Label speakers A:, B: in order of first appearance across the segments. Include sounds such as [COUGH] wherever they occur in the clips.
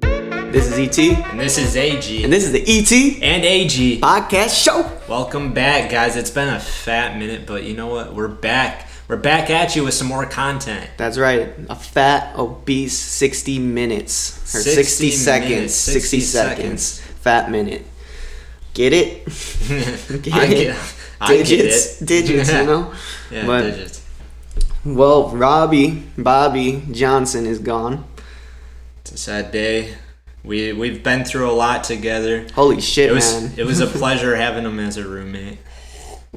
A: This is ET,
B: And this is AG.
A: and this is the ET
B: And AG.
A: Podcast Show.
B: Welcome back, guys. It's been a fat minute, but you know what? We're back. We're back at you with some more content. [LAUGHS]
A: That's right, a fat, obese 60 minutes or 60,
B: 60
A: seconds,
B: minutes,
A: 60
B: 60
A: seconds. fat minute. Get it?
B: I get, I get
A: digits, [LAUGHS]
B: it.
A: digits, you know.
B: [LAUGHS] yeah,
A: But-
B: digits.
A: Well, Robbie, Bobby Johnson is gone.
B: It's a sad day. We we've been through a lot together.
A: Holy shit,
B: It was
A: man, Mm-hmm.
B: it
A: [LAUGHS]
B: was a pleasure having him as a roommate.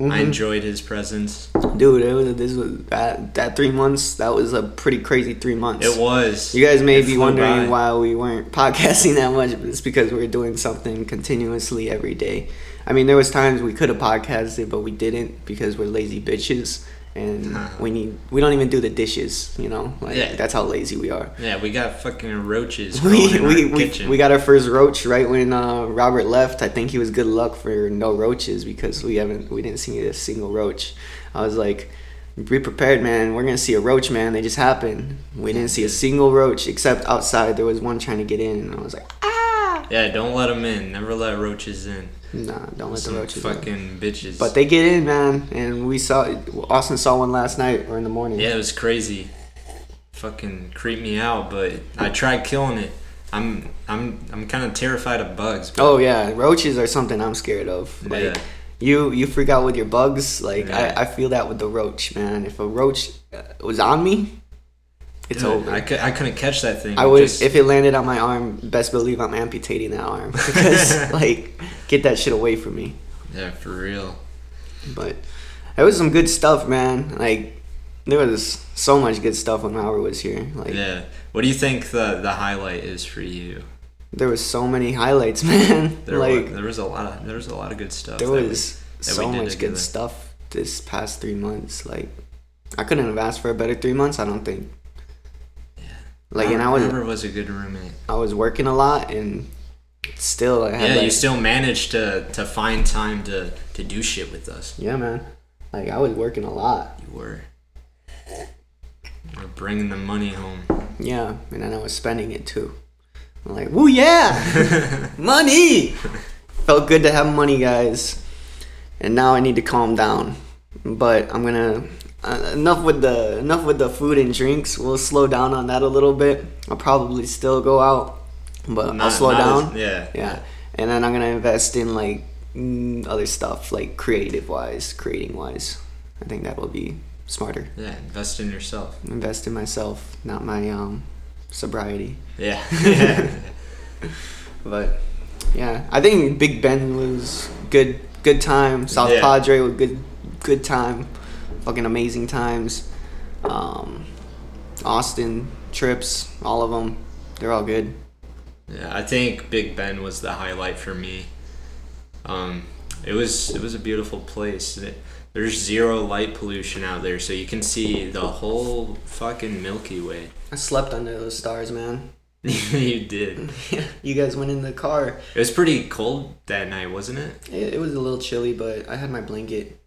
B: I enjoyed his presence.
A: dude! It was, this was that, that three months. That was a pretty crazy three months.
B: It was.
A: You guys may
B: It
A: be
B: flew
A: wondering
B: by.
A: why we weren't [LAUGHS] podcasting that much. but It's because we're doing something continuously every day. I mean, there was times we could have podcasted, but we didn't because we're lazy bitches, and we need we don't even do the dishes. You know, like
B: Yeah.
A: that's how lazy we are.
B: Yeah, we got fucking roaches growing
A: [LAUGHS] We
B: in
A: we,
B: our
A: we,
B: kitchen.
A: we got our first roach right when uh, Robert left. I think he was good luck for no roaches because we haven't we didn't see a single roach. I was like, be prepared, man. We're gonna see a roach, man. They just happened. We didn't see a single roach except outside. There was one trying to get in, and I was like,
B: yeah, don't let them in. Never let roaches in.
A: nah, don't let the
B: Some
A: roaches. in.
B: fucking bitches.
A: But they get in, man. And we saw Austin saw one last night or in the morning.
B: Yeah, it was crazy. Fucking creeped me out, but I tried killing it. I'm I'm I'm kind of terrified of bugs. But
A: Oh yeah, roaches are something I'm scared of. Like
B: Yeah.
A: you, you freak out with your bugs. Like
B: Yeah.
A: I, I feel that with the roach, man. If a roach uh, was on me, it's
B: dude,
A: over.
B: I,
A: I,
B: cou- I couldn't catch that thing.
A: would
B: Just-
A: if it landed on my arm. Best believe I'm amputating that
B: [LAUGHS]
A: arm because like get that shit away from me.
B: yeah, for real.
A: But it was some good stuff, man. Like there was so much good stuff when Howard was here. Like
B: Yeah. What do you think the the highlight is for you?
A: there was so many highlights, [LAUGHS] man.
B: There
A: like
B: was, there was a lot of there was a lot of good stuff.
A: there
B: that we-
A: was
B: that we
A: so
B: did
A: much
B: together.
A: good stuff this past three months. Like, I couldn't have asked for a better three months. I don't think. Like, and I was
B: Robert was a good roommate.
A: I was working a lot, and still I had
B: Yeah,
A: like,
B: you still managed to to find time to to do shit with us.
A: yeah, man. Like I was working a lot.
B: You were. You were bringing the money home.
A: Yeah, and then I was spending it too. I'm like, woo yeah,
B: [LAUGHS]
A: money. Felt good to have money, guys. And now I need to calm down. But I'm gonna uh, enough with the enough with the food and drinks. We'll slow down on that a little bit. I'll probably still go out, but I'll
B: Not-
A: slow
B: not as-
A: down.
B: yeah.
A: yeah. And then I'm gonna invest in like mm, other stuff, like creative wise, creating wise. I think that will be smarter.
B: Yeah, invest in yourself.
A: invest in myself, not my um, sobriety.
B: Yeah.
A: [LAUGHS]
B: yeah.
A: But yeah, I think Big Ben was good. Good time. South
B: Yeah.
A: Padre was good. Good time. Fucking amazing times. Um, Austin trips, all of them. They're all good.
B: I think Big Ben was the highlight for me. Um, it was it was a beautiful place. It- There's zero light pollution out there, so you can see the whole fucking Milky Way. [LAUGHS]
A: I slept under those stars, man. [LAUGHS]
B: you did.
A: you guys went in the car.
B: It was pretty cold that night, wasn't it?
A: It, it was a little chilly, but I had my blanket.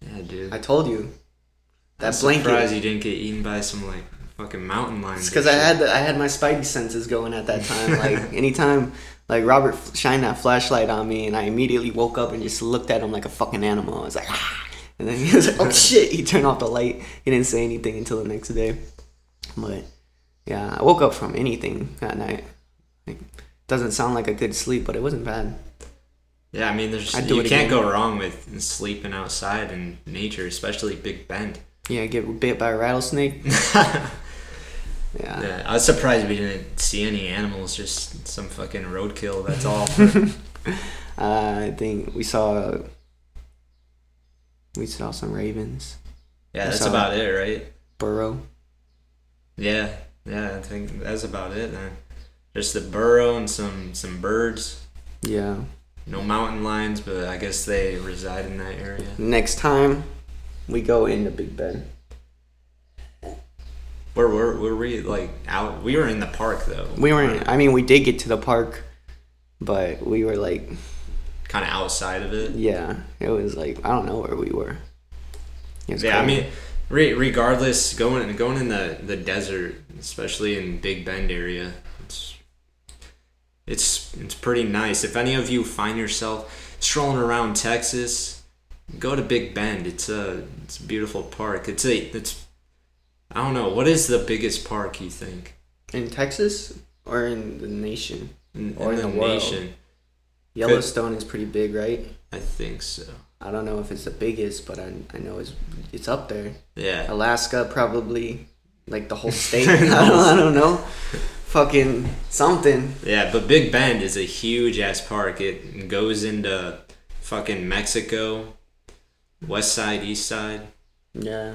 B: Yeah, dude.
A: I told you that
B: I'm
A: blanket.
B: surprised you didn't get eaten by some like fucking mountain lion.
A: It's because I had the, I had my spidey senses going at that time. Like anytime, like Robert f- shined that flashlight on me, and I immediately woke up and just looked at him like a fucking animal. I was like, ah! and then he was like, oh shit! He turned off the light. He didn't say anything until the next day. But yeah, I woke up from anything that night. Like, doesn't sound like a good sleep, but it wasn't bad.
B: Yeah, I mean, there's
A: I'd do
B: you
A: it
B: can't
A: again.
B: go wrong with sleeping outside in nature, especially Big Bend.
A: Yeah, get bit by a rattlesnake. Yeah.
B: Yeah, I was surprised we didn't see any animals, just some fucking roadkill,
A: [LAUGHS]
B: that's all.
A: Uh, I think we saw we saw some ravens
B: yeah,
A: That's
B: that's
A: all.
B: about it, right?
A: burrow.
B: Yeah, yeah, I think that's about it then. Just the burrow and some, some birds.
A: Yeah.
B: No mountain lions, but I guess they reside in that area.
A: Next time we go into Big Ben.
B: Where were, were we, like, out? We were in the park, though.
A: We weren't I mean we did get to the park, but we were like
B: Kind of outside of it.
A: yeah, it was like I don't know where we were. It was
B: Yeah, I
A: crazy.
B: mean, re- regardless, going going in the the desert, especially in Big Bend area, it's It's it's pretty nice. If any of you find yourself strolling around Texas, go to Big Bend. It's a it's a beautiful park. It's a it's I don't know what is the biggest park you think
A: in Texas or in the nation.
B: in,
A: Or
B: in
A: in
B: the,
A: the world.
B: nation?
A: Yellowstone is pretty big, right?
B: I think so.
A: I don't know if it's the biggest, but I, I know it's it's up there.
B: Yeah,
A: Alaska probably like the
B: [LAUGHS]
A: whole state. [LAUGHS] I, don't, I don't know. Fucking something.
B: yeah. But Big Bend is a huge ass park. It goes into fucking Mexico, West Side, East Side.
A: Yeah.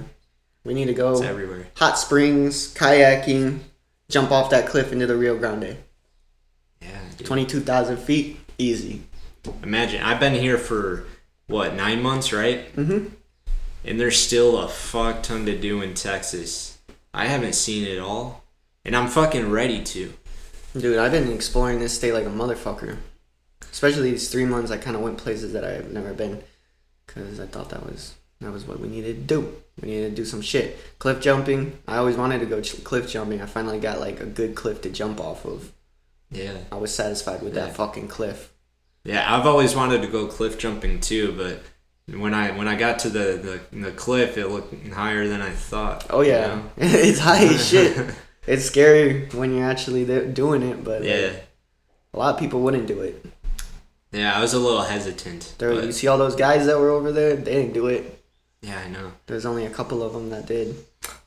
A: We need to
B: It's
A: go
B: everywhere.
A: hot springs, kayaking, jump off that cliff into the Rio Grande.
B: Yeah. dude.
A: 22,000 feet, easy.
B: Imagine I've been here for what nine months, right? Mm-hmm. And there's still a fuck ton to do in Texas. I haven't seen it all, and I'm fucking ready to.
A: Dude, I've been exploring this state like a motherfucker. Especially these three months, I kind of went places that I've never been, because I thought that was that was what we needed to do. We needed to do some shit. Cliff jumping. I always wanted to go ch- cliff jumping. I finally got like a good cliff to jump off of.
B: Yeah.
A: I was satisfied with
B: Yeah.
A: that fucking cliff.
B: Yeah, I've always wanted to go cliff jumping too, but when I when I got to the the, the cliff, it looked higher than I thought.
A: Oh
B: you
A: yeah,
B: know?
A: [LAUGHS] it's high as
B: [LAUGHS]
A: shit. It's scary when you're actually there doing it, but like,
B: Yeah.
A: a lot of people wouldn't do it.
B: Yeah, I was a little hesitant.
A: There,
B: but-
A: you see all those guys that were over there, they didn't do it.
B: yeah, I know.
A: There's only a couple of them that did.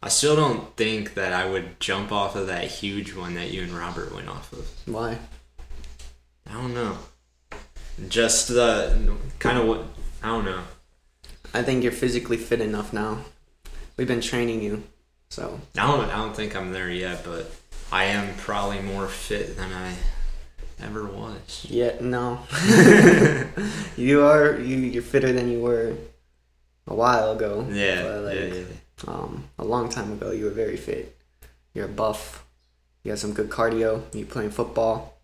B: I still don't think that I would jump off of that huge one that you and Robert went off of.
A: Why?
B: I don't know. Just the kind of what I don't know.
A: I think you're physically fit enough now. We've been training you, so
B: I don't. I don't think I'm there yet, but I am probably more fit than I ever was.
A: yeah, no, [LAUGHS] you are you. You're fitter than you were a while ago.
B: Yeah,
A: but, like,
B: yeah, yeah, yeah.
A: um, a long time ago. You were very fit. You're a buff. You got some good cardio. You playing football.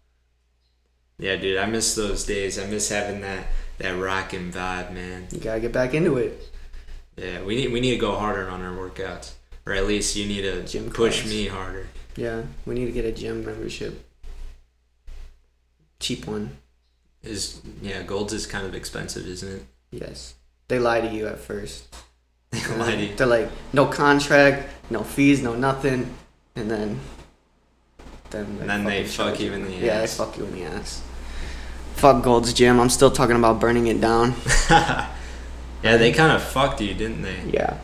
B: Yeah, dude. I miss those days. I miss having that that rockin' vibe, man.
A: You gotta get back into it.
B: Yeah, we need we need to go harder on our workouts, or at least you need to
A: Gym
B: push
A: class.
B: me harder.
A: Yeah, we need to get a gym membership. Cheap one.
B: Is yeah, gold's is kind of expensive, isn't it?
A: Yes. They lie to you at
B: [LAUGHS]
A: first.
B: Why do you-
A: They're like, no contract, no fees, no nothing, and then, then
B: And then they
A: fucking
B: fuck
A: charge
B: you in the
A: Yeah, they
B: ass.
A: fuck you in the ass. Fuck Gold's Gym. I'm still talking about burning it
B: [LAUGHS]
A: down.
B: [LAUGHS] yeah, they kind of fucked you, didn't they?
A: yeah.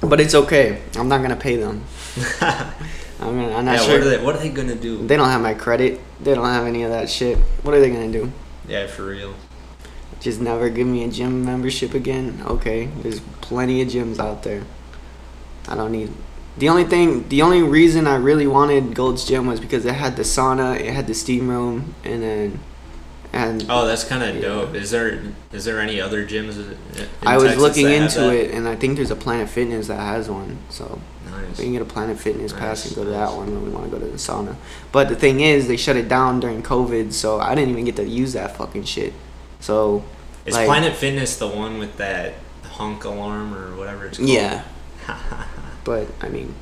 A: But it's okay. I'm not gonna pay them.
B: [LAUGHS]
A: I'm, gonna, I'm not
B: yeah.
A: sure.
B: What are they? What are they gonna do?
A: they don't have my credit. They don't have any of that shit. What are they gonna do?
B: Yeah, for real.
A: Just never give me a gym membership again. Okay, there's plenty of gyms out there. I don't need. The only thing, the only reason I really wanted Gold's Gym was because it had the sauna, it had the steam room, and then, and
B: Oh, that's kind of
A: Yeah.
B: dope. Is there is there any other gyms? uh, Oh, In
A: I was
B: Texas
A: looking
B: that have
A: into
B: that?
A: it, and I think there's a Planet Fitness that has one. So
B: Nice.
A: we can get a Planet Fitness pass
B: Nice,
A: and go to
B: nice.
A: that one when we want to go to the sauna. But the thing is, they shut it down during COVID, so I didn't even get to use that fucking shit. So
B: Is
A: like-
B: Planet Fitness the one with that honk alarm or whatever it's called? [LAUGHS]
A: Yeah. but I mean,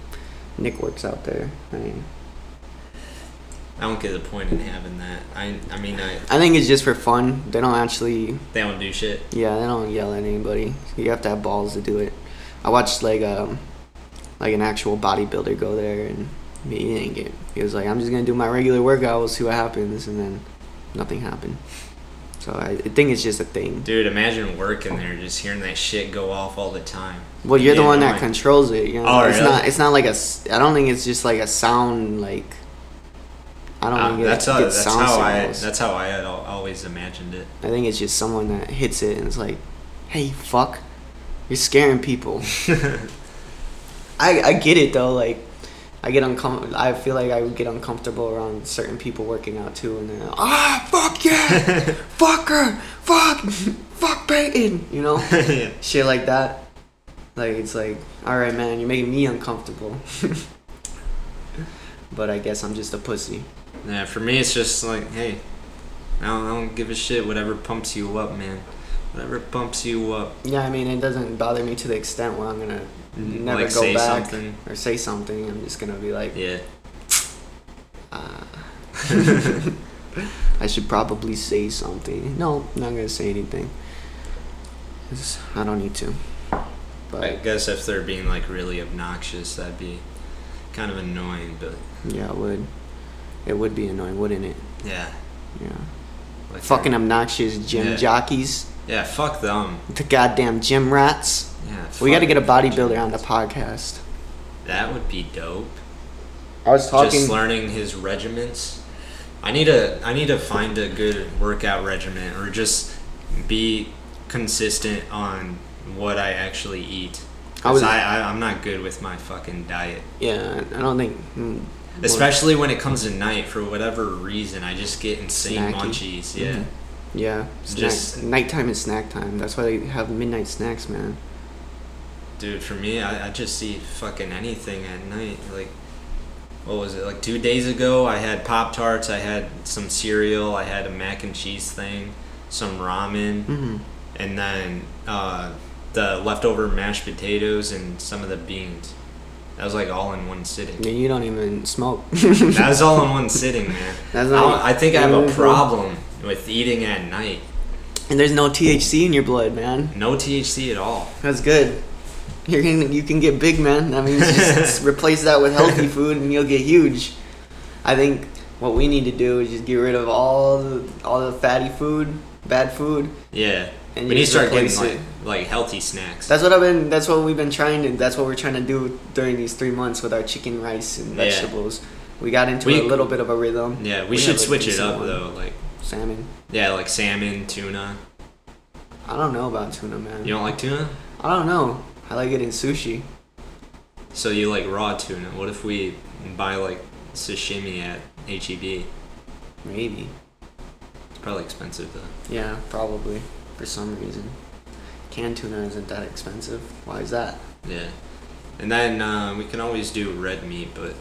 A: Nick works out there. I mean,
B: I don't get the point in having that. I I mean I
A: I think it's just for fun. They don't actually,
B: they don't do shit.
A: yeah, they don't yell at anybody. You have to have balls to do it. I watched like um, like an actual bodybuilder go there, and he didn't get. He was like, "I'm just gonna do my regular workout. We'll see what happens," and then nothing happened. So I I think it's just a thing.
B: Dude, imagine working there, just hearing that shit go off all the time.
A: Well, you're the
B: Yeah,
A: one
B: no,
A: that
B: I-
A: controls it. You know,
B: Oh,
A: it's
B: really?
A: not. It's not like a. s- I don't think it's just like a sound like. I don't
B: Ah,
A: think it
B: that's how
A: gets
B: that's
A: sound
B: how I
A: signals.
B: that's how I had al- always imagined it.
A: I think it's just someone that hits it and it's like, hey, fuck, you're scaring
B: [LAUGHS]
A: people. I, I get it though, like, I get uncomfortable. I feel like I would get uncomfortable around certain people working out too, and they're like, ah, fuck
B: [LAUGHS]
A: yeah, fuck her, fuck, fuck
B: [LAUGHS]
A: Peyton, you know?
B: yeah.
A: Shit like that. Like, it's like, alright, man, you're making me uncomfortable. [LAUGHS] but I guess I'm just a pussy.
B: Yeah, for me, it's just like, hey, I don't, I don't give a shit. Whatever pumps you up, man. Whatever pumps you up.
A: Yeah, I mean, it doesn't bother me to the extent where I'm gonna
B: N-
A: never
B: Mm, like,
A: go
B: say
A: back
B: something.
A: or say something. I'm just gonna be like,
B: Yeah.
A: uh, [LAUGHS] I should probably say something. No, I'm not gonna say anything. It's- I don't need to.
B: I
A: But
B: guess if they're being like really obnoxious, that'd be kind of annoying. But
A: yeah, it would. It would be annoying, wouldn't it?
B: yeah,
A: Yeah.
B: like
A: Fucking obnoxious gym
B: Yeah.
A: jockeys,
B: Yeah, fuck them.
A: the goddamn gym rats.
B: Yeah. Fuck
A: We got to get a
B: them.
A: bodybuilder on the podcast.
B: That would be dope.
A: I was
B: Just learning his regiments. I need to. I need to find a good workout regimen, or just be consistent on what I actually eat.
A: I
B: Cause
A: was-
B: I, I, I'm not good with my fucking diet.
A: Yeah, I don't think. mm,
B: Especially when it comes to night, for whatever reason, I just get insane
A: Snacky.
B: munchies. Yeah,
A: Mhm. Yeah, snack,
B: Just-
A: nighttime is snack time. That's why they have midnight snacks, man.
B: dude. For me, I, I just eat fucking anything at night. Like, what was it? Like two days ago, I had pop tarts. I had some cereal. I had a mac and cheese thing, some ramen,
A: hmm
B: and then uh, the leftover mashed potatoes and some of the beans. That was like all in
A: [LAUGHS]
B: one sitting.
A: you don't even smoke.
B: that was all in one sitting,
A: [LAUGHS]
B: man.
A: That's
B: I, don't-
A: not.
B: I think I have a
A: Mhm.
B: problem with eating at night.
A: And there's no THC in your blood, man.
B: No THC at all.
A: That's good. You're gonna, you can get big, man. I mean,
B: [LAUGHS]
A: just, just replace that with healthy food, and you'll get huge. I think what we need to do is just get rid of all the, all the fatty food, bad food.
B: Yeah.
A: And
B: we
A: you
B: need to start getting
A: replace
B: like,
A: it.
B: like healthy snacks.
A: That's what I've been. That's what we've been trying to. That's what we're trying to do during these three months with our chicken, rice, and
B: Yeah.
A: vegetables. We got into
B: We-
A: a little bit of a rhythm.
B: yeah, we,
A: we
B: should
A: have a
B: switch it
A: decent
B: up
A: one.
B: though. Like
A: Salmon.
B: yeah, like salmon, tuna.
A: I don't know about tuna, man.
B: You don't like tuna?
A: I don't know. I like it in sushi.
B: So you like raw tuna. What if we buy like sashimi at HEB?
A: Maybe.
B: It's probably expensive though.
A: Yeah, probably. For some reason. Canned tuna isn't that expensive. Why is that?
B: Yeah. And then uh, we can always do red meat, but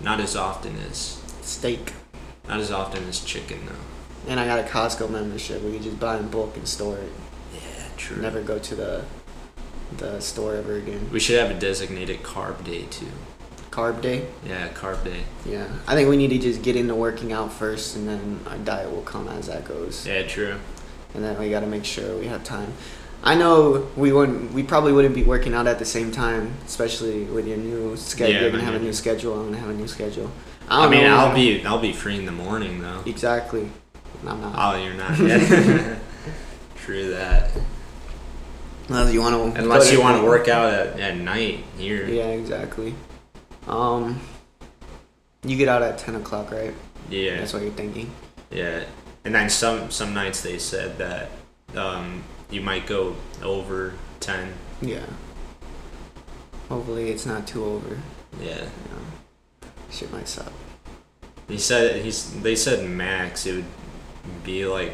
B: not as often as
A: Steak.
B: not as often as chicken though.
A: And I got a Costco membership. We could just buy in bulk and store it.
B: Yeah, true.
A: Never go to the the store ever again.
B: We should have a designated carb day too.
A: Carb day.
B: Yeah, carb day.
A: Yeah, I think we need to just get into working out first, and then our diet will come as that goes.
B: Yeah, true.
A: And then we got to make sure we have time. I know we wouldn't. We probably wouldn't be working out at the same time, especially with your new schedule.
B: Yeah,
A: You're gonna
B: my
A: have a
B: new-
A: new schedule. I'm gonna have a new schedule.
B: I,
A: don't
B: mean,
A: know.
B: I'll be I'll be free in the morning though.
A: exactly. I'm not.
B: Oh, you're not. [LAUGHS] Yeah. True that.
A: Unless you want to.
B: Unless you want to work out at, at night here.
A: Yeah, exactly. Um, you get out at ten o'clock, right?
B: Yeah.
A: That's what you're thinking.
B: yeah. And then some some nights they said that um, you might go over ten.
A: Yeah. Hopefully, it's not too over.
B: Yeah.
A: Yeah. Shit might suck.
B: He said he's. They said max it would be like.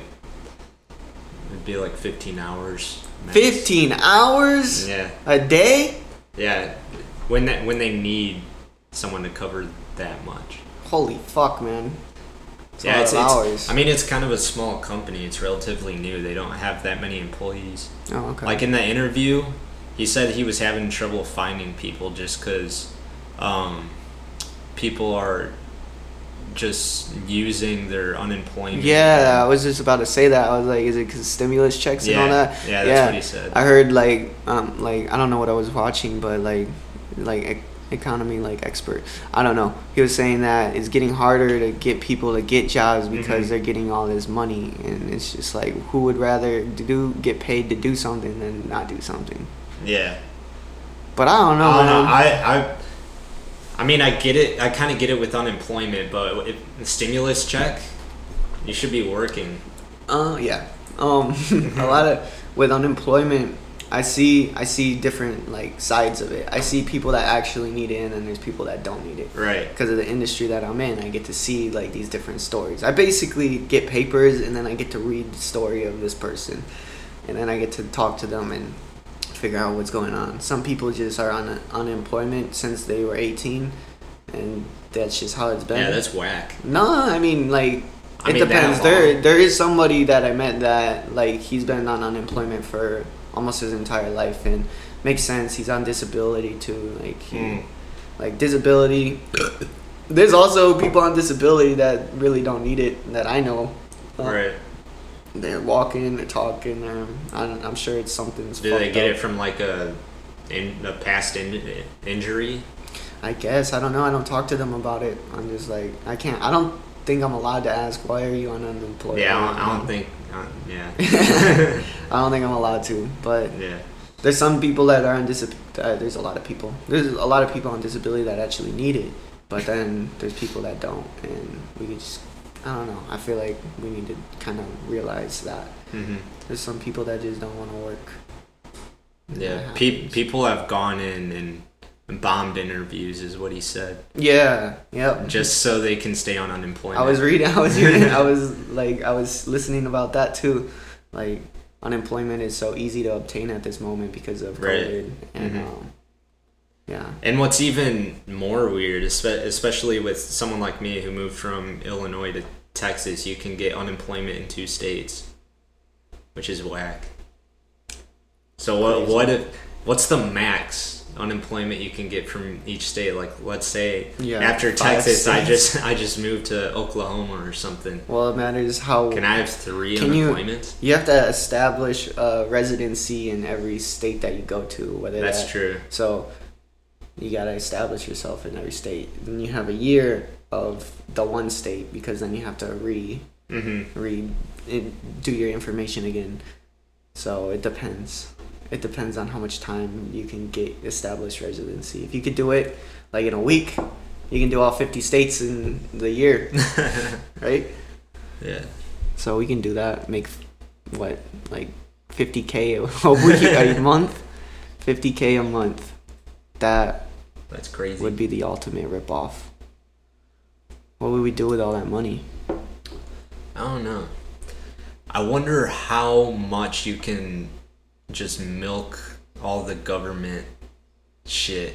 B: It'd be like fifteen hours. max.
A: 15 hours
B: Yeah.
A: a day?
B: Yeah. When that when they need someone to cover that much.
A: Holy fuck, man. It's a lot of hours.
B: I mean, it's kind of a small company. It's relatively new. They don't have that many employees.
A: oh, okay.
B: Like in the interview, he said he was having trouble finding people just because um, people are just using their unemployment.
A: yeah, I was just about to say that. I was like, is it 'cause stimulus checks and all
B: Yeah,
A: that?
B: yeah, that's what he said.
A: I heard like, um, like I don't know what I was watching, but like, like ec- economy like expert. I don't know. He was saying that it's getting harder to get people to get jobs because
B: Mhm.
A: they're getting all this money, and it's just like, who would rather do get paid to do something than not do something?
B: Yeah.
A: But I don't know,
B: I
A: Oh, man.
B: don't know. I, I, I mean, I get it. I kind of get it with unemployment, but if the stimulus check, you should be working.
A: Uh, yeah. Um, [LAUGHS] a lot of with unemployment, I see I see different like sides of it. I see people that actually need it, and then there's people that don't need it.
B: Right.
A: Because of the industry that I'm in, I get to see like these different stories. I basically get papers, and then I get to read the story of this person, and then I get to talk to them and figure out what's going on. Some people just are on unemployment since they were 18, and that's just how it's been.
B: Yeah, that's whack.
A: No, I mean like
B: I
A: it
B: mean, that
A: depends.
B: long.
A: There there is somebody that I met that like he's been on unemployment for almost his entire life and
B: Hmm.
A: makes sense. He's on disability too. Like he,
B: Mm.
A: like disability there's also people on disability that really don't need it that I know. Uh,
B: right.
A: They're walking, they're talking. They're, I don't, I'm sure it's something. that's
B: Do they
A: fucked
B: get
A: up.
B: it from like a in a past in, injury?
A: I guess I don't know. I don't talk to them about it. I'm just like I can't. I don't think I'm allowed to ask why are you on unemployment.
B: Yeah, I don't, I don't think. Uh,
A: [LAUGHS]
B: yeah.
A: I don't think I'm allowed to. But
B: yeah.
A: there's some people that are on disab- uh, There's a lot of people. There's a lot of people on disability that actually need it. But then there's people that don't, and we could just. I don't know. I feel like we need to kind of realize that
B: hmm
A: there's some people that just don't want to work.
B: Yeah.
A: That
B: Pe-
A: happens.
B: people have gone in and bombed interviews, is what he said,
A: Yeah. Yep.
B: just so they can stay on unemployment.
A: I was reading. [LAUGHS] I was reading.
B: [LAUGHS]
A: I was like, I was listening about that too. Like, unemployment is so easy to obtain at this moment because of
B: Right.
A: COVID, and
B: Mhm.
A: um, yeah,
B: And what's even more weird, espe- especially with someone like me who moved from Illinois to Texas, you can get unemployment in two states, which is whack. So what?
A: Crazy.
B: What if? What's the max unemployment you can get from each state? Like, let's say
A: Yeah,
B: after
A: five
B: Texas, I
A: states.
B: just I just moved to Oklahoma or something.
A: well, it matters how
B: Can I have three
A: Can you-
B: unemployments?
A: you have to establish a residency in every state that you go to. Whether
B: That's
A: that-
B: true.
A: So you gotta establish yourself in every state. Then you have a year of the one state because then you have to re
B: hmm
A: re in, do your information again. So it depends. It depends on how much time you can get established residency. If you could do it like in a week, you can do all 50 states in the
B: [LAUGHS]
A: year, right?
B: Yeah.
A: So we can do that. Make what like 50k a [LAUGHS] week a month, 50k a month. That
B: That's crazy.
A: would be the ultimate ripoff. What would we do with all that money?
B: I don't know. I wonder how much you can just milk all the government shit.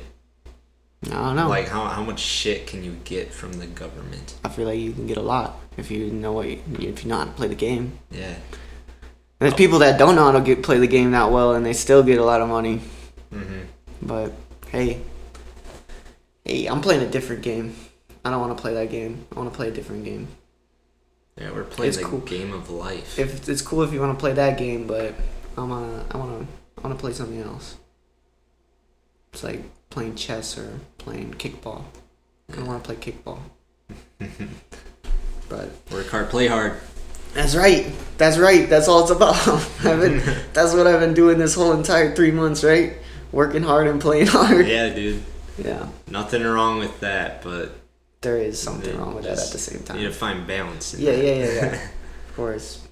A: I don't know.
B: Like how how much shit can you get from the government?
A: I feel like you can get a lot if you know what you, if you know how to play the game.
B: Yeah.
A: There's people that don't know how to get, play the game that well, and they still get a lot of money.
B: Mhm.
A: But hey, hey, I'm playing a different game. I don't want to play that game. I want to play a different game.
B: Yeah, we're playing
A: It's
B: the
A: cool.
B: game of life.
A: If it's cool if you want to play that game, but I'm on. I want to. I want to play something else. It's like playing chess or playing kickball. I want to play
B: [LAUGHS]
A: kickball. but
B: Work hard, play hard.
A: That's right. That's right. That's all it's about. [LAUGHS] I've been, that's what I've been doing this whole entire three months, right? Working hard and playing [LAUGHS] hard. Yeah.
B: Yeah, dude. Nothing wrong with that, but
A: There is something
B: Yeah,
A: wrong with that at
B: just-
A: the same
B: you need to
A: time.
B: find balance. in
A: Yeah,
B: that.
A: yeah, yeah, yeah.
B: [LAUGHS]
A: of course.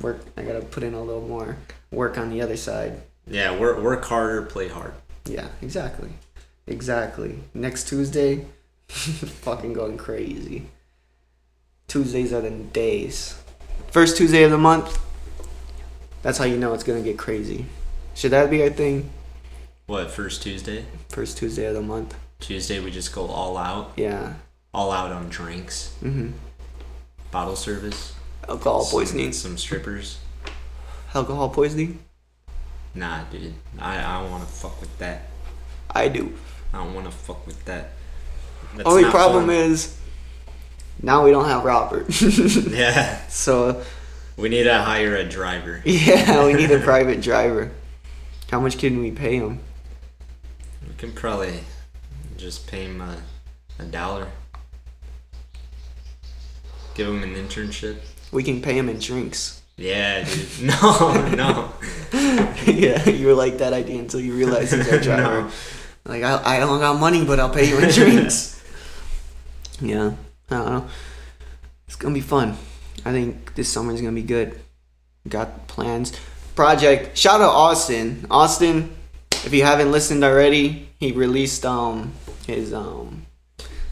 A: Work. I gotta put in a little more work on the other side.
B: Yeah, work work harder, play hard.
A: Yeah, exactly. Exactly. Next Tuesday, [LAUGHS] fucking going crazy. Tuesdays are the days. First Tuesday of the month, that's how you know it's gonna get crazy. Should that be our thing?
B: What, first Tuesday?
A: First Tuesday of the month?
B: Tuesday we just go all out.
A: Yeah.
B: All out on drinks.
A: hmm
B: Bottle service.
A: Alcohol
B: some-
A: poisoning.
B: Some strippers.
A: Alcohol poisoning?
B: Nah, dude. I, I don't want to fuck with that.
A: I do.
B: I don't want to fuck with that. That's
A: Only
B: not
A: problem
B: fun.
A: is, now we don't have Robert. [LAUGHS]
B: [LAUGHS] Yeah.
A: so,
B: We need to hire a driver.
A: yeah, we need
B: [LAUGHS]
A: a private driver. How much can we pay him?
B: We can probably just pay him a, a dollar. Give him an internship.
A: We can pay him in drinks.
B: Yeah, dude. [LAUGHS] No, no.
A: [LAUGHS] yeah, you were like that idea until you realized he's our driver.
B: No.
A: Like, I, I don't got money, but I'll pay you in drinks. yeah, I don't know. It's gonna be fun. I think this summer's gonna be good. Got plans. Project. Shout out Austin. Austin, if you haven't listened already, he released um his um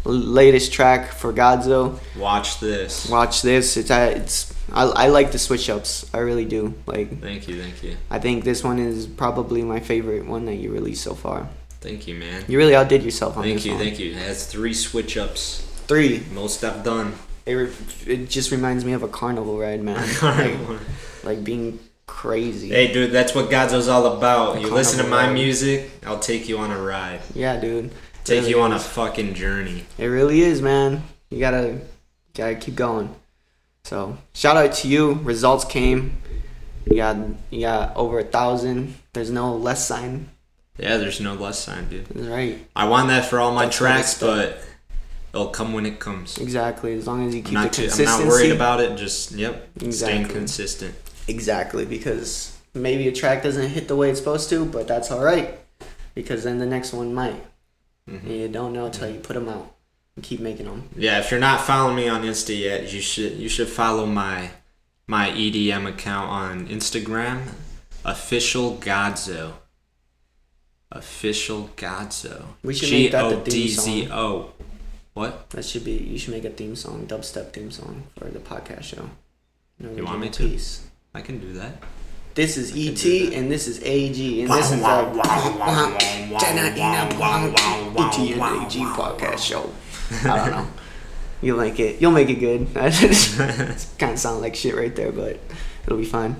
A: latest track for Godzo
B: Watch this.
A: watch this it's I, it's I, I like the switch ups i really do like
B: Thank you, thank you.
A: I think this one is probably my favorite one that you released so far.
B: Thank you, man.
A: You really outdid yourself on
B: Thank
A: this
B: you,
A: one.
B: thank you. It has three switch ups.
A: Three.
B: Most I've done.
A: It, re- it just reminds me of a carnival ride,
B: [LAUGHS]
A: man. like, like being crazy.
B: Hey, dude, that's what Godzo's all about. You listen to
A: Carnival
B: my
A: ride.
B: music, I'll take you on a ride.
A: Yeah, dude.
B: Take
A: really
B: you on a
A: is.
B: fucking journey.
A: It really is, man. You gotta gotta keep going. So shout out to you. Results came. You got you got over a thousand. There's no less sign.
B: Yeah, there's no less sign, dude.
A: That's right.
B: I want that for all my
A: That's what
B: tracks,
A: it's done.
B: but it'll come when it comes.
A: Exactly. As long as you
B: I'm
A: keep
B: not,
A: the
B: too, I'm
A: consistency.
B: not worried about it. Just yep, staying
A: Exactly.
B: consistent.
A: Exactly, because maybe a track doesn't hit the way it's supposed to, but that's all right, because then the next one might.
B: Mm-hmm.
A: And you don't know till you put them out. And keep making them.
B: Yeah, if you're not following me on Insta yet, you should you should follow my my EDM account on Instagram, official Godzo. Official Godzo.
A: We should make that the theme song.
B: G-O-D-Z-O. What?
A: That should be. You should make a theme song, dubstep theme song for the podcast show. An
B: You want me
A: original
B: to?
A: piece.
B: I can do that.
A: This is
B: do
A: ET
B: that.
A: and this is AG and this is a
C: Wow, wow, wow, wow, wow, wow, wow, wow,
A: ET E and
C: wow,
A: AG
C: wow,
A: podcast show. I don't know. You'll make it. You'll make it good. [LAUGHS] it's kind of sound like shit right there, but it'll be fine.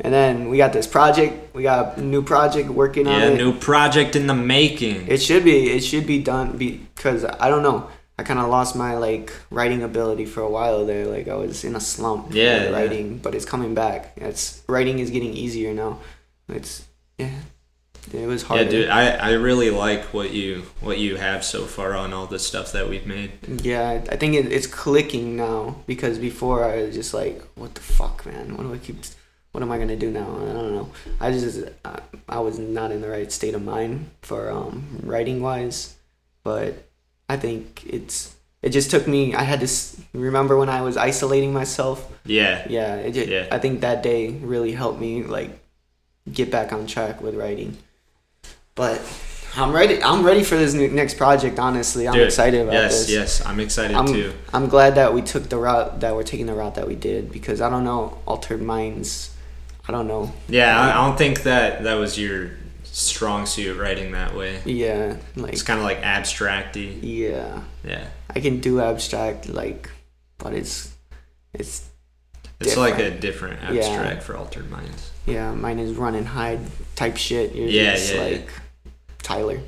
A: And then we got this project. We got a new project working on
B: Yeah,
A: it.
B: new project in the making.
A: It should be. It should be done because I don't know. I kind of lost my like writing ability for a while there. Like I was in a slump. with
B: Yeah, yeah.
A: writing, but it's coming back. It's writing is getting easier now. It's yeah. It was hard.
B: yeah, dude, I, I really like what you what you have so far on all the stuff that we've made.
A: Yeah, I think it, it's clicking now because before I was just like, what the fuck, man? What do I keep? What am I gonna do now? I don't know. I just I, I was not in the right state of mind for um, writing wise, but I think it's it just took me. I had to s- remember when I was isolating myself.
B: Yeah.
A: Yeah, it just,
B: Yeah.
A: I think that day really helped me like get back on track with writing. But I'm ready. I'm ready for this new, next project. Honestly, I'm
B: Dude,
A: excited about
B: yes,
A: this.
B: Yes, I'm excited
A: I'm,
B: too.
A: I'm glad that we took the route that we're taking the route that we did because I don't know altered minds. I don't know.
B: Yeah, I, I don't think that that was your strong suit writing that way.
A: Yeah, like
B: It's kind of like abstracty.
A: yeah,
B: Yeah,
A: I can do abstract like, but it's it's
B: it's like a different
A: Yeah.
B: abstract for altered minds. [LAUGHS]
A: yeah. Mine is run and hide type shit. You're
B: Yeah,
A: just
B: yeah, yeah.
A: like Tyler.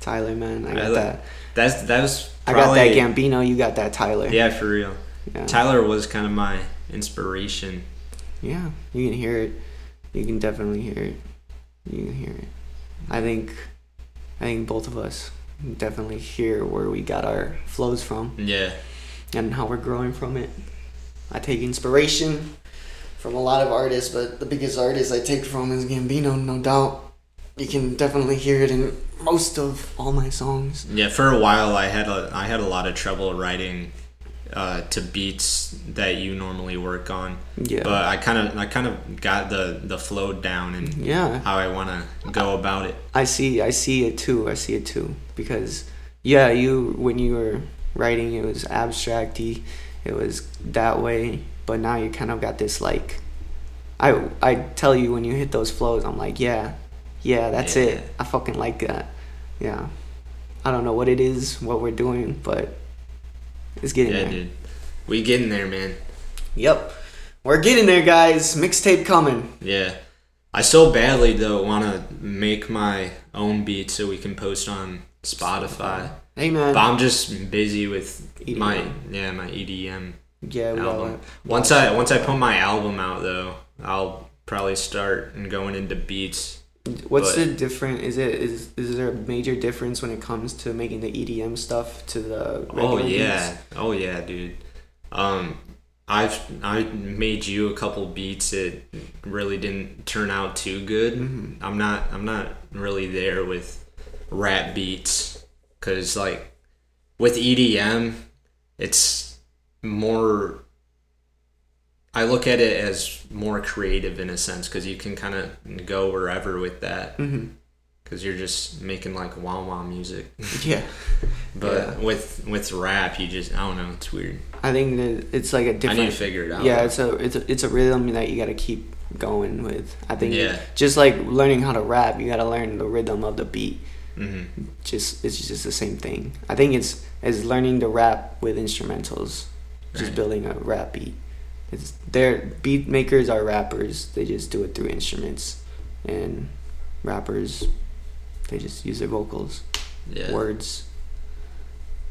A: Tyler, man, I got
B: I like-
A: that.
B: That's that was
A: I
B: probably
A: got that Gambino. You got that Tyler.
B: yeah for real.
A: yeah.
B: Tyler was kind of my inspiration.
A: Yeah, you can hear it. You can definitely hear it. You can hear it. I think, I think both of us can definitely hear where we got our flows from
B: Yeah,
A: and how we're growing from it. I take inspiration from a lot of artists, but the biggest artist I take from is Gambino, no doubt. You can definitely hear it in most of all my songs.
B: yeah. For a while, I had a I had a lot of trouble writing uh, to beats that you normally work on.
A: Yeah.
B: But I kind of I kind of got the the flow down and
A: Yeah.
B: how I want to go about it.
A: I see I see it too. I see it too because yeah, you when you were writing it was abstracty. It was that way, but now you kind of got this like I I tell you when you hit those flows, I'm like, yeah. Yeah, that's
B: Yeah.
A: it. I fucking like that. Yeah. I don't know what it is, what we're doing, but it's getting
B: Yeah,
A: there.
B: dude. We getting there, man.
A: Yep. We're getting there, guys. Mixtape coming.
B: Yeah. I so badly though want to make my own beat so we can post on Spotify.
A: Hey man.
B: But I'm just busy with
A: EDM.
B: my yeah, my EDM
A: yeah, we all
B: album. Once I once I put my album out though, I'll probably start and going into beats.
A: What's
B: but-
A: the different? Is it is is there a major difference when it comes to making the EDM stuff to the
B: Oh
A: regular
B: yeah.
A: beats?
B: Oh yeah, dude. Um I've I made you a couple beats that really didn't turn out too good. I'm not I'm not really there with rap beats cuz like with EDM it's more I look at it as more creative in a sense cuz you can kind of go wherever with that.
A: Mm-hmm.
B: Cuz you're just making like wah wah music.
A: yeah.
B: But with with rap, you just I don't know. It's weird.
A: I think that it's like a different.
B: I need to figure it out.
A: yeah, it's a it's a, it's a rhythm that you got to keep going with. I think
B: Yeah.
A: just like learning how to rap, you got to learn the rhythm of the beat.
B: hmm
A: Just it's just the same thing. I think it's is learning to rap with instrumentals, just
B: Right.
A: building a rap beat. It's their beat makers are rappers. They just do it through instruments, and rappers, they just use their vocals.
B: Yeah.
A: words.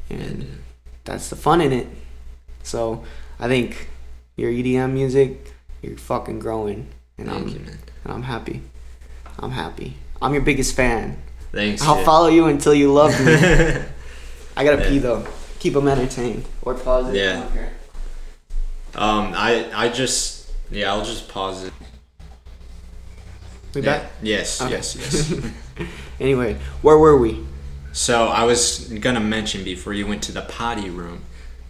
A: And
B: And
A: that's the fun in it. So I think your EDM music, you're fucking growing, and
B: thank
A: I'm
B: you, man.
A: and I'm happy. I'm happy. I'm your biggest fan.
B: Thanks.
A: I'll
B: dude.
A: follow you until you love me. I gotta pee
B: Yeah.
A: though. Keep them entertained or pause it.
B: Yeah. [LAUGHS] um, I I just yeah, I'll just pause it.
A: We
B: Yeah.
A: back.
B: Yes,
A: Okay.
B: yes, yes. [LAUGHS]
A: Anyway, where were we?
B: so I was gonna mention before you went to the potty room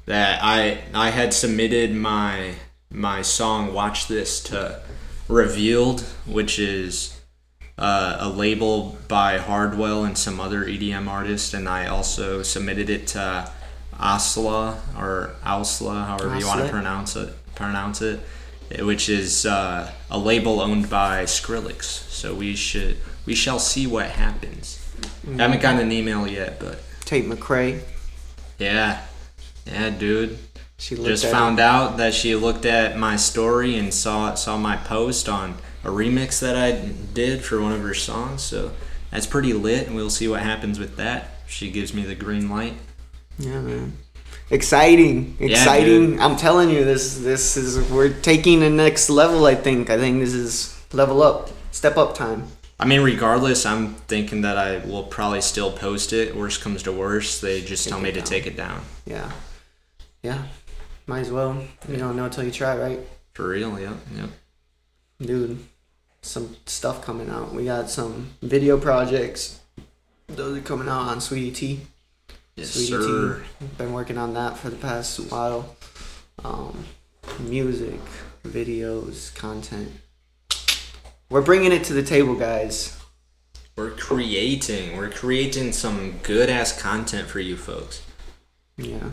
B: that I I had submitted my my song "Watch This" to Revealed, which is uh, a label by Hardwell and some other EDM artists, and I also submitted it to Asla or Ausla, however you want to
A: Ausla.
B: pronounce it, pronounce it, eh, which is uh, a label owned by Skrillex. So we should we shall see what happens. I haven't gotten an email yet, but
A: Tate McRae.
B: yeah, yeah, dude.
A: She looked
B: Just
A: at
B: found out that she looked at my story and saw saw my post on a remix that I did for one of her songs. So that's pretty lit, and we'll see what happens with that. She gives me the green light.
A: Yeah, man. Exciting, exciting.
B: dude.
A: I'm telling you, this this is we're taking the next level. I think. I think this is level up, step up time.
B: I mean, regardless, I'm thinking that I will probably still post it. Worst comes to worst, they just tell
A: Take
B: me
A: it
B: to
A: down.
B: take it down.
A: Yeah, yeah. Might as well. You don't know till you try, right,
B: For real, yep, yep.
A: dude? Some stuff coming out. We got some video projects. Those are coming out on Sweetie Tea.
B: Yes,
A: Sweetie
B: sir.
A: Tea. Been working on that for the past while. Um, music, videos, content. We're bringing it to the table, guys.
B: We're creating. We're creating some good ass content for you folks.
A: Yeah.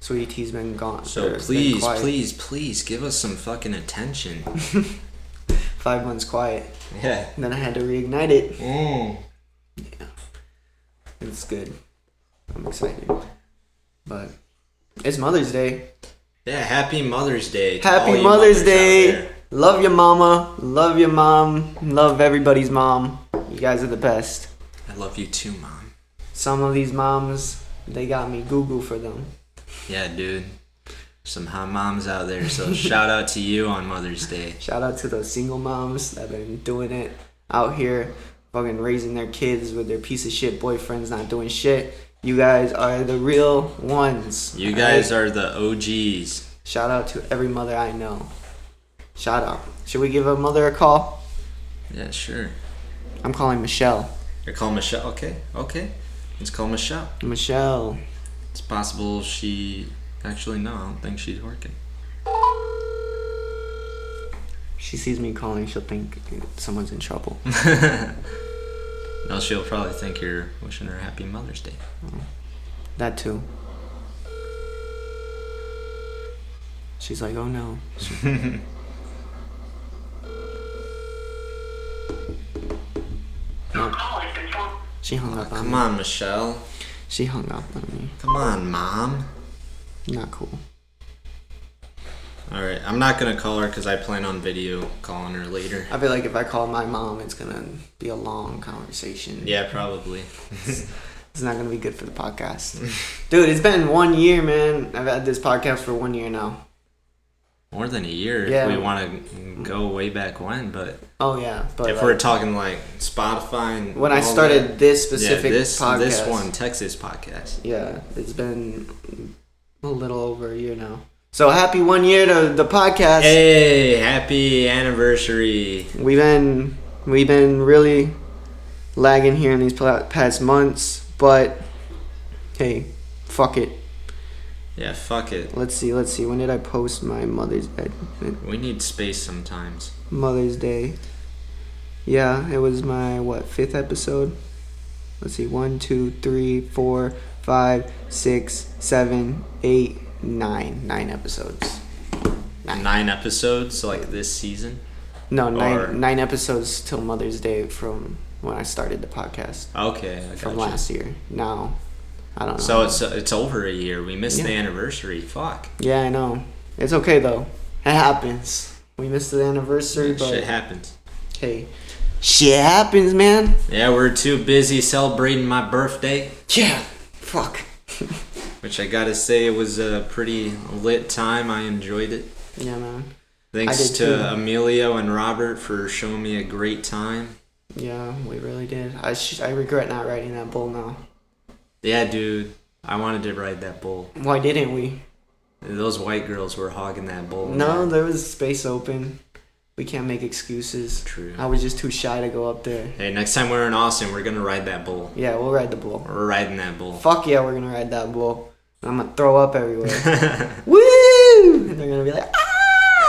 A: Sweetie Tea's been gone. or
B: So
A: it's been
B: please,
A: quiet.
B: please, please give us some fucking attention.
A: Five months quiet.
B: Yeah.
A: And then I had to reignite it.
B: Mm.
A: It's good. I'm excited. But it's Mother's Day.
B: Yeah, happy Mother's Day. to all
A: Happy
B: you
A: Mother's
B: mothers out
A: Day.
B: there.
A: Love your mama. Love your mom. Love everybody's mom. You guys are the best.
B: I love you too, Mom.
A: Some of these moms, they got me Google for them.
B: Yeah, dude. Some hot moms out there,
A: [LAUGHS]
B: so shout out to you on Mother's Day.
A: Shout out to those single moms that been doing it out here, fucking raising their kids with their piece of shit boyfriends not doing shit. You guys are the real ones.
B: You guys are the OGs.
A: Shout out to every mother I know. Shout out. Should we give a mother a call?
B: Yeah, sure.
A: I'm calling Michelle.
B: I call Michelle. Okay, okay. Let's call Michelle.
A: Michelle.
B: It's possible she. Actually, no, I don't think she's working.
A: She sees me calling, she'll think someone's in trouble.
B: No, she'll probably think you're wishing her happy Mother's Day.
A: that too. She's like, oh no.
B: [LAUGHS]
C: Your call has been for-
A: She hung up on
B: Come
A: me.
B: on, Michelle.
A: She hung up on me.
B: Come on, Mom.
A: Not cool.
B: All right, I'm not gonna call her because I plan on video calling her later.
A: I feel like if I call my mom, it's gonna be a long conversation.
B: Yeah, probably.
A: It's not gonna be good for the podcast. Dude, it's been one year, man. I've had this podcast for one year now.
B: More than a year
A: Yeah.
B: if we want to go way back when, but
A: Oh yeah, but
B: if
A: like,
B: we're talking like Spotify and
A: when I
B: all
A: started
B: that-
A: this specific
B: Oh, yeah, this
A: podcast,
B: this one Texas podcast.
A: yeah, it's been a little over a year now. So happy one year to the podcast.
B: Hey, happy anniversary!
A: We've been we've been really lagging here in these pla- past months, but hey, fuck it.
B: Yeah, fuck it.
A: Let's see, let's see. When did I post my Mother's Day?
B: We need space sometimes.
A: Mother's Day. Yeah, it was my what fifth episode. Let's see, one, two, three, four, five, six, seven, eight, nine, nine episodes.
B: Nine episodes like this season.
A: No, nine,
B: Or-
A: nine episodes till Mother's Day from when I started the podcast
B: Okay, I
A: from
B: gotcha.
A: last year. Now, I don't know.
B: So it's uh, it's over a year. We missed the
A: Yeah.
B: anniversary. Fuck.
A: yeah, I know. It's okay though. It happens. We missed the anniversary, but
B: Shit happens.
A: hey, Shit happens, man.
B: Yeah, we're too busy celebrating my birthday,
A: Yeah. Fuck.
B: which I gotta say it was a pretty lit time. I enjoyed it.
A: Yeah, man.
B: Thanks
A: did
B: to
A: too.
B: Emilio and Robert for showing me a great time.
A: Yeah, we really did. I sh- I regret not writing that bull now.
B: Yeah, dude, I wanted to ride that bull.
A: Why didn't we?
B: Those white girls were hogging that bull.
A: No, there was space open. We can't make excuses.
B: True.
A: I was just too shy to go up there.
B: Hey, next time we're in Austin, we're gonna ride that bull.
A: Yeah, we'll ride the bull.
B: We're riding that bull.
A: Fuck yeah, we're gonna ride that bull. I'm gonna throw up everywhere. Woo! And they're gonna be like,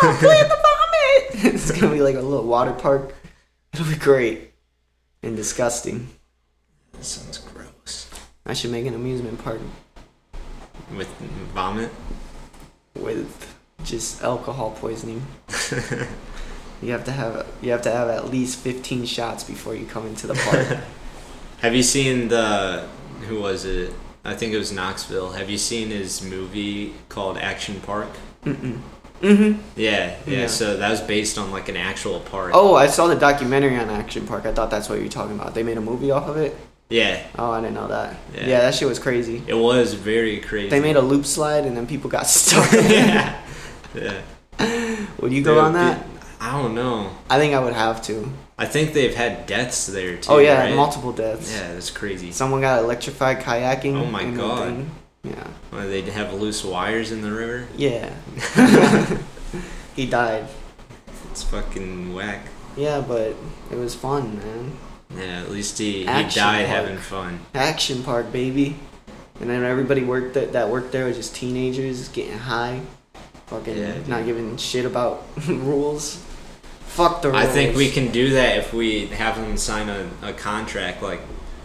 A: ah, play the vomit. [LAUGHS] it's gonna be like a little water park. It'll be great and disgusting.
B: That sounds gross.
A: I should make an amusement park
B: With vomit.
A: with just alcohol poisoning. you have to have you have to have at least 15 shots before you come into the park.
B: Have you seen the who was it? I think it was Knoxville. Have you seen his movie called Action Park? Mm-mm.
A: Mhm.
B: Yeah, yeah,
A: Yeah.
B: So that was based on like an actual park.
A: oh, I saw the documentary on Action Park. I thought that's what you were talking about. They made a movie off of it.
B: Yeah,
A: Oh, I didn't know that.
B: Yeah.
A: Yeah, that shit was crazy.
B: it was very crazy.
A: They made a loop slide and then people got [LAUGHS] stuck.
B: yeah, yeah.
A: Would you go on that?
B: I don't know.
A: I think I would have to.
B: I think they've had deaths there too.
A: oh yeah,
B: right?
A: multiple deaths.
B: Yeah, that's crazy.
A: Someone got electrified kayaking.
B: Oh my
A: in the
B: God.
A: thing. Yeah.
B: Well, they have loose wires in the river. [LAUGHS]
A: Yeah. he died.
B: It's fucking whack.
A: Yeah, but it was fun, man.
B: Yeah, at least he, he died
A: Action Park.
B: having fun.
A: Action Park, baby. And then everybody worked that that worked there was just teenagers getting high, fucking
B: Yeah, dude.
A: not giving shit about [LAUGHS] rules. Fuck the rules.
B: I think we can do that if we have them sign a, a contract like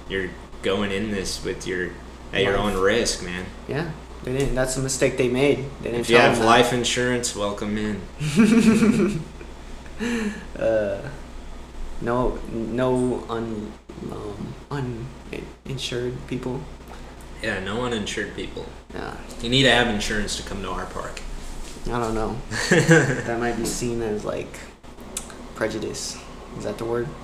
B: you're going in this with your at your
A: Life.
B: own risk, man.
A: Yeah, they didn't. That's the mistake they made. They didn't
B: If you
A: tell
B: have
A: them that.
B: life insurance, welcome in.
A: Uh, no, no un, um, uninsured people.
B: Yeah, no uninsured people.
A: Uh,
B: You need to have insurance to come to our park.
A: I don't
B: [LAUGHS]
A: know. that might be seen as like prejudice. Is that the word? [LAUGHS]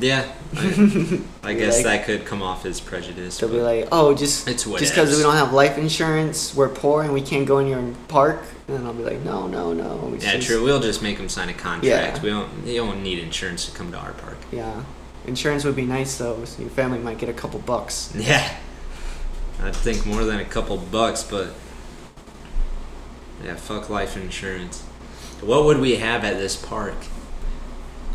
B: Yeah, I, I
A: Be
B: guess
A: like-
B: that could come off as prejudice.
A: They'll be
B: but-
A: like, oh, just
B: It's
A: just because
B: whatevs.
A: we don't have life insurance, we're poor and we can't go in your park. And then I'll be like, no, no, no. it's
B: yeah,
A: just-
B: true. We'll just make them sign a contract.
A: Yeah.
B: We don't. They don't need insurance to come to our park. [LAUGHS]
A: Yeah, insurance would be nice though. So your family might get a couple bucks.
B: Yeah. I'd think more than a couple bucks, but yeah, fuck life insurance. What would we have at this park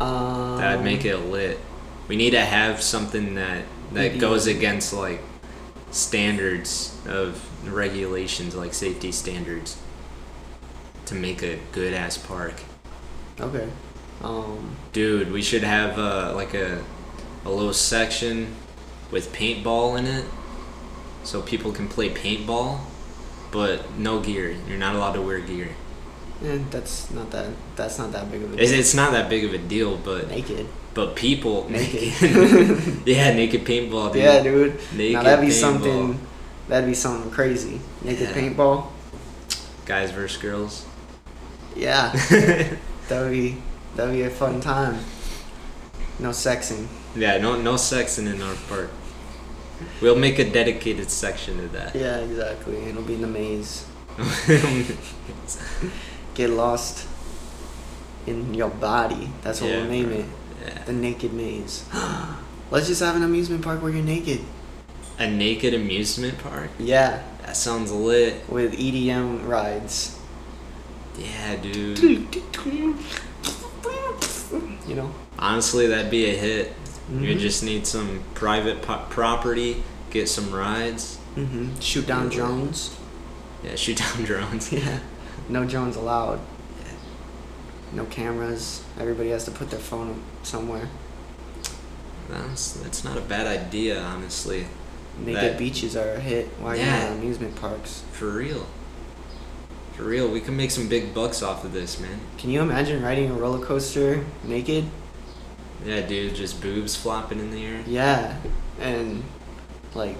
A: Um,
B: that would make it lit? We need to have something that that
A: Maybe-
B: goes against like standards of regulations, like safety standards, to make a good ass park.
A: Okay. Um,
B: Dude, we should have uh, like a a little section with paintball in it, so people can play paintball, but no gear. You're not allowed to wear gear.
A: eh, that's not that. That's not that big of a.
B: It's, it's not that big of a deal, but
A: naked.
B: but people
A: Naked.
B: yeah, naked [LAUGHS] paintball, dude.
A: Yeah, dude. now
B: Naked
A: that'd be
B: paintball.
A: something. That'd be something crazy. Naked
B: Yeah.
A: paintball.
B: Guys versus girls.
A: Yeah,
B: [LAUGHS]
A: that would be that would be a fun time. No sexing.
B: Yeah, no no sexing in our park. We'll make a dedicated section to that. [LAUGHS]
A: Yeah, exactly. It'll be in the maze. Get lost in your body. That's what
B: Yeah,
A: we'll name
B: bro.
A: it.
B: yeah.
A: The naked maze. [GASPS] Let's just have an amusement park where you're naked.
B: A naked amusement park?
A: Yeah,
B: That sounds lit.
A: with EDM rides.
B: Yeah, dude.
A: You know.
B: Honestly, that'd be a hit. You
A: Mhm.
B: just need some private po- property, get some rides.
A: hmm Shoot down
B: Yeah.
A: drones.
B: Yeah, shoot down [LAUGHS] drones.
A: Yeah. No drones allowed. No cameras. Everybody has to put their phone somewhere.
B: That's, that's not a bad idea, honestly.
A: Naked
B: That-
A: beaches are a hit. Why
B: Yeah.
A: not amusement parks?
B: For real. For real, we can make some big bucks off of this, man.
A: Can you imagine riding a roller coaster naked?
B: Yeah, dude, just boobs flopping in the air.
A: Yeah. And like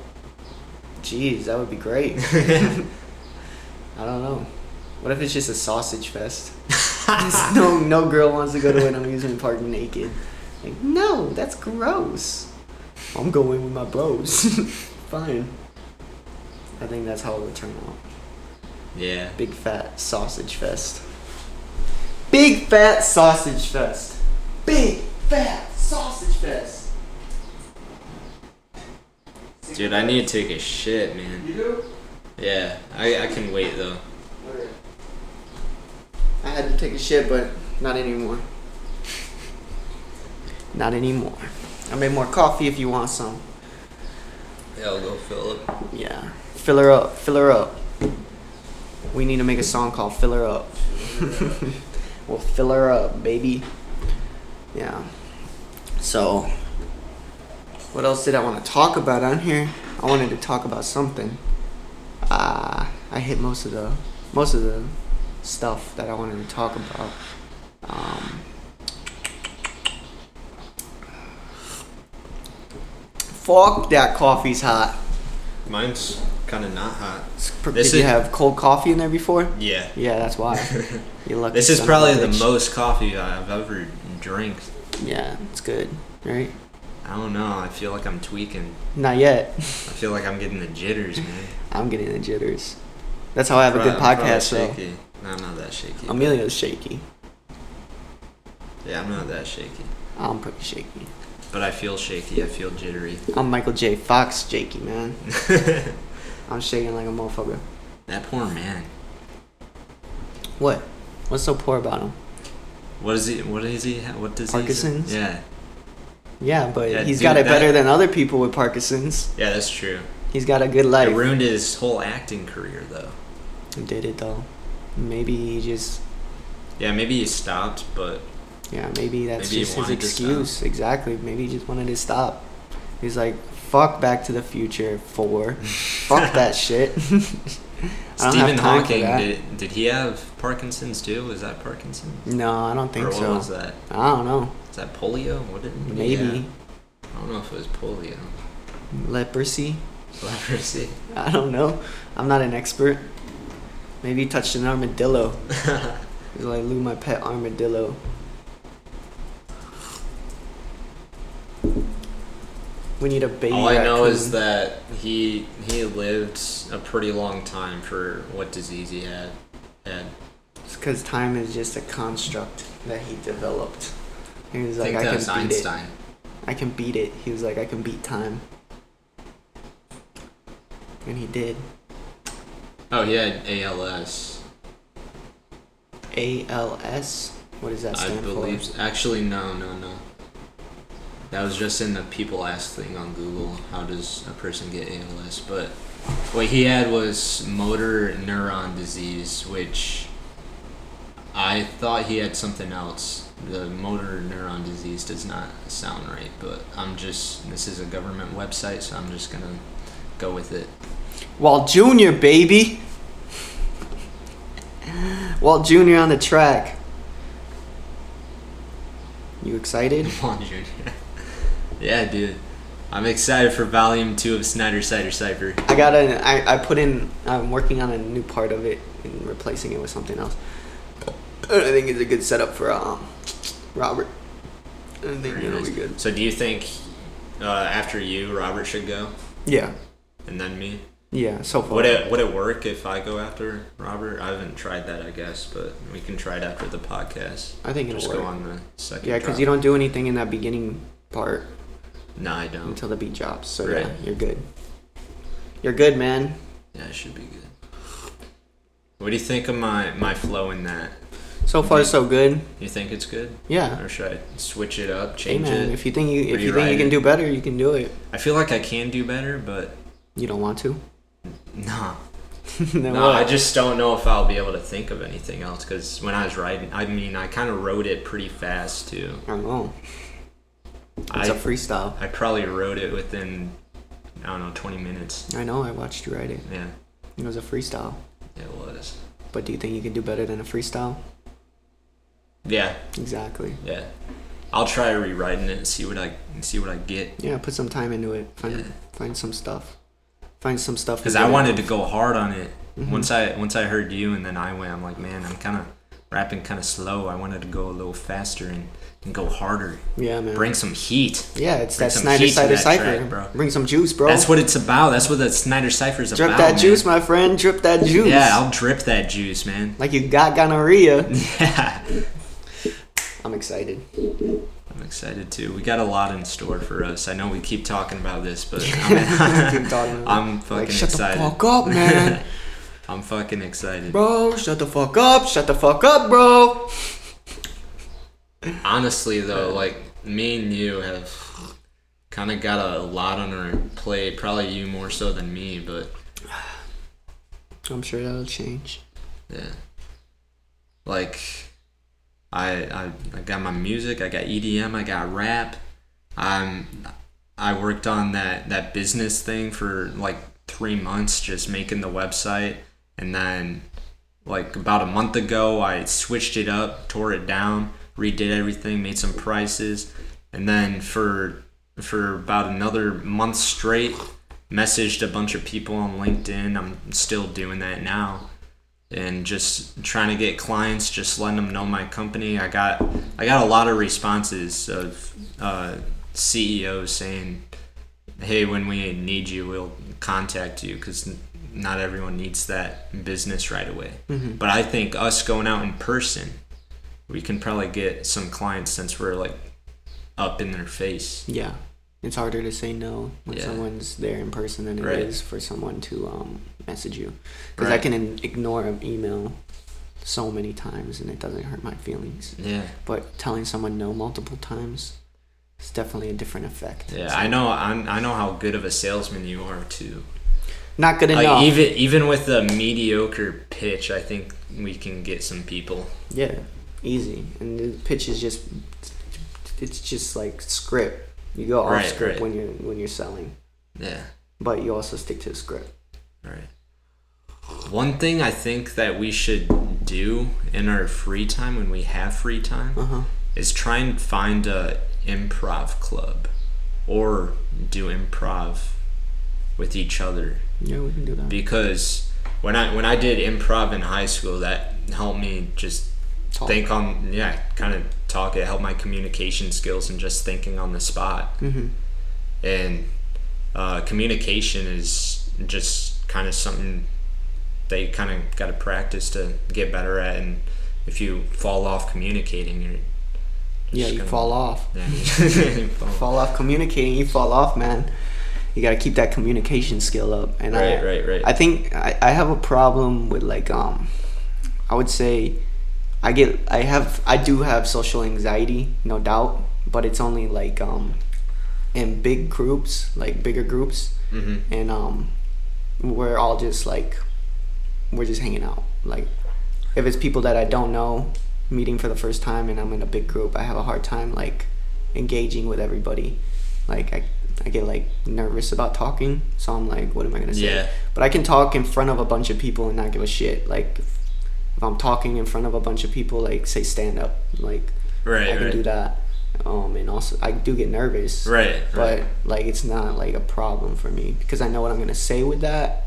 A: geez, that would be [LAUGHS] great. I don't know. What if it's just a sausage fest? [LAUGHS] no, no girl wants to go to an amusement park naked. Like, no, that's gross. I'm going with my bros. [LAUGHS] Fine. I think that's how it would turn out.
B: Yeah.
A: Big fat sausage fest. Big fat sausage fest. Big fat sausage fest.
B: Dude, I need to take a shit, man.
A: You do?
B: Yeah, I, I can wait though.
A: Okay. I had to take a shit, but not anymore. Not anymore. I made more coffee if you want some.
B: Yeah, I'll go fill it.
A: Yeah. Fill her up. Fill her up. We need to make a song called Fill Her Up. [LAUGHS] we'll fill her up, baby. Yeah. So, what else did I want to talk about on here? I wanted to talk about something. Uh, I hit most of the most of the stuff that I wanted to talk about. Um, fuck that coffee's hot.
B: Mine's kind of not hot.
A: Did
B: This
A: you
B: is-
A: have cold coffee in there before? [LAUGHS]
B: Yeah.
A: Yeah, that's why. You're lucky.
B: This is
A: son of a
B: probably the
A: bitch.
B: most coffee I've ever drank.
A: Yeah, it's good, right?
B: I don't know. I feel like I'm tweaking.
A: Not yet.
B: I feel like I'm getting the jitters, man.
A: I'm getting the jitters. That's how I have a good
B: Pro- I'm probably
A: podcast, though.
B: shaky. No, I'm not that shaky.
A: Amelia's shaky.
B: yeah, I'm not that shaky.
A: I'm pretty shaky.
B: But I feel shaky. I feel jittery.
A: I'm Michael J. Fox shaky,
B: [LAUGHS]
A: man.
B: that
A: I'm shaking like a motherfucker.
B: poor man.
A: What? What's so poor about him?
B: What is he? What is he? ha- What does he?
A: Parkinson's?
B: Yeah.
A: Yeah, but
B: Yeah,
A: he's
B: dude,
A: got it
B: that-
A: better than other people with Parkinson's.
B: Yeah, that's true.
A: He's got a good
B: It
A: life.
B: ruined his whole acting career, though.
A: He did it though. Maybe he just
B: Yeah, maybe he stopped, but
A: Yeah, maybe that's
B: Maybe he
A: just his
B: wanted to stop.
A: excuse. Exactly. Maybe he just wanted to stop. He's like, fuck Back to the Future 4.
B: [LAUGHS]
A: fuck that shit. [LAUGHS] I don't
B: Stephen
A: have time for
B: Hawking
A: that.
B: did. Did he have Parkinson's too? Is that Parkinson's?
A: No, I don't think
B: or what
A: so.
B: was that?
A: I don't know.
B: Is that polio? What did he
A: Maybe.
B: have? I don't know if it was polio.
A: Leprosy? [LAUGHS]
B: Leprosy.
A: I don't know. I'm not an expert. Maybe he touched an armadillo. He's like, Lou, my pet armadillo. We need a baby.
B: All I know
A: raccoon.
B: is that he he lived a pretty long time for what disease he had. had.
A: It's because time is just a construct that he developed. He was
B: I
A: like,
B: think
A: I
B: that
A: can
B: was
A: beat it.
B: Einstein.
A: I can beat it. He was like, I can beat time. And he did.
B: Oh, he had ALS.
A: ALS. What does that
B: I
A: stand
B: believe.
A: for?
B: Actually, no, no, no. That was just in the people ask thing on Google. How does a person get ALS? But what he had was motor neuron disease, which I thought he had something else. The motor neuron disease does not sound right, but I'm just. This is a government website, so I'm just gonna go with it. [LAUGHS]
A: Walt Jr., baby! [LAUGHS] Walt Jr. on the track. You excited?
B: Vaughn Jr. [LAUGHS] yeah, dude. I'm excited for Volume 2 of Snyder Cider Cypher.
A: I got an. I, I put in. I'm working on a new part of it and replacing it with something else. And I think it's a good setup for um, Robert. I think
B: Very
A: it'll
B: nice.
A: be good.
B: So, do you think uh, after you, Robert should go,
A: Yeah.
B: and then me?
A: Yeah. So far.
B: Would it would it work if I go after Robert? I haven't tried that, I guess, but we can try it after the podcast.
A: I think it'll
B: just
A: work.
B: go on the second.
A: yeah, because you don't do anything in that beginning part
B: No, I don't.
A: until the beat drops. So yeah,
B: Right.
A: you're good. You're good, man.
B: Yeah, it should be good. What do you think of my my flow in that?
A: So far, so good.
B: You think it's good,
A: Yeah.
B: or should I switch it up,
A: Hey,
B: change
A: man.
B: it?
A: If you think you if you think
B: Rewrite
A: you can
B: it.
A: do better, you can do it.
B: I feel like I can do better, but
A: You don't want to. [LAUGHS]
B: nah.
A: Then
B: No,
A: what?
B: I just don't know if I'll be able to think of anything else because when I was writing, I mean, I kind of wrote it pretty fast too.
A: I don't know. It's
B: I
A: a freestyle.
B: I probably wrote it within, I don't know, 20 minutes.
A: I know. I watched you write it.
B: Yeah,
A: It was a freestyle.
B: it was.
A: But do you think you can do better than a freestyle?
B: Yeah,
A: Exactly.
B: yeah. I'll try rewriting it and see what I and see what I get
A: Yeah, put some time into it. Find find some stuff. Find some stuff. Mm-hmm.
B: because I wanted to go hard on it. Once I once I heard you and then I went, I'm like, man, I'm kind of rapping kind of slow. I wanted to go a little faster and, and go harder.
A: Yeah, man.
B: Bring some heat.
A: yeah, it's
B: bring
A: that
B: some
A: Snyder
B: heat to
A: Cider
B: that
A: Cypher.
B: track, bro.
A: Bring some juice, bro.
B: That's what it's about. That's what the Snyder Cipher is
A: Drip
B: about.
A: that
B: man.
A: juice, my friend. Drip that juice.
B: Yeah, I'll drip that juice, man. [LAUGHS]
A: like you got gonorrhea.
B: Yeah.
A: I'm excited.
B: I'm excited too. We got a lot in store for us. I know we keep talking about this,
A: [LAUGHS]
B: but
A: Keep
B: [LAUGHS] I'm, [LAUGHS]
A: talking about
B: I'm
A: it.
B: fucking
A: Like, shut the
B: excited.
A: fuck up,
B: [LAUGHS]
A: man.
B: I'm fucking excited.
A: Bro, shut the fuck up. Shut the fuck up, bro.
B: Honestly, though, like me and you have kind of got a lot on our plate. Probably you more so than me, but
A: I'm sure that'll change.
B: yeah. Like, I I, I got my music. I got EDM. I got rap. I'm I worked on that that business thing for like three months, just making the website, and then like about a month ago, I switched it up, tore it down, redid everything, made some prices, and then for for about another month straight, messaged a bunch of people on LinkedIn. I'm still doing that now. And just trying to get clients, just letting them know my company. I got I got a lot of responses of uh, CEOs saying, "Hey, when we need you, we'll contact you," because not everyone needs that business right away. But I think us going out in person, we can probably get some clients since we're like up in their face.
A: Yeah. It's harder to say no when
B: Yeah.
A: someone's there in person than it is
B: Right.
A: for someone to um, message you. Because I
B: Right.
A: can in- ignore an email so many times and it doesn't hurt my feelings.
B: Yeah.
A: But telling someone no multiple times is definitely a different effect.
B: Yeah, I know. I'm, I know how good of a salesman you are too.
A: Not good
B: Like
A: enough.
B: even even with a mediocre pitch, I think we can get some people.
A: Yeah, easy. And the pitch is just it's just like script. You go off
B: Right,
A: script
B: right.
A: when you're when you're selling,
B: Yeah.
A: but you also stick to the script.
B: Right. One thing I think that we should do in our free time when we have free time
A: Uh huh.
B: is try and find a improv club or do improv with each other
A: Yeah, we can do that.
B: because when I when I did improv in high school that helped me just
A: Talk.
B: think on yeah kind of talk it helped my communication skills and just thinking on the spot
A: Mm-hmm.
B: and uh, communication is just kind of something that you kind of got to practice to get better at and if you fall off communicating you're
A: Yeah, you
B: gonna-
A: fall off.
B: yeah,
A: [LAUGHS]
B: [LAUGHS] you fall.
A: Fall off communicating. You fall off, man. You gotta keep that communication skill up. And I,
B: Right, right, right.
A: I think I, I have a problem with like um, I would say, I get I have I do have social anxiety, no doubt, but it's only like um, in big groups, like bigger groups.
B: hmm
A: and um we're all just like we're just hanging out like if it's people that i don't know meeting for the first time and i'm in a big group i have a hard time like engaging with everybody like i I get like nervous about talking, so I'm like, what am I gonna say?
B: Yeah.
A: But I can talk in front of a bunch of people and not give a shit. Like, if, if I'm talking in front of a bunch of people, like say stand up, like
B: right
A: I can
B: right.
A: do that. Um, and also I do get nervous
B: right
A: but
B: right
A: like it's not like a problem for me because I know what I'm gonna say with that,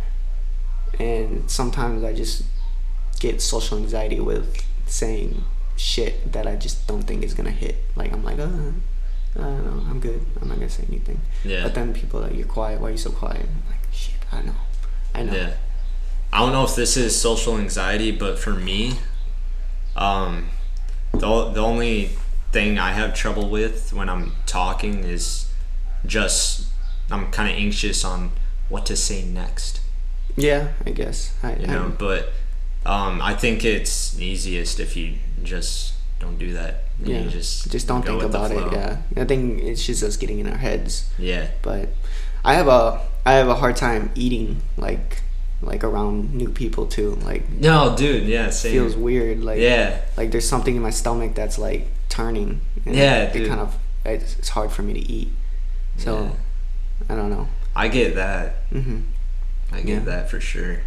A: and sometimes I just get social anxiety with saying shit that I just don't think is gonna hit. Like I'm like, uh, I don't know, I'm good. I'm not gonna say anything.
B: yeah
A: But then people are like, you're quiet. Why are you so quiet? I'm like, shit, I know, I know.
B: Yeah. I don't know if this is social anxiety, but for me, um, the, the only thing I have trouble with when I'm talking is just I'm kind of anxious on what to say next,
A: Yeah, I guess. I,
B: you
A: I-
B: know. But um, I think it's easiest if you just don't do that. You
A: yeah.
B: just
A: Just, don't
B: go
A: think
B: with the
A: about it.
B: flow.
A: Yeah, I think it's just us getting in our heads.
B: Yeah.
A: but I have a I have a hard time eating like like around new people too. Like
B: No, dude. Yeah. Same.
A: feels weird. Like
B: yeah.
A: like there's something in my stomach that's like turning. And
B: Yeah,
A: it
B: dude.
A: kind of it's, it's hard for me to eat. So
B: Yeah.
A: I don't know.
B: I get that.
A: hmm
B: I get
A: Yeah.
B: that for sure.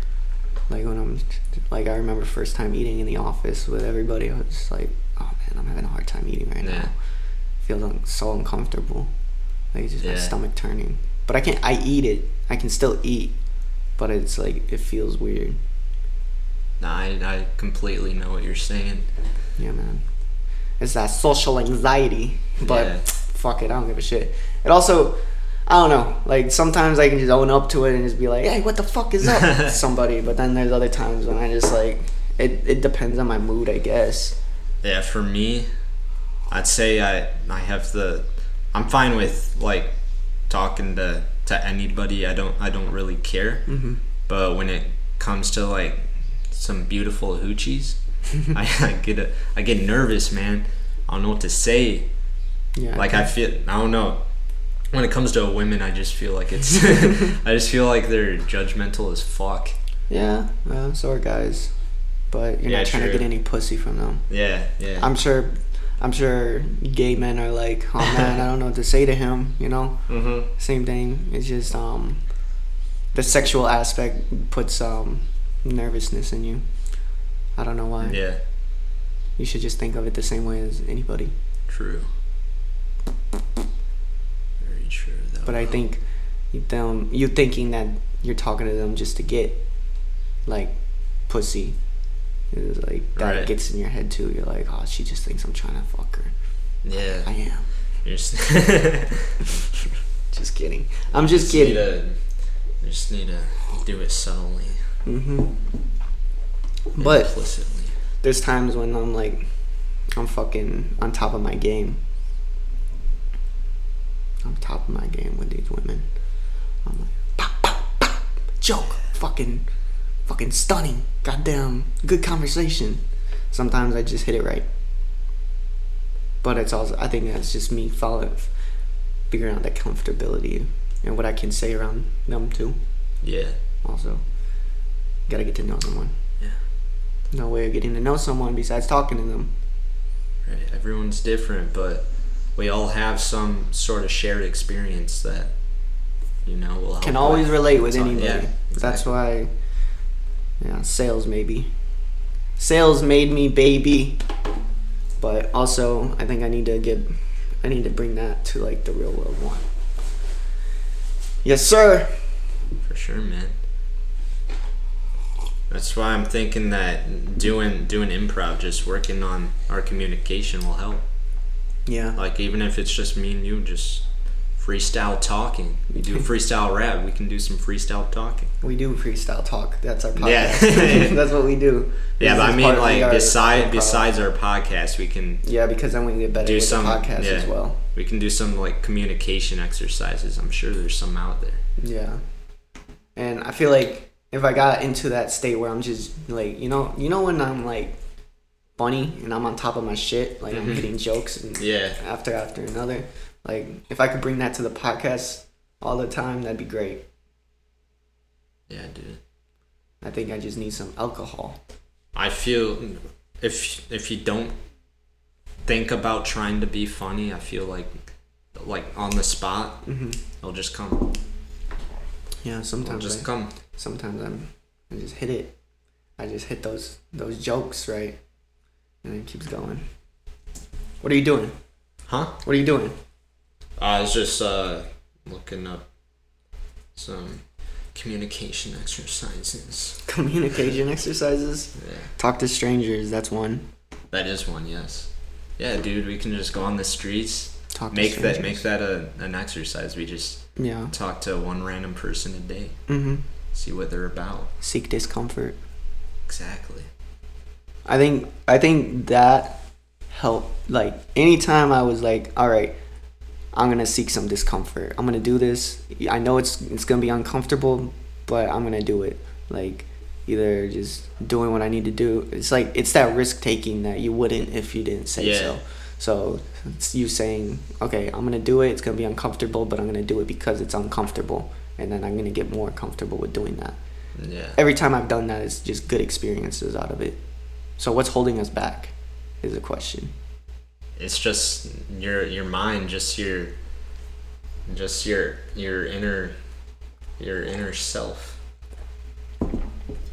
A: Like when I'm like I remember first time eating in the office with everybody. I was just like, oh man, I'm having a hard time eating right
B: Yeah.
A: now. Feels un- so uncomfortable. Like it's just my
B: Yeah.
A: stomach turning. But I can't. I eat it. I can still eat, but it's like it feels weird.
B: No, I, I completely know what you're saying.
A: Yeah, man. It's that social anxiety, [LAUGHS] but
B: Yeah.
A: fuck it, I don't give a shit. It also, I don't know. Like sometimes I can just own up to it and just be like, "Hey, what the fuck is
B: [LAUGHS]
A: up?" to somebody. But then there's other times when I just like, it. It depends on my mood, I guess.
B: Yeah, for me, I'd say I I have the I'm fine with like talking to to anybody. I don't I don't really care. Mm-hmm. But when it comes to like some beautiful hoochies, I, I get a, I get nervous, man. I don't know what to say.
A: Yeah.
B: Like I feel I don't know. When it comes to women, I just feel like it's [LAUGHS] I just feel like they're judgmental as fuck.
A: Yeah. Well, so are guys, but you're
B: Yeah,
A: not trying to
B: true.
A: get any pussy from them.
B: Yeah, yeah.
A: I'm sure. I'm sure gay men are like,
B: [LAUGHS]
A: "Oh man, I don't know what to say to him," you know.
B: mm-hmm.
A: same thing. It's just um, the sexual aspect puts um, nervousness in you. I don't know why.
B: Yeah,
A: You should just think of it the same way as anybody.
B: true. Very true though.
A: But I
B: bro.
A: think you- them you thinking that you're talking to them just to get like pussy. It's like that
B: Right.
A: gets in your head too. You're like, oh, she just thinks I'm trying to fuck her.
B: Yeah.
A: [LAUGHS] I am.
B: You're just, [LAUGHS]
A: Just kidding. I'm just
B: need
A: kidding.
B: to, you just need to do it subtly,
A: hmm But
B: implicitly.
A: there's times when I'm like, I'm fucking on top of my game. I'm top of my game with these women. I'm like, pop, pop, pop, joke, fucking, fucking stunning, goddamn, good conversation. Sometimes I just hit it right, but it's also I think that's just me following, figuring out that comfortability and what I can say around them too.
B: Yeah.
A: Also, gotta get to know someone
B: Yeah.
A: no way of getting to know someone besides talking to them.
B: Right. Everyone's different, but we all have some sort of shared experience that, you know, will help.
A: Can always
B: out.
A: relate with
B: It's Oh, all-
A: anybody.
B: yeah,
A: That's
B: exactly.
A: why, yeah, sales maybe. Sales made me baby, but also I think I need to get, I need to bring that to like the real world one. Yes, sir.
B: For sure, man. That's why I'm thinking that doing doing improv, just working on our communication will help.
A: Yeah.
B: Like even if it's just me and you, just freestyle talking.
A: [LAUGHS]
B: We do freestyle rap. We can do some freestyle talking.
A: We do freestyle talk. That's our
B: Yeah.
A: podcast. [LAUGHS] That's what we do.
B: Yeah,
A: This
B: but I
A: is
B: mean,
A: partly
B: like
A: our
B: beside
A: improv.
B: besides our podcast, we can
A: Yeah, because then we get better
B: do
A: with
B: some
A: the podcast
B: yeah,
A: as well.
B: We can do some like communication exercises. I'm sure there's some out there.
A: Yeah. And I feel like if I got into that state where I'm just like, you know, you know when I'm like funny and I'm on top of my shit, like I'm getting jokes and
B: Mm-hmm. Yeah.
A: after after another, like if I could bring that to the podcast all the time, that'd be great.
B: Yeah, dude.
A: I think I just need some alcohol.
B: I feel if if you don't think about trying to be funny, I feel like like on the spot,
A: Mm-hmm.
B: it'll just come.
A: Yeah,
B: It'll
A: sometimes
B: just
A: I,
B: come.
A: sometimes I'm I just hit it. I just hit those those jokes, right? And it keeps going. What are you doing?
B: Huh?
A: What are you doing? [LAUGHS]
B: I was just uh, looking up some communication exercises.
A: Communication exercises?
B: Yeah.
A: Talk to strangers, that's one.
B: That is one, yes. Yeah, dude, we can just go on the streets.
A: Talk to
B: make that
A: strangers.
B: make that a, an exercise. We just
A: Yeah.
B: talk to one random person a day,
A: Mm-hmm.
B: see what they're about.
A: Seek discomfort.
B: Exactly.
A: I think I think that helped. Like anytime I was like, all right, I'm gonna seek some discomfort. I'm gonna do this. I know it's it's gonna be uncomfortable, but I'm gonna do it. Like either just doing what I need to do. It's like it's that risk taking that you wouldn't if you didn't say
B: Yeah.
A: so. So it's you saying, okay, I'm gonna do it. It's gonna be uncomfortable, but I'm gonna do it because it's uncomfortable, and then I'm gonna get more comfortable with doing that.
B: Yeah.
A: every time I've done that, it's just good experiences out of it. So what's holding us back is a question.
B: It's just your your mind, just your just your your inner your inner self.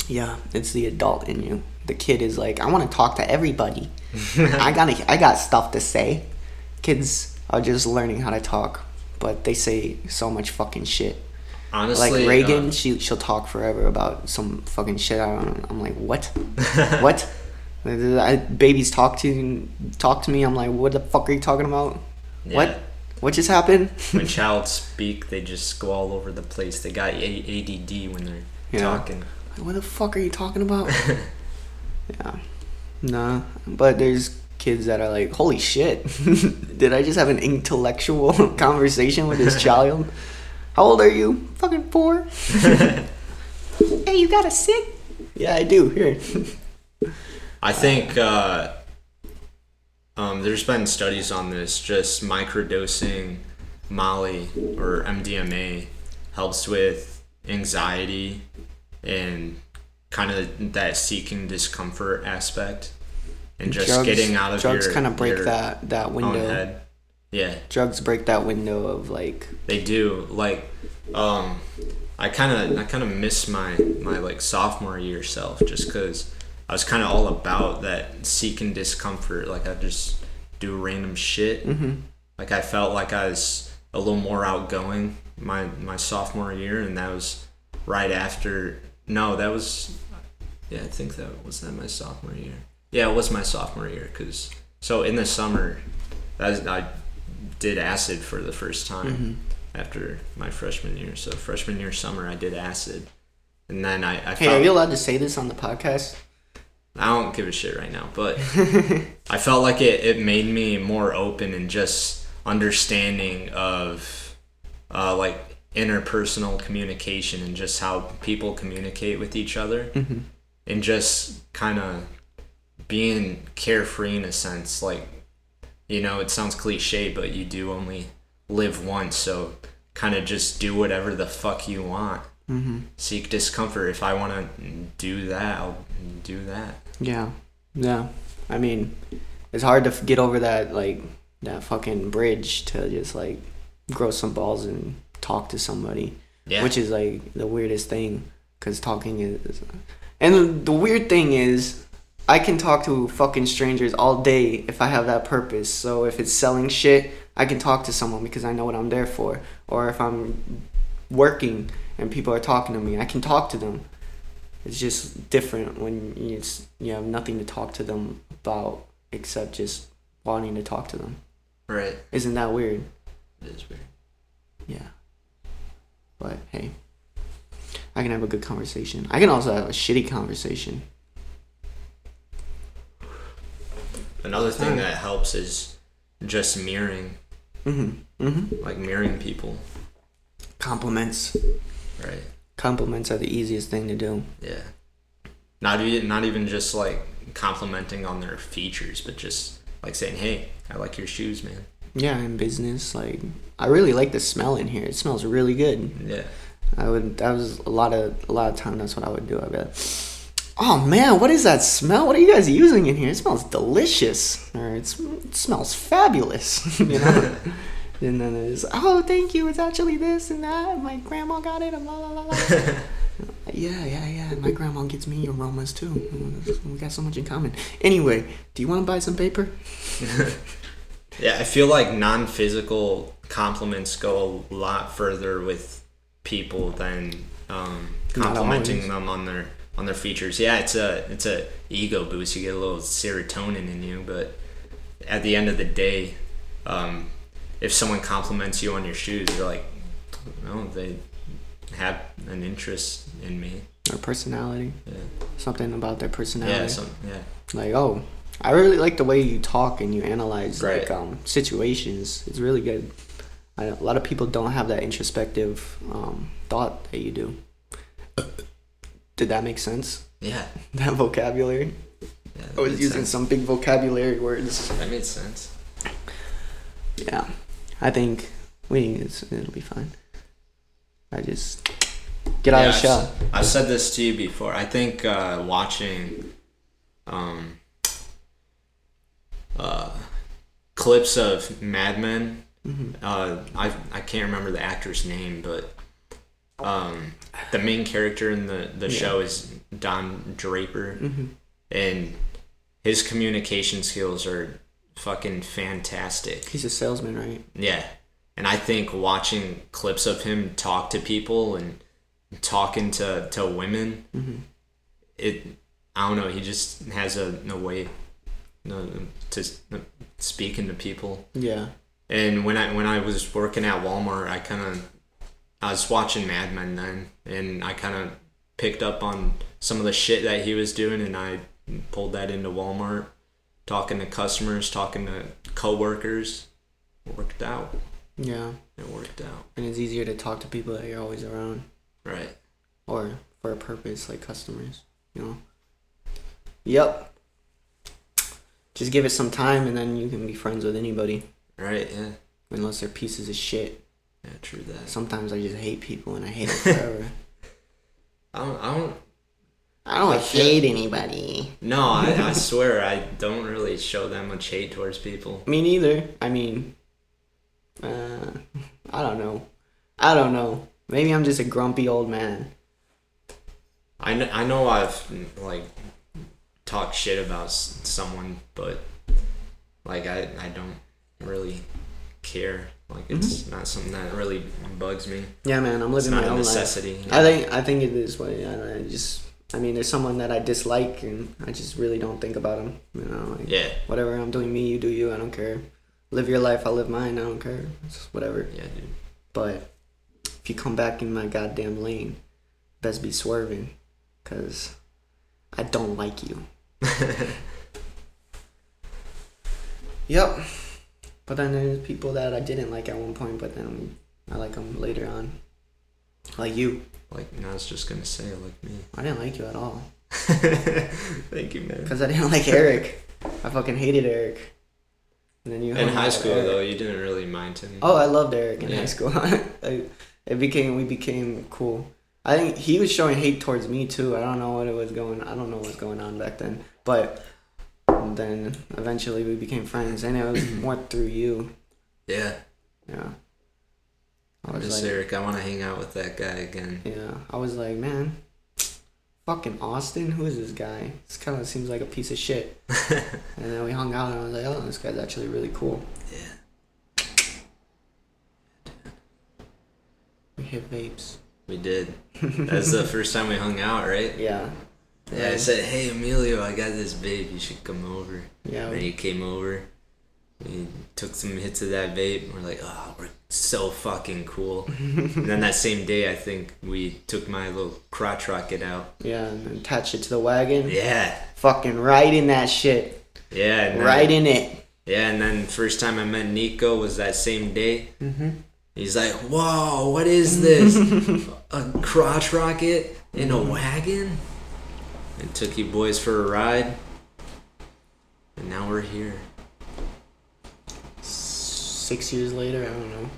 A: Yeah, it's the adult in you. The kid is like, I want to talk to everybody. I got to I got stuff to say. Kids are just learning how to talk, but they say so much fucking shit.
B: Honestly,
A: Like Reagan,
B: uh,
A: she she'll talk forever about some fucking shit. I don't. I'm like, what? what? I, babies talk to talk to me. I'm like, what the fuck are you talking about?
B: Yeah.
A: What? What just happened? [LAUGHS]
B: when child speak, they just go all over the place. They got A- ADD when they're
A: Yeah.
B: talking.
A: what the fuck are you talking
B: [LAUGHS]
A: about? yeah. Nah. But there's kids that are like, holy shit. [LAUGHS] Did I just have an intellectual [LAUGHS] conversation with this
B: [LAUGHS]
A: child? How old are you? Fucking four. hey, you got a sick? Yeah, I do. Here.
B: I think uh, um, there's been studies on this. Just microdosing Molly or MDMA helps with anxiety and kind of that seeking discomfort aspect, and just getting out of
A: drugs
B: your
A: kind of break
B: your
A: that that
B: own
A: window.
B: head. Yeah,
A: Drugs break that window of like
B: They do. Like, um, I kind of I kind of miss my my like sophomore year self just because I was kind of all about that seeking discomfort. Like I just do random shit. Mm-hmm. Like I felt like I was a little more outgoing my my sophomore year, and that was right after. No, that was yeah. I think that was that my sophomore year. Yeah, it was my sophomore year because so in the summer, that was, I did acid for the first time after my freshman year. So freshman year summer, I did acid, and then I, I felt,
A: Hey, are you allowed to say this on the podcast?
B: I don't give a shit right now, but I felt like it, it made me more open and just understanding of uh, like interpersonal communication and just how people communicate with each other and just kind of being carefree in a sense. Like, you know, it sounds cliche, but you do only live once, so kind of just do whatever the fuck you want. Seek discomfort. If I want to do that, I'll do that.
A: Yeah, yeah. I mean, it's hard to f- get over that like that fucking bridge to just like grow some balls and talk to somebody,
B: Yeah.
A: which is like the weirdest thing because talking is. And the weird thing is, I can talk to fucking strangers all day if I have that purpose. So if it's selling shit, I can talk to someone because I know what I'm there for. Or if I'm working and people are talking to me, I can talk to them it's just different when you, s- you have nothing to talk to them about except just wanting to talk to them.
B: Right.
A: Isn't that weird?
B: It is weird.
A: Yeah. But hey, I can have a good conversation. I can also have a shitty conversation.
B: Another thing that helps is just mirroring, mm-hmm. Mm-hmm. like mirroring people.
A: Compliments.
B: Right.
A: Compliments are the easiest thing to do.
B: Yeah. Not even not even just like complimenting on their features, but just like saying, "Hey, I like your shoes, man."
A: Yeah, in business, like I really like the smell in here. It smells really good.
B: Yeah.
A: I would. That was a lot of a lot of time. That's what I would do. I'd be like, "Oh man, what is that smell? What are you guys using in here? It smells delicious, or it's, it smells fabulous." [LAUGHS] you
B: [LAUGHS]
A: know. and then it's, "Oh, thank you. It's actually this and that. My grandma got it." And la la la
B: [LAUGHS]
A: la. yeah, yeah, yeah. My grandma gets me aromas too. We got so much in common. Anyway, do you want to buy some paper?
B: Yeah, I feel like non-physical compliments go a lot further with people than um,
A: Not
B: complimenting
A: always.
B: them on their on their features. Yeah, it's a it's a ego boost. You get a little serotonin in you, but at the end of the day, um, if someone compliments you on your shoes, you're like, oh, they have an interest in me.
A: Or personality?
B: Yeah,
A: Something about their personality.
B: yeah, some, yeah.
A: like oh i really like the way you talk and you analyze like
B: Right.
A: um, situations it's really good I, a lot of people don't have that introspective um, thought that you do did that make sense [LAUGHS]
B: Yeah,
A: that vocabulary
B: yeah
A: i
B: that
A: was
B: made
A: using
B: sense.
A: some big vocabulary words
B: That made sense.
A: yeah i think we it's, it'll be fine i just get out of the
B: I've
A: shell
B: s- I've said this to you before. I think uh, watching um, uh, clips of Mad Men.
A: Mm-hmm.
B: Uh, I I can't remember the actor's name, but um, the main character in the the show is Don Draper,
A: Mm-hmm.
B: and his communication skills are fucking fantastic.
A: he's a salesman right
B: Yeah. And I think watching clips of him talk to people and talking to, to women, it, I don't know, he just has a, no way no, to no, speaking to people.
A: Yeah.
B: And when I when I was working at Walmart, I kind of I was watching Mad Men then, and I kind of picked up on some of the shit that he was doing, and I pulled that into Walmart, talking to customers, talking to coworkers. It worked out.
A: Yeah.
B: It worked out.
A: And it's easier to talk to people that you're always around
B: Right.
A: or for a purpose, like customers, you know? Yep. Just give it some time and then you can be friends with anybody,
B: Right. Yeah.
A: unless they're pieces of shit.
B: Yeah. True that.
A: Sometimes I just hate people and I hate
B: [LAUGHS]
A: them forever.
B: I don't. I don't
A: I don't
B: I feel-
A: hate anybody.
B: no, I, I swear I don't really show that much hate towards people.
A: Me neither. I mean, uh, I don't know. I don't know. Maybe I'm just a grumpy old man.
B: I know, I know I've like talked shit about s- someone, but like I I don't really care. Like it's not something that really Mm-hmm. bugs me.
A: Yeah, man, I'm
B: It's
A: living
B: not
A: my
B: a
A: own life.
B: necessity.
A: I think I think it is what I, I just. I mean, there's someone that I dislike, and I just really don't think about them. You know, like
B: Yeah,
A: whatever I'm doing, me, you do you. I don't care. Live your life, I live mine. I don't care. It's just whatever.
B: yeah, dude.
A: But if you come back in my goddamn lane, best be swerving, cause I don't like
B: [LAUGHS]
A: you. yep. But then there's people that I didn't like at one point, but then I like them later on. Like you,
B: Like I was just gonna say, like me. [LAUGHS]
A: I didn't like you at all,
B: Thank you, man.
A: cause I didn't [LAUGHS] like Eric. I fucking hated Eric. And then you
B: In
A: hung out
B: high
A: with
B: school
A: Eric.
B: though, you didn't really mind him.
A: Oh, I loved Eric in
B: Yeah.
A: high school. [LAUGHS] I, it became we became cool. I think he was showing hate towards me too. I don't know what it was going. I don't know what was going on back then. But then eventually we became friends, and it was more through you.
B: Yeah,
A: Yeah. I
B: I
A: was
B: miss
A: like,
B: Eric. I want to hang out with that guy again.
A: yeah. I was like, man, fucking Austin. Who is this guy? This kind of seems like a piece of
B: [LAUGHS]
A: shit. and then we hung out, and I was like, oh, this guy's actually really cool.
B: Yeah.
A: We hit vapes.
B: We [LAUGHS] did. That's the first time we hung out, right?
A: Yeah.
B: Yeah, I said, "Hey Emilio, I got this vape. You should come over."
A: Yeah.
B: And then he came over. We took some hits of that vape. And we're like, "Oh, we're so fucking cool." and then that same day, I think we took my little crotch rocket out.
A: Yeah, and attach it to the wagon.
B: Yeah,
A: Fucking right in that shit.
B: yeah. And then,
A: Right in it.
B: Yeah, and then first time I met Nico was that same day. Mm-hmm. He's like, "Whoa, what
A: [LAUGHS]
B: is this? a crotch rocket in
A: Mm-hmm.
B: a wagon?" And took you boys for a ride, and now we're here.
A: Six years later, I don't know.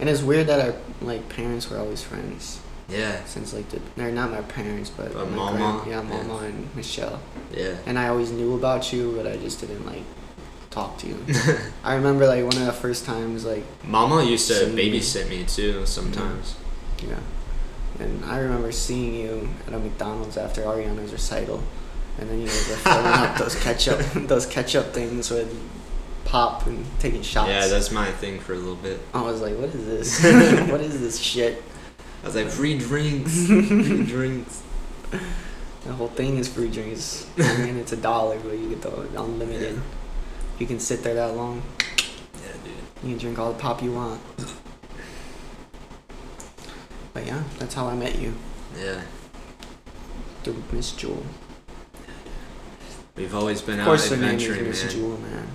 A: And it's weird that our like parents were always friends
B: Yeah,
A: since like the they're not my parents but,
B: But
A: my
B: Uh, Mama,
A: grand- yeah
B: yeah.
A: mama and Michelle
B: yeah,
A: and I always knew about you but I just didn't like talk to you.
B: [LAUGHS]
A: I remember like one of the first times like
B: Mama used to
A: Same. Mm-hmm.
B: babysit me too sometimes.
A: Yeah. And I remember seeing you at a McDonald's after Ariana's recital, and then you guys were filling up those
B: [LAUGHS]
A: ketchup, [LAUGHS] those ketchup things with pop and taking shots.
B: Yeah, that's my thing for a little bit.
A: I was like, what is
B: [LAUGHS]
A: this? [LAUGHS] what is this shit?
B: I was like, free
A: [LAUGHS]
B: drinks, free drinks.
A: The whole thing is free
B: [LAUGHS]
A: drinks. I mean, it's a dollar, but you get the unlimited. You can sit there that long.
B: Yeah, dude.
A: You can drink all the pop you want. But yeah, that's how I met you
B: Yeah,
A: through Miss Jewel.
B: we've always been
A: Of
B: out
A: course, her name is
B: adventuring,
A: Miss
B: man.
A: Jewel, man.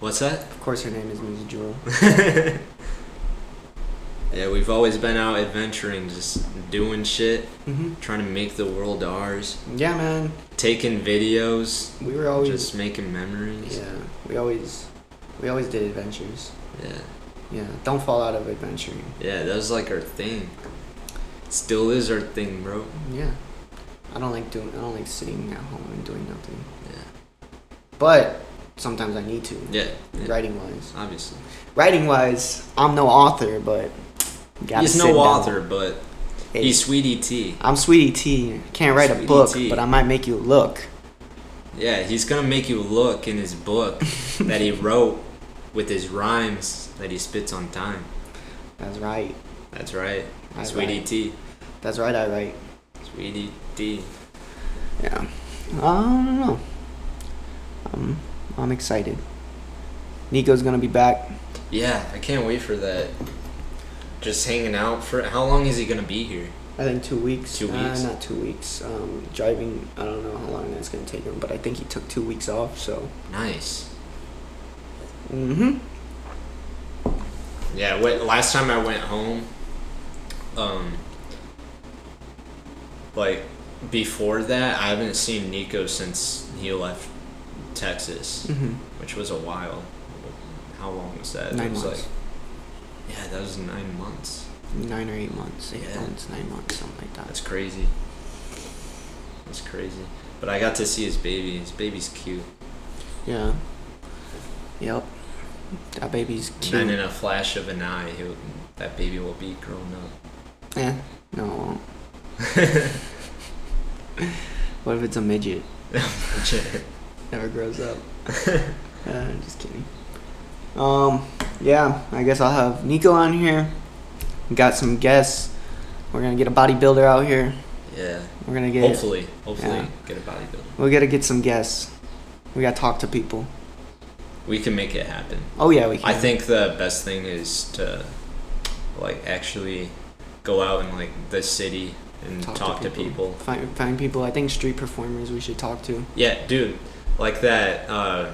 B: What's that?
A: Of course, her name is Miss Jewel.
B: Yeah, we've always been out adventuring, just doing shit,
A: hmm
B: trying to make the world ours,
A: Yeah, man.
B: taking videos,
A: We were always
B: just making memories.
A: Oh, yeah. We always we always did adventures.
B: yeah,
A: Yeah, don't fall out of adventuring.
B: yeah, that was like our thing. Still is our thing, bro.
A: Yeah, I don't like doing. I don't like sitting at home and doing nothing.
B: Yeah,
A: But sometimes I need to.
B: yeah, yeah,
A: Writing wise,
B: obviously.
A: writing wise, I'm no author, but you gotta
B: He's
A: sit
B: no
A: down.
B: author, but
A: Hey,
B: he's Sweetie T.
A: I'm Sweetie T. Can't write a
B: Sweetie
A: book,
B: T.
A: but I might make you look. [LAUGHS]
B: Yeah, he's gonna make you look in his book that he wrote with his rhymes that he spits on time.
A: That's right.
B: That's right.
A: That's
B: Sweetie
A: right.
B: T.
A: That's right. I write.
B: Sweetie T.
A: Yeah. I don't know. Um, I'm excited. Nico's gonna be back.
B: Yeah, I can't wait for that. Just hanging out for how long is he gonna be here?
A: I think two weeks.
B: Two
A: Uh,
B: weeks?
A: not two weeks. Um, driving. I don't know how long that's gonna take him, but I think he took two weeks off. So.
B: Nice.
A: Mm-hmm.
B: Yeah, wh- last time I went home, um, like before that, I haven't seen Nico since he left Texas,
A: Mm-hmm.
B: which was a while. How long was that?
A: Nine
B: it was
A: months.
B: like yeah, that was nine months.
A: Nine or eight months. Eight
B: Yeah.
A: months. Nine months. Something like
B: That's
A: that.
B: crazy. That's crazy. But I got to see his baby. His baby's cute.
A: Yeah. Yep. That baby's cute.
B: And then in a flash of an eye, he'll, that baby will be grown up.
A: Eh, no. it
B: [LAUGHS]
A: won't. what if it's a
B: [LAUGHS]
A: midget? Never grows up. uh, just kidding. Um, yeah, I guess I'll have Nico on here. Got some guests. We're gonna get a bodybuilder out here.
B: yeah.
A: We're gonna get.
B: Hopefully, hopefully
A: Yeah.
B: get a bodybuilder.
A: We gotta get some guests. We gotta talk to people.
B: We can make it happen.
A: Oh yeah, we can.
B: I think the best thing is to like actually go out in like the city and talk, to, people.
A: Find find people. I think street performers we should talk to.
B: Yeah, dude, like that. Uh,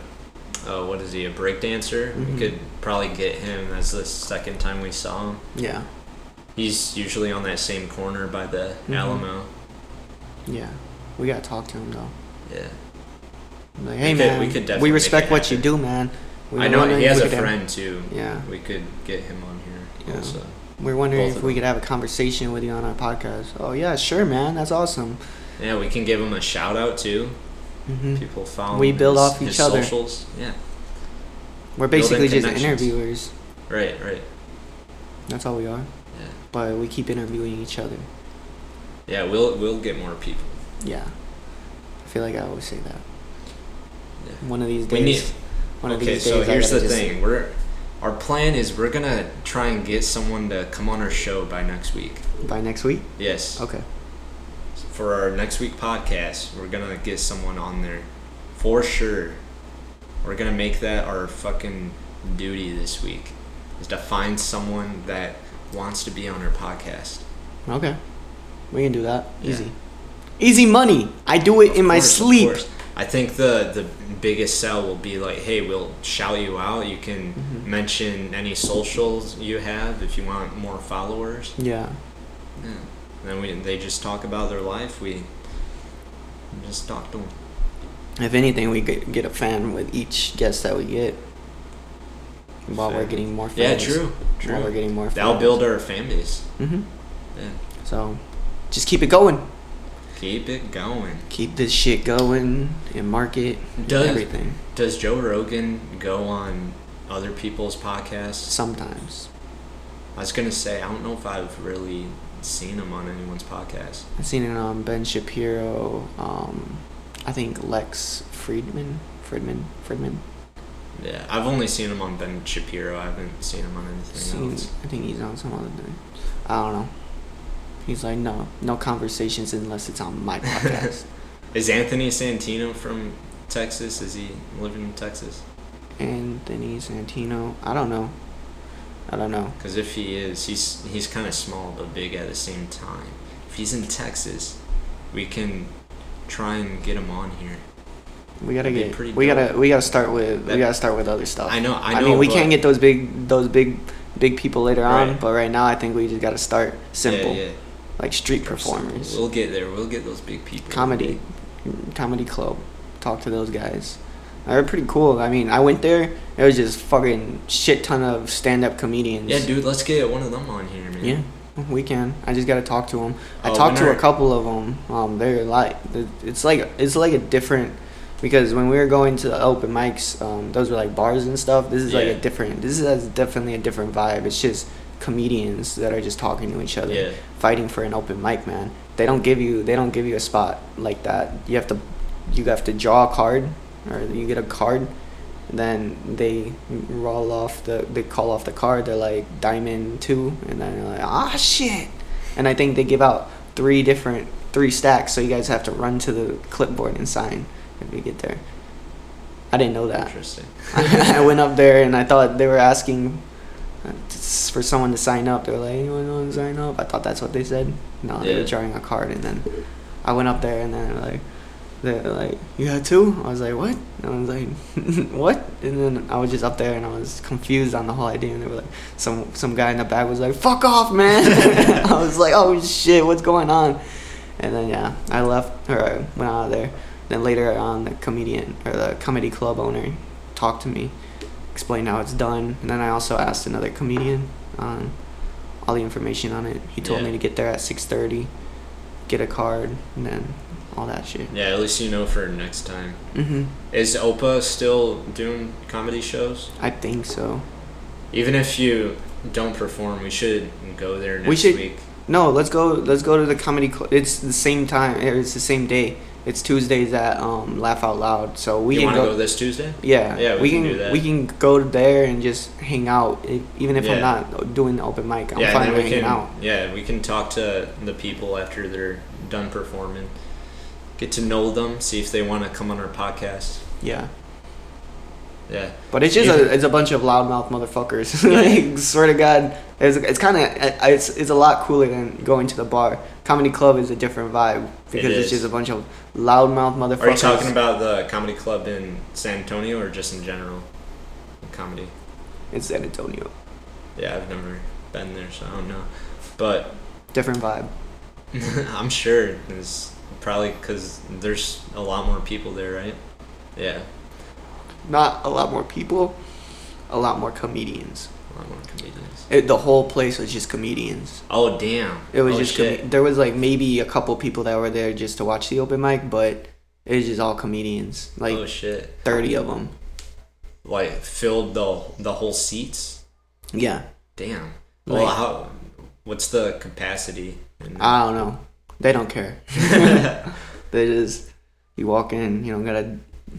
B: uh, what is he? A breakdancer?
A: Mhm.
B: We could probably get him. That's the second time we saw him.
A: Yeah.
B: He's usually on that same corner by the
A: Mhm.
B: Alamo.
A: Yeah. We gotta talk to him though.
B: Yeah.
A: I'm like, hey
B: could-
A: man,
B: we
A: we,
B: could definitely make
A: respect
B: it
A: what you
B: happen.
A: do, man. We
B: I
A: were
B: know
A: wondering
B: he
A: if
B: has
A: we
B: a
A: could have-
B: friend too.
A: Yeah.
B: We could get him on here
A: Yeah.
B: also.
A: We're wondering if
B: Both of
A: we
B: them.
A: could have a conversation with you on our podcast. Oh yeah, sure, man. That's awesome.
B: Yeah, we can give him a shout out too.
A: hmm
B: People follow.
A: We
B: him in
A: build
B: his-
A: off each
B: his
A: other.
B: Socials. Yeah.
A: We're basically just
B: connections.
A: interviewers.
B: Right. Right.
A: That's all we are.
B: Yeah.
A: But we keep interviewing each other.
B: Yeah. We'll we'll get more people.
A: Yeah. I feel like I always say that.
B: Yeah.
A: One of these days.
B: We need-
A: one of
B: okay.
A: these
B: So
A: days I
B: here's the
A: gotta just-
B: thing. We're our plan is we're gonna try and get someone to come on our show by next week.
A: By next week.
B: Yes.
A: Okay.
B: For our next week podcast, we're gonna get someone on there for sure. We're gonna make that our fucking duty this week is to find someone that wants to be on our podcast.
A: Okay. We can do that.
B: Yeah.
A: Easy. Easy money. I do it
B: Of
A: in my
B: course, of
A: sleep.
B: course. I think the the biggest sell will be like, hey, we'll shout you out. You can mention any socials you have if you want more followers.
A: Yeah.
B: Yeah. And then we they just talk about their life. We just talk to them.
A: If anything, we get, get a fan with each guest that we get. While
B: Fair.
A: we're getting more
B: Yeah,
A: fans.
B: true, true.
A: While we're getting more
B: That'll
A: fans.
B: build our fan base.
A: hmm
B: Yeah.
A: So, just keep it going.
B: Keep it going.
A: Keep this shit going and market and
B: Does-
A: everything.
B: Does Joe Rogan go on other people's podcasts?
A: Sometimes
B: I was gonna say I don't know if I've really seen him on anyone's podcast.
A: I've seen it on Ben Shapiro. Um, I think Lex Friedman, Friedman, Friedman.
B: Yeah, I've only seen him on Ben Shapiro. I haven't seen him on anything
A: Seen,
B: else.
A: I think he's on some other thing. I don't know. He's like, no, no conversations unless it's on
B: [LAUGHS]
A: my podcast.
B: Is Anthony Santino from Texas? Is he living in Texas?
A: Anthony Santino. I don't know. I don't know.
B: Because if he is, he's he's kind of small but big at the same time. If he's in Texas, we can try and get him on here.
A: We gotta
B: That'd be
A: get.
B: pretty
A: We
B: dope.
A: gotta. We gotta start with.
B: That-
A: we gotta start with other stuff.
B: I know, I
A: I,
B: know.
A: mean, we
B: but-
A: can't get those big, those big, big people later on.
B: Right.
A: But right now, I think we just gotta start simple,
B: Yeah, yeah.
A: like street
B: Simple.
A: performers,
B: We'll get there. We'll get those big people.
A: comedy, comedy club. Talk to those guys. They're pretty cool. I mean, I went there. There was just fucking shit ton of stand up comedians.
B: Yeah, dude. Let's get one of them on here, man.
A: Yeah, we can. I just gotta talk to them. I
B: Oh,
A: talked
B: when
A: to a
B: are-
A: couple of them. Um, they're like, it's like it's like a different because when we were going to the open mics, um, those were like bars and stuff. This is like
B: Yeah.
A: a different. This is definitely a different vibe. It's just comedians that are just talking to each other,
B: Yeah.
A: fighting for an open mic, man. They don't give you they don't give you a spot like that. You have to you have to draw a card or you get a card Then they roll off the they call off the card. They're like diamond two, and then they're like ah shit, and I think they give out three different three stacks. So you guys have to run to the clipboard and sign if you get there. I didn't know that.
B: Interesting.
A: [LAUGHS] I went up there and I thought they were asking uh, s- for someone to sign up. They were like, anyone want to sign up? I thought that's what they said. No, they
B: Yeah.
A: were drawing a card. And then I went up there and then like, they were like, you got two? I was like, what? And I was like, [LAUGHS] what? And then I was just up there and I was confused on the whole idea. And they were like, some some guy in the back was like, fuck off, man. [LAUGHS] I was like, oh shit, what's going on? And then yeah, I left or I went out of there. Then later on, the comedian or the comedy club owner talked to me, explained how it's done, and then I also asked another comedian on all the information on it. He told
B: Yeah.
A: me to get there at six thirty, get a card, and then all that shit.
B: Yeah, at least you know for next time.
A: Mhm.
B: Is Opa still doing comedy shows?
A: I think so.
B: Even if you don't perform, we should go there next
A: We should-
B: week.
A: No, let's go. Let's go to the comedy club. It's the same time. or It's the same day. It's Tuesdays at um, Laugh Out Loud, so we
B: you
A: can
B: want to
A: go.
B: go this Tuesday?
A: Yeah,
B: Yeah,
A: we,
B: we
A: can,
B: can do that.
A: we can go there and just hang out, e- even if I'm
B: Yeah.
A: not doing the open mic. I'm
B: yeah,
A: fine
B: and
A: with
B: then we
A: hanging
B: can.
A: out.
B: Yeah, we can talk to the people after they're done performing. Get to know them, see if they want to come on our podcast.
A: Yeah,
B: Yeah,
A: but it's just
B: Even-
A: a, it's a bunch of loudmouth motherfuckers. [LAUGHS]
B: Yeah.
A: like, swear to God, it's, it's kind of it's it's a lot cooler than going to the bar. Comedy club is a different vibe because it's
B: is.
A: just a bunch of loudmouth motherfuckers.
B: Are you talking about the comedy club in San Antonio or just in general? Comedy.
A: It's San Antonio,
B: Yeah, I've never been there, so I don't know. But [LAUGHS]
A: different vibe.
B: I'm sure it's probably because there's a lot more people there, right? Yeah,
A: Not a lot more people, a lot more comedians.
B: a lot more comedians.
A: It, the whole place was just comedians.
B: Oh, damn.
A: It was
B: Oh,
A: just
B: shit.
A: com- there was like maybe a couple people that were there just to watch the open mic, but it was just all comedians, like
B: oh, shit.
A: thirty of them.
B: Like, filled the, the whole seats?
A: Yeah,
B: Damn. Well,
A: Like-
B: how, what's the capacity? in-
A: I don't know. They don't
B: [LAUGHS]
A: care. [LAUGHS] they just you walk in, you don't gotta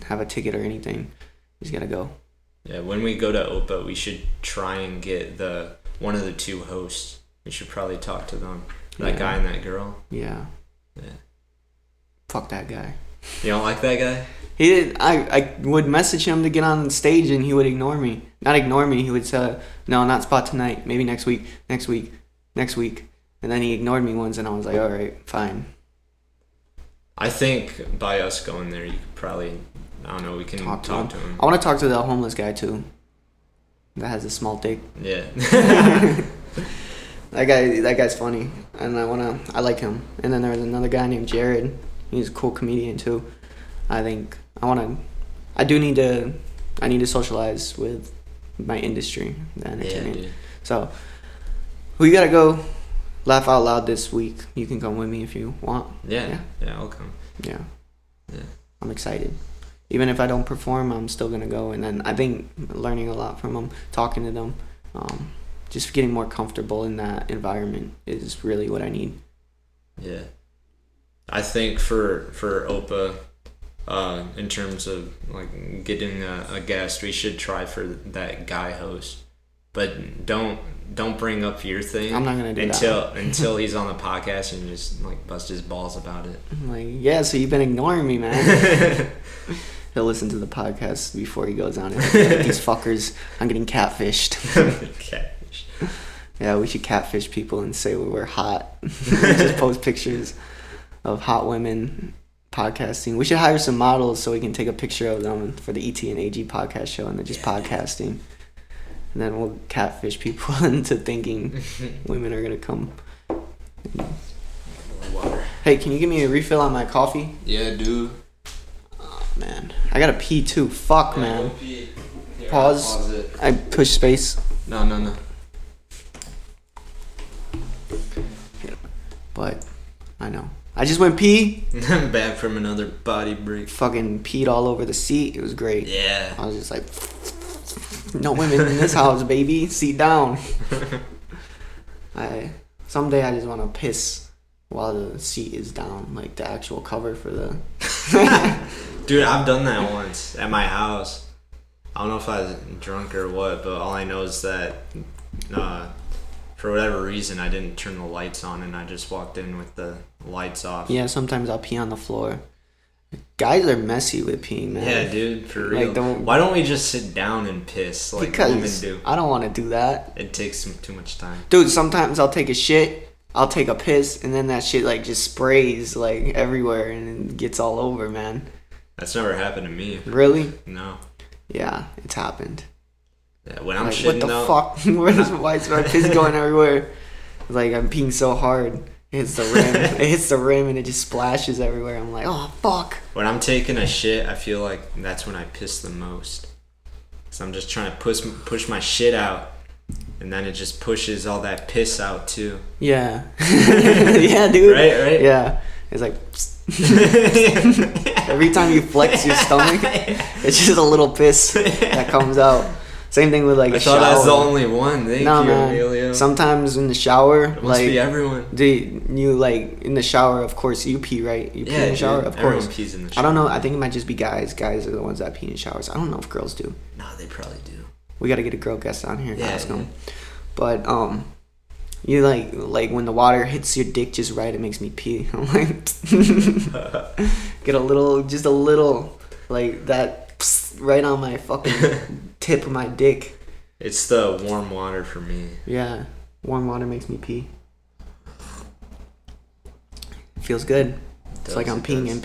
A: have a ticket or anything. You just gotta go.
B: Yeah, when we go to Opa, we should try and get the one of the two hosts. We should probably talk to them. That
A: Yeah.
B: guy and that girl.
A: Yeah.
B: Yeah.
A: Fuck that guy.
B: You don't like that guy?
A: He did. I I would message him to get on stage, and he would ignore me. Not ignore me. He would say, "No, not spot tonight. Maybe next week. Next week. Next week." And then he ignored me once, and I was like, "All right, fine."
B: I think by us going there, you could probably, I don't know, we can
A: talk
B: talk,
A: to him.
B: to him.
A: I want to talk to the homeless guy too. That has a small dick. [LAUGHS]
B: Yeah.
A: That guy, that guy's funny, and I wanna, I like him. And then there was another guy named Jared. He's a cool comedian too. I think I wanna, I do need to, I need to socialize with my industry, the
B: yeah,
A: entertainment.
B: dude.
A: so we gotta go. Laugh out loud this week. You can come with me if you want.
B: Yeah, yeah,
A: Yeah.
B: I'll come.
A: Yeah.
B: Yeah.
A: I'm excited. Even if I don't perform, I'm still gonna go. And then I think learning a lot from them, talking to them, um, just getting more comfortable in that environment is really what I need.
B: Yeah. I think for for Opa, uh, in terms of like getting a, a guest, we should try for that guy host, but don't don't bring up your thing.
A: I'm not gonna do that.
B: until until he's on the podcast and just like bust his balls
A: [LAUGHS]
B: about it.
A: I'm like, yeah, so you've been ignoring me, man. He'll listen to the podcast before he goes on it. Like, These fuckers, I'm getting catfished.
B: Catfish.
A: Yeah, we should catfish people and say we were hot. [LAUGHS] just post pictures of hot women podcasting. We should hire some models so we can take a picture of them for the ET and AG podcast show and then just podcasting. And then we'll catfish people [LAUGHS] into thinking women are gonna come.
B: Water.
A: Hey, can you give me a refill on my coffee?
B: Yeah, dude.
A: Oh, man, I gotta pee too. Fuck, man. Pause. pause
B: it.
A: I push space,
B: No, no, no.
A: but I know. I just went pee.
B: [LAUGHS] I'm back from another body break.
A: Fucking peed all over the seat. It was great.
B: Yeah.
A: I was just like, no women in this house, baby. Sit
B: [LAUGHS]
A: down. I someday I just want to piss while the seat is down, like the actual cover for the.
B: Dude, I've done that once at my house. I don't know if I was drunk or what, but all I know is that uh, for whatever reason I didn't turn the lights on and I just walked in with the lights off.
A: Yeah, sometimes I'll pee on the floor. Guys are messy with peeing, man.
B: Yeah, dude, for real.
A: Like, don't-
B: Why don't we just sit down and piss like women
A: because
B: do?
A: I don't want to do that.
B: It takes some, too much time.
A: Dude, sometimes I'll take a shit, I'll take a piss, and then that shit like just sprays like everywhere and it gets all over, man.
B: That's never happened to me.
A: Really?
B: No.
A: Yeah, it's happened.
B: Yeah, When I'm
A: Like,
B: shitting
A: what the
B: though,
A: fuck? [LAUGHS] Where
B: [LAUGHS]
A: is why is my piss going everywhere? Like I'm peeing so hard, it hits the
B: [LAUGHS]
A: rim. it hits the rim and it just splashes everywhere. I'm like, oh fuck.
B: when I'm taking a shit, I feel like that's when I piss the most. So I'm just trying to push push my shit out, and then it just pushes all that piss out too. [LAUGHS]
A: Yeah. [LAUGHS] yeah, dude.
B: Right, right.
A: Yeah. It's like [LAUGHS] every time you flex
B: [LAUGHS]
A: your stomach, it's just a little piss that comes out. Same thing with like
B: I
A: a
B: thought
A: shower.
B: I was the only one. Thank
A: No
B: you,
A: man.
B: Emilio.
A: Sometimes in the shower,
B: it must
A: like
B: be everyone.
A: do you, you, like in the shower? Of course, you pee, right? You pee
B: Yeah,
A: in the shower,
B: dude,
A: of
B: everyone
A: course.
B: pees in the
A: I don't know.
B: shower.
A: I think it might just be guys. Guys are the ones that pee in showers. I don't know if girls do.
B: No, they probably do.
A: We got to get a girl guest on here and
B: Yeah,
A: ask
B: yeah.
A: them. But um, you like like when the water hits your dick just right, it makes me pee. [LAUGHS] I'm like, get a little, just a little, like that, [LAUGHS] right on my
B: [LAUGHS]
A: fucking tip of my dick.
B: It's the warm water for me.
A: Yeah, warm water makes me pee. Feels good. it's
B: does,
A: like I'm
B: it
A: peeing
B: does.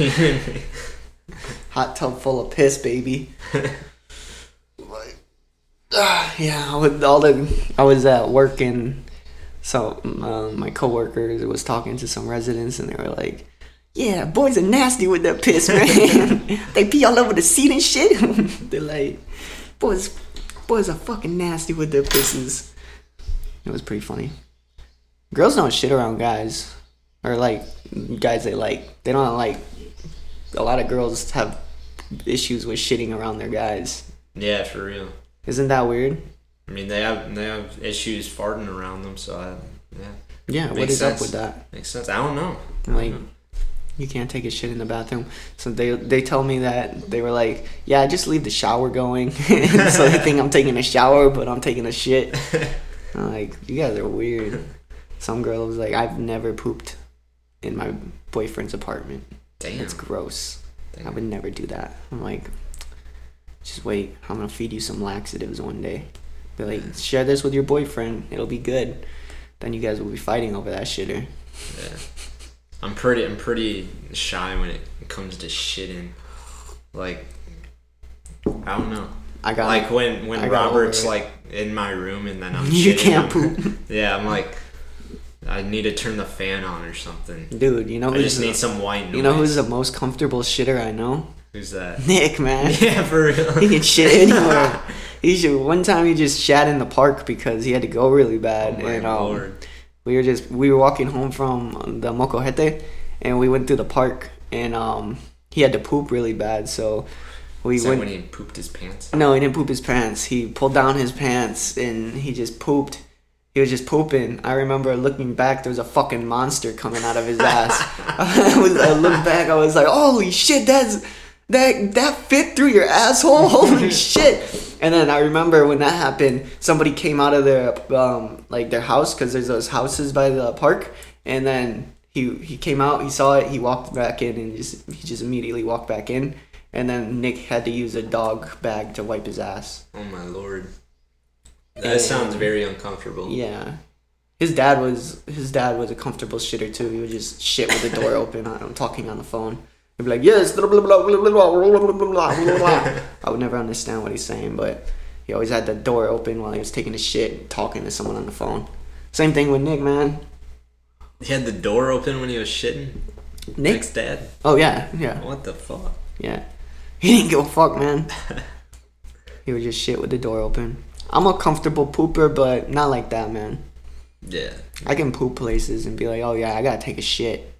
A: in pee.
B: [LAUGHS]
A: Hot tub full of piss, baby. [SIGHS] Like, ah, yeah, with all the I was at work and so um, my coworker was talking to some residents and they were like, "Yeah, boys are nasty with their piss,
B: [LAUGHS]
A: man. [LAUGHS] they pee all over the seat and shit." [LAUGHS] They're like, "Boys, boys are fucking nasty with their pisses." It was pretty funny. Girls don't shit around guys, or like guys they like. They don't like. A lot of girls have issues with shitting around their guys.
B: Yeah, for real.
A: Isn't that weird?
B: I mean, they have they have issues farting around them, so I, yeah,
A: Yeah, what
B: Makes
A: is up
B: sense.
A: with that?
B: makes sense. I don't know.
A: Like, you can't take a shit in the bathroom. So they they tell me that they were like, yeah, I just leave the shower going, [LAUGHS] so they think I'm taking a shower, but I'm taking a
B: [LAUGHS]
A: shit. I'm like, you guys are weird. Some girl was like, I've never pooped in my boyfriend's apartment.
B: Damn.
A: It's gross. I
B: Damn.
A: would never do that. I'm like, just wait. I'm gonna feed you some laxatives one day. Be like, share this with your boyfriend. It'll be good. Then you guys will be fighting over that shitter.
B: Yeah. I'm pretty I'm pretty shy when it comes to shitting. Like I don't know.
A: I got
B: Like when when
A: I got
B: Robert's
A: over
B: like in my room and then I'm
A: [LAUGHS] You
B: shitting,
A: can't
B: I'm-
A: poop.
B: [LAUGHS] yeah, I'm like I need to turn the fan on or something.
A: dude. You know
B: I
A: who's
B: just
A: the-
B: need some white noise.
A: you know who's the most comfortable shitter I
B: [LAUGHS]
A: know?
B: Who's that?
A: Nick, man.
B: yeah,
A: [LAUGHS]
B: for
A: he
B: [LAUGHS] real.
A: can shit anywhere. He should. One time he just shat in the park because he had to go really bad.
B: Oh my
A: and, um,
B: lord.
A: We were just we were walking home from the Mocojete, and we went through the park, and um, he had to poop really bad. So we
B: Is that
A: went.
B: when he pooped his pants?
A: No, he didn't poop his pants. He pulled down his pants and he just pooped. He was just pooping. I remember looking back, there was a fucking monster coming out of his ass. [LAUGHS] I, was, I looked back, I was like, holy shit, that's that that fit through your asshole. [LAUGHS] Holy shit! And then I remember when that happened, somebody came out of their um like their house because there's those houses by the park, and then he he came out, he saw it, he walked back in, and just he just immediately walked back in. And then Nick had to use a dog bag to wipe his ass.
B: Oh my lord. That
A: Yeah.
B: sounds very uncomfortable.
A: Yeah. His dad was his dad was a comfortable shitter too. He would just shit with the door open. I'm talking on the phone. He'd be like, "Yes, blah blah blah blah blah blah blah blah blah blah." blah." I would never understand what he's saying, but he always had the door open while he was taking a shit, and talking to someone on the phone. Same thing with Nick, man.
B: He had the door open when he was shitting.
A: Nick.
B: Nick's dad.
A: Oh yeah, yeah,
B: What the fuck?
A: yeah. He didn't give a fuck, man. He would just shit with the door open. I'm a comfortable pooper, but not like that, man.
B: Yeah.
A: I can poop places and be like, "Oh yeah, I gotta take a shit."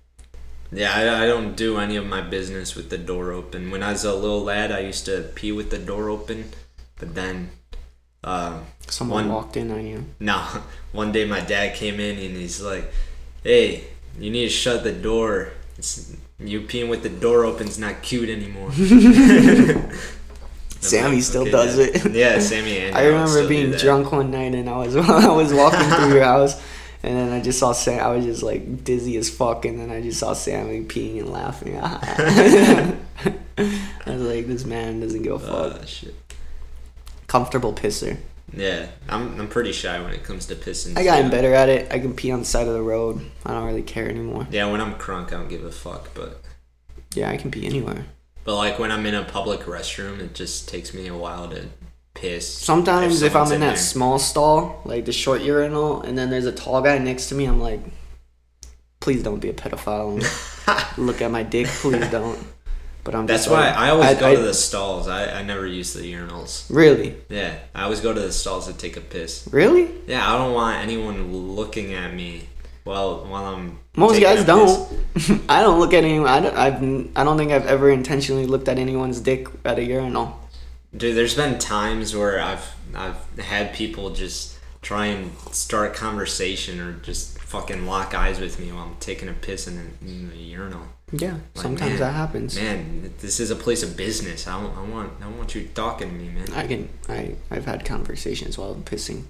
B: Yeah, I, I don't do any of my business with the door open. When I was a little lad, I used to pee with the door open, but then, [LAUGHS] uh,
A: Someone
B: One-
A: walked in on you.
B: no. One day my dad came in and he's like, "Hey, you need to shut the door." It's, you peeing with the door open's not cute anymore. [LAUGHS]
A: Sammy
B: like,
A: still
B: okay,
A: does
B: yeah.
A: it. [LAUGHS]
B: Yeah, Sammy and
A: I
B: Aaron
A: remember
B: still do
A: being
B: that.
A: drunk one night and I was [LAUGHS] I was walking through
B: [LAUGHS]
A: your house and then I just saw Sam. I was just like dizzy as fuck and then I just saw Sammy peeing and laughing. [LAUGHS] I was like, this man doesn't give a fuck.
B: Uh, shit.
A: Comfortable pisser.
B: Yeah, I'm, I'm pretty shy when it comes to pissing.
A: I got
B: so-
A: better at it. I can pee on the side of the road. I don't really care anymore.
B: Yeah, when I'm crunk, I don't give a fuck. But
A: Yeah, I can pee anywhere.
B: but like when I'm in a public restroom, it just takes me a while to piss.
A: Sometimes if, I'm
B: someone's
A: in that
B: there.
A: small stall, like the short urinal, and then there's a tall guy next to me, I'm like, please don't be a pedophile.
B: [LAUGHS]
A: and Look at my dick, please don't. But I'm.
B: That's
A: just
B: why
A: like-
B: I always go
A: I-
B: to the stalls. I, I never use the urinals.
A: Really,
B: Yeah, I always go to the stalls to take a piss.
A: really,
B: Yeah, I don't want anyone looking at me while while I'm.
A: most
B: taking
A: guys
B: a piss.
A: don't. [LAUGHS] I don't look at anyone. I don't. I've. n- I don't think I've ever intentionally looked at anyone's dick at a urinal.
B: Dude, there's been times where I've I've had people just try and start conversation or just fucking lock eyes with me while I'm taking a piss in, a, in the urinal.
A: Yeah,
B: Like,
A: sometimes
B: man,
A: that happens.
B: Man, this is a place of business. I, don't- I want I want you talking to me, man.
A: I can. I. I've had conversations while I'm pissing.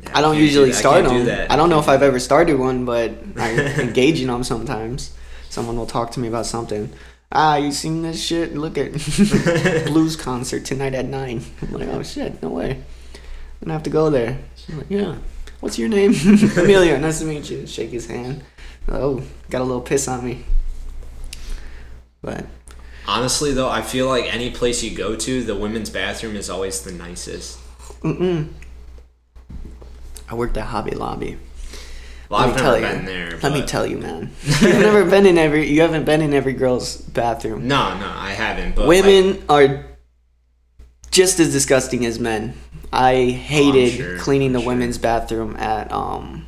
B: Yeah,
A: I don't
B: can't do
A: usually
B: that. I
A: start
B: can't do
A: them.
B: that.
A: I don't know if I've ever started one, but I
B: [LAUGHS]
A: engage in them sometimes. Someone will talk to me about something. Ah, you seen this shit? Look
B: [LAUGHS]
A: at blues concert tonight at nine. I'm like, oh shit, no way. I'm gonna have to go there. I'm like, yeah. What's your name? [LAUGHS] Emilio. Nice to meet you. Shake his hand. Oh, got a little piss on me. But
B: Honestly, though, I feel like any place you go to, the women's bathroom is always the nicest.
A: I worked at Hobby Lobby.
B: Well,
A: Let
B: I've
A: me tell
B: never
A: you.
B: been there.
A: Let me
B: but-
A: tell you, man. You've never been in every. You haven't been in every girl's bathroom.
B: No, no, I haven't. But like,
A: Women are just as disgusting as men. I hated
B: sure,
A: cleaning
B: Oh, I'm
A: the
B: sure.
A: women's bathroom at um,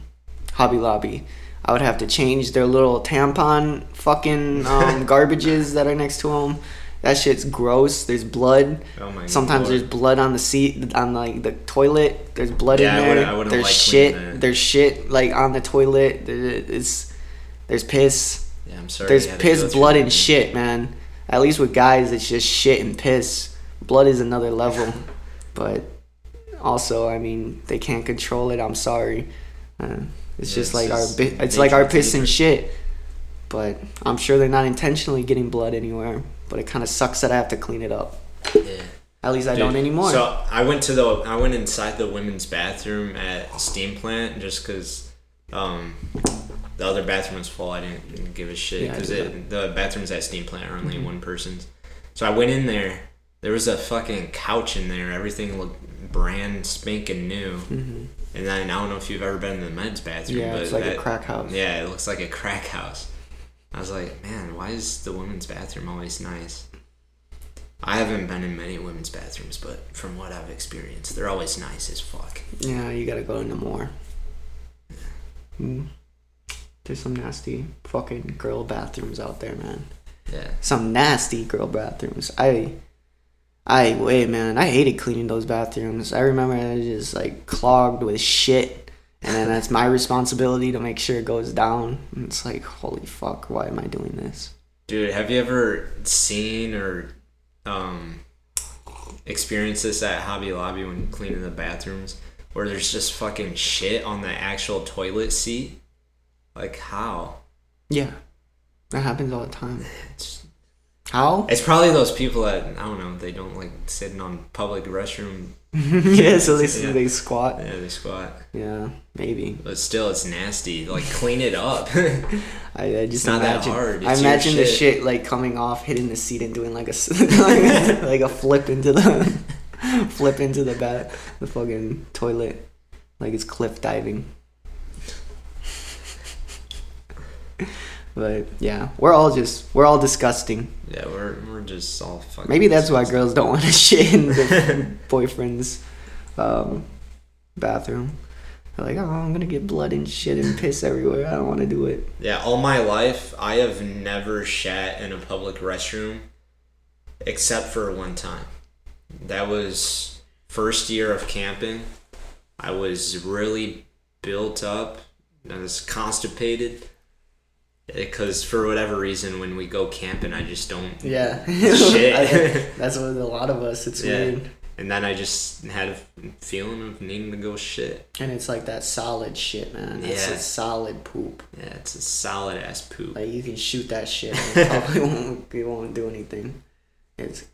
A: Hobby Lobby. I would have to change their little tampon
B: [LAUGHS]
A: fucking um, garbages that are next to them. That shit's gross. There's blood.
B: Oh my
A: Sometimes
B: Lord.
A: there's blood on the seat, on like the toilet. There's blood
B: Yeah, I
A: in there.
B: wouldn't- I wouldn't
A: there's
B: like
A: shit.
B: cleaning that.
A: There's shit like on the toilet. There- It's there's piss.
B: yeah, I'm sorry.
A: There's
B: you had to go
A: piss,
B: through
A: blood,
B: that.
A: and shit, man. At least with guys, it's just shit and piss. Blood is another level, but also, I mean, they can't control it. I'm sorry. Uh, it's
B: Yeah,
A: just
B: it's
A: like
B: just
A: our bi- it's like our
B: nature,
A: piss
B: it's
A: and
B: nature.
A: shit. But I'm sure they're not intentionally getting blood anywhere. But it kind of sucks that I have to clean it up.
B: Yeah.
A: At least I
B: Dude,
A: don't anymore.
B: So I went to the I went inside the women's bathroom at Steam Plant just because um, the other bathroom was full. I didn't, didn't give a shit
A: Yeah, I Mm-hmm.
B: because
A: do
B: the bathrooms at Steam Plant are only one person's. So I went in there. There was a fucking couch in there. Everything looked brand spanking new. And then I don't know if you've ever been in the men's bathroom.
A: Mm-hmm. Yeah,
B: but
A: it's like a
B: that-
A: crack house.
B: Yeah, it looks like a crack house. I was like, man, why is the women's bathroom always nice? I haven't been in many women's bathrooms, but from what I've experienced, they're always nice as fuck.
A: Yeah, you gotta go into more. Mm. There's some nasty fucking girl bathrooms out there, man.
B: Yeah.
A: some nasty girl bathrooms. I, I wait, man. I hated cleaning those bathrooms. I remember I was just like clogged with shit, and then that's my responsibility to make sure it goes down. And it's like, holy fuck, why am I doing this?
B: Dude, have you ever seen or um, experienced this at Hobby Lobby when cleaning the bathrooms where there's just fucking shit on the actual toilet seat? Like, how?
A: Yeah, that happens all the time.
B: It's,
A: How? [LAUGHS]
B: it's probably those people that, I don't know, they don't like sitting on public restroom.
A: yeah, so they
B: [LAUGHS] Yeah.
A: they squat.
B: Yeah, they squat.
A: Yeah, maybe.
B: But still, it's nasty. Like, clean it up. [LAUGHS]
A: I, I just
B: not that
A: imagine.
B: hard,
A: I
B: it's your
A: imagine the
B: shit.
A: shit like coming off, hitting the seat, and doing like a s- [LAUGHS]
B: [LAUGHS]
A: like, a- like a flip into the [LAUGHS] flip into the bat the fucking toilet, like it's cliff diving. But yeah, we're all just we're all disgusting.
B: yeah, we're, we're just all fucking.
A: Maybe that's why girls don't want to [LAUGHS] shit in
B: [LAUGHS]
A: their boyfriend's um, bathroom. They're like, oh, I'm gonna get blood and shit and piss everywhere. I don't want to do it.
B: Yeah, all my life, I have never shat in a public restroom except for one time. That was first year of camping. I was really built up. I was constipated. Because for whatever reason, when we go camping, I just don't.
A: Yeah.
B: Shit.
A: I- [LAUGHS] that's what a lot of us. It's
B: Yeah.
A: weird,
B: And then I just had a feeling of needing to go shit.
A: and it's like that solid shit, man. That's
B: Yeah.
A: a solid poop.
B: Yeah, it's a solid ass poop.
A: Like you can shoot that shit, and
B: [LAUGHS]
A: it probably won't. It won't do anything. It's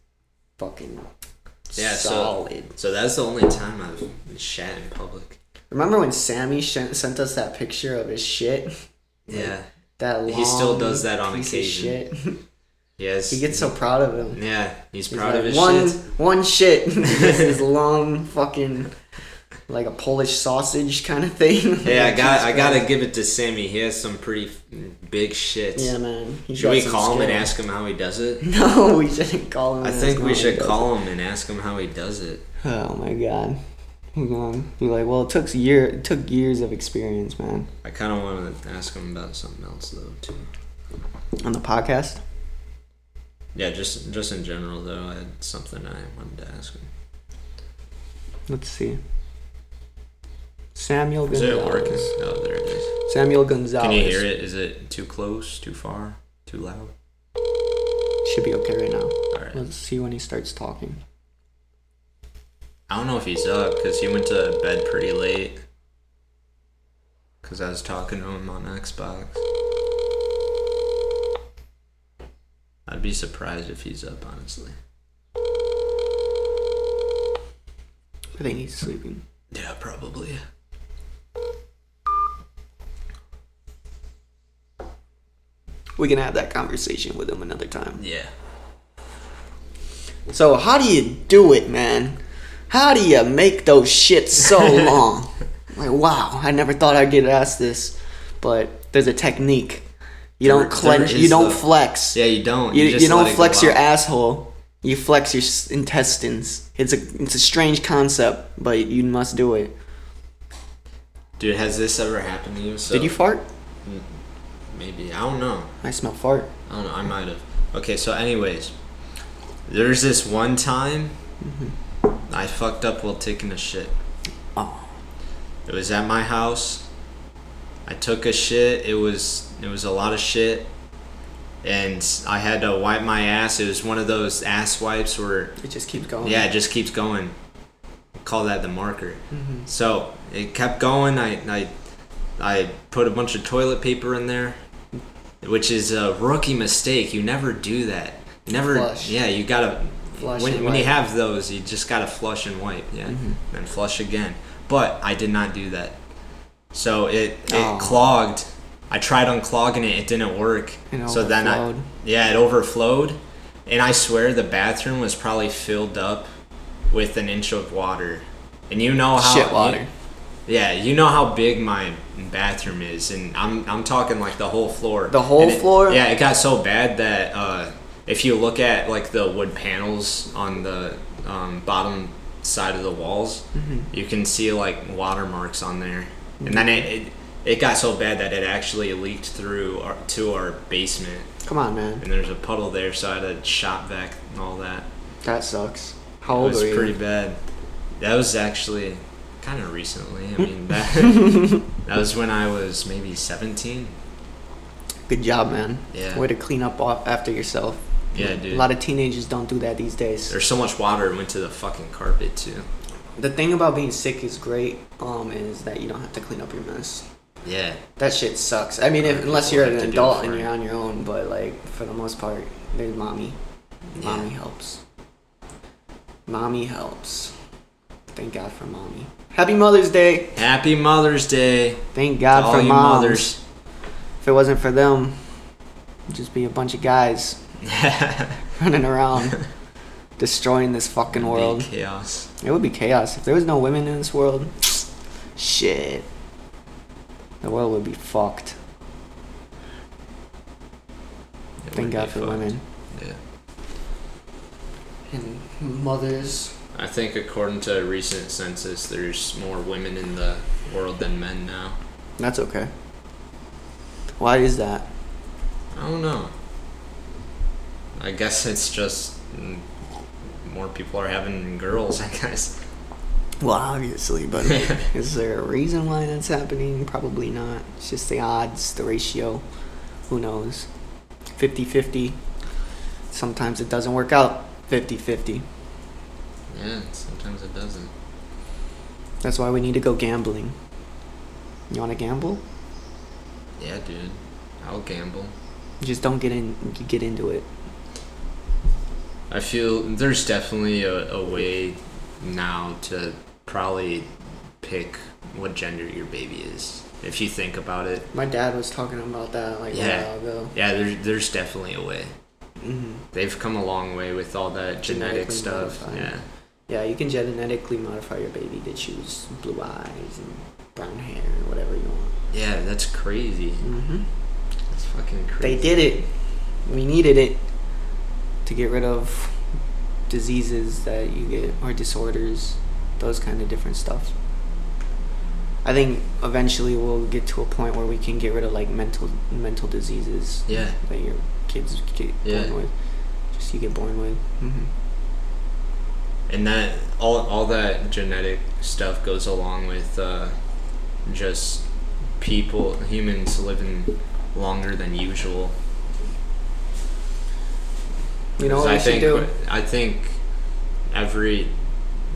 A: fucking
B: yeah,
A: solid.
B: so so that's the only time I've shat in public.
A: Remember when Sammy sh- sent us that picture of his shit?
B: Yeah,
A: That long
B: He still does that on
A: piece of
B: occasion.
A: shit. [LAUGHS]
B: he has.
A: He gets so proud of him.
B: yeah, he's
A: He's
B: proud
A: like,
B: of his
A: one
B: shit.
A: one shit. [LAUGHS]
B: [LAUGHS]
A: this is long fucking like a Polish sausage kind of thing.
B: Yeah, I got I
A: Jesus
B: gotta
A: Christ.
B: give it to Sammy. He has some pretty f- big shits.
A: Yeah, man. He's
B: Should
A: got
B: we
A: some
B: call him and
A: skill. [LAUGHS]
B: ask him how he does it?
A: No, we shouldn't call him.
B: I
A: and
B: think
A: ask him
B: we
A: how
B: should
A: he does
B: call him and ask him how he does it.
A: it. Oh my god. We're gonna be like, well, it took year, it took years of experience, man,
B: I kind of want to ask him about something else though too.
A: on the podcast.
B: Yeah, just just in general though, I had something I wanted to ask him.
A: Let's see. Samuel
B: Is
A: Gonzalez.
B: it working? Oh, there it is.
A: Samuel Gonzalez.
B: Can you hear it? Is it too close? Too far? Too loud?
A: Should be okay right now.
B: All right.
A: Let's see when he starts talking.
B: I don't know if he's up because he went to bed pretty late. Because I was talking to him on Xbox. I'd be surprised if he's up, honestly.
A: I think he's sleeping.
B: Yeah, probably.
A: We can have that conversation with him another time.
B: Yeah.
A: So how do you do it, man? How do you make those shits so
B: [LAUGHS]
A: long? like wow, I never thought I'd get asked this, but there's a technique. You
B: There-
A: don't clench.
B: there
A: You
B: is
A: don't
B: the-
A: flex.
B: Yeah, you don't.
A: You,
B: just
A: you don't
B: let it go
A: flex your
B: out.
A: asshole. You flex your s- intestines. It's a it's a strange concept, but you must do it.
B: Dude, has this ever happened to you? So
A: Did you fart?
B: maybe. I don't know.
A: I smell fart.
B: I don't know. I might have. Okay, so, anyways, there's this one time I fucked up while taking a shit.
A: Oh,
B: It was at my house. I took a shit. It was it was a lot of shit, and I had to wipe my ass. It was one of those ass wipes where
A: it just keeps going.
B: yeah, it just keeps going. Call that the marker.
A: Mm-hmm.
B: So it kept going. I I I put a bunch of toilet paper in there, which is a rookie mistake. You never do that. You never.
A: Flush.
B: Yeah, you gotta.
A: Flush
B: when
A: and
B: when you
A: wipe. Mm-hmm.
B: have those, you just gotta flush and wipe. Yeah, and flush again. But I did not do that. So it it
A: Oh.
B: clogged. I tried unclogging it. It didn't work.
A: It
B: so then I
A: overflowed.
B: yeah, it overflowed, and I swear the bathroom was probably filled up with an inch of water. And you know how
A: Shit water.
B: yeah, you know how big my bathroom is, and I'm I'm talking like the whole floor.
A: The whole
B: And it-
A: floor?
B: Yeah, it got so bad that uh, if you look at like the wood panels on the um, bottom side of the walls,
A: Mm-hmm.
B: you can see like watermarks on there, and then it, it it got so bad that it actually leaked through our, to our basement,
A: Come on, man.
B: and there's a puddle there, so I had to shop vac and all that.
A: That sucks. How
B: It
A: old
B: was
A: are you?
B: pretty bad. That was actually kind of recently. I
A: [LAUGHS]
B: mean, that, that was when I was maybe 17.
A: Good job, man.
B: Yeah.
A: Way to clean up off after yourself.
B: Yeah, dude.
A: A lot of teenagers don't do that these days.
B: There's so much water it went to the fucking carpet too.
A: The thing about being sick is great. Um, is that you don't have to clean up your mess.
B: Yeah.
A: That shit sucks. I mean, if, unless you're
B: People have
A: an
B: to do it
A: adult
B: for
A: and
B: you.
A: you're on your own, but like for the most part, there's mommy. Mommy helps. Mommy helps. Thank God for mommy. Happy Mother's Day.
B: Happy Mother's Day
A: Thank
B: to
A: God
B: all
A: for
B: you
A: moms.
B: mothers. [LAUGHS]
A: If it wasn't for them, it'd just be a bunch of guys [LAUGHS] running
B: [LAUGHS]
A: around destroying this fucking world.
B: Big chaos.
A: It would be chaos if there was no women in this world. Shit, the world would be fucked.
B: It would
A: Thank
B: be
A: God for
B: fucked.
A: women
B: Yeah.
A: and mothers.
B: I think according to a recent census, there's more women in the world than men now.
A: That's okay. Why is that?
B: I don't know. I guess it's just mm, more people are having girls. I guess.
A: [LAUGHS] Well, obviously, but [LAUGHS]
B: [LAUGHS]
A: is there a reason why that's happening? Probably not. It's just the odds, the ratio. Who knows? 50 50. Sometimes it doesn't work out 50 50.
B: Yeah, sometimes it doesn't.
A: That's why we need to go gambling. You want to gamble?
B: Yeah, dude. I'll gamble.
A: Just don't get in get into it.
B: I feel there's definitely a, a way now to probably pick what gender your baby is if you think about it.
A: My dad was talking about that like a
B: Yeah. Mm-hmm.
A: while ago.
B: Yeah, there's there's definitely a way.
A: hmm
B: They've come a long way with all that genetic
A: Genetically
B: stuff.
A: modified.
B: Yeah.
A: Yeah, you can genetically modify your baby to choose blue eyes and brown hair and whatever you want.
B: Yeah, that's crazy.
A: hmm
B: That's fucking
A: They
B: Mm-hmm. crazy.
A: did it. We needed it to get rid of diseases that you get or disorders, those kind of different stuff. I think eventually we'll get to a point where we can get rid of like mental mental diseases
B: Yeah.
A: that your kids get
B: Yeah.
A: born with. Just you get born with. Mm-hmm.
B: and that all all that genetic stuff goes along with uh, just people humans living longer than usual.
A: You know
B: 'Cause
A: what
B: I
A: we should
B: think
A: do?
B: I think every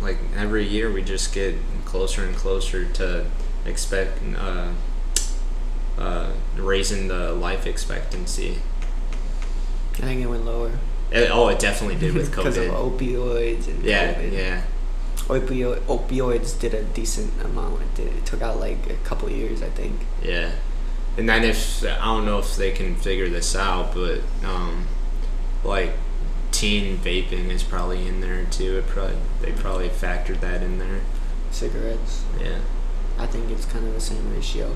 B: like every year we just get closer and closer to expect uh, uh, raising the life expectancy.
A: I think it went lower
B: It, oh, it definitely
A: [LAUGHS]
B: did with
A: because of
B: COVID.
A: opioids and
B: Yeah,
A: COVID.
B: yeah.
A: Opio- opioids did a decent amount. It, did, it took out like a couple years, I think.
B: Yeah, and then if I don't know if they can figure this out, but um, like teen vaping is probably in there too. It probably they probably factored that in there.
A: Cigarettes.
B: Yeah,
A: I think it's kind of the same ratio.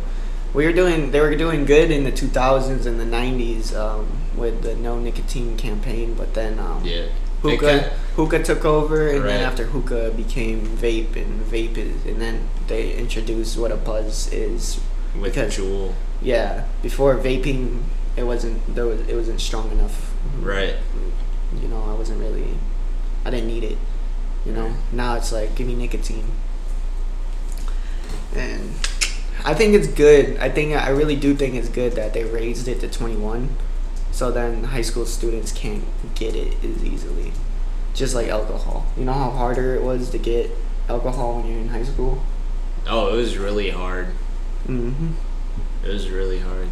A: We were doing, they were doing good in the 2000s and the 90s um, with the no nicotine campaign, but then um,
B: yeah. It
A: hookah,
B: kin-
A: hookah took over, and
B: Right.
A: then after hookah became vape, and vape is, and then they introduced what a buzz is.
B: with
A: because-
B: Juul,
A: Yeah, before vaping, it wasn't there was it wasn't strong enough.
B: right?
A: You know, I wasn't really, I didn't need it. You know, now it's like give me nicotine. And I think it's good. I think I really do think it's good that they raised it to 21, so then high school students can't get it as easily. Just like alcohol, you know how harder it was to get alcohol when you're in high school.
B: Oh, it was really hard.
A: Mm-hmm.
B: It was really hard.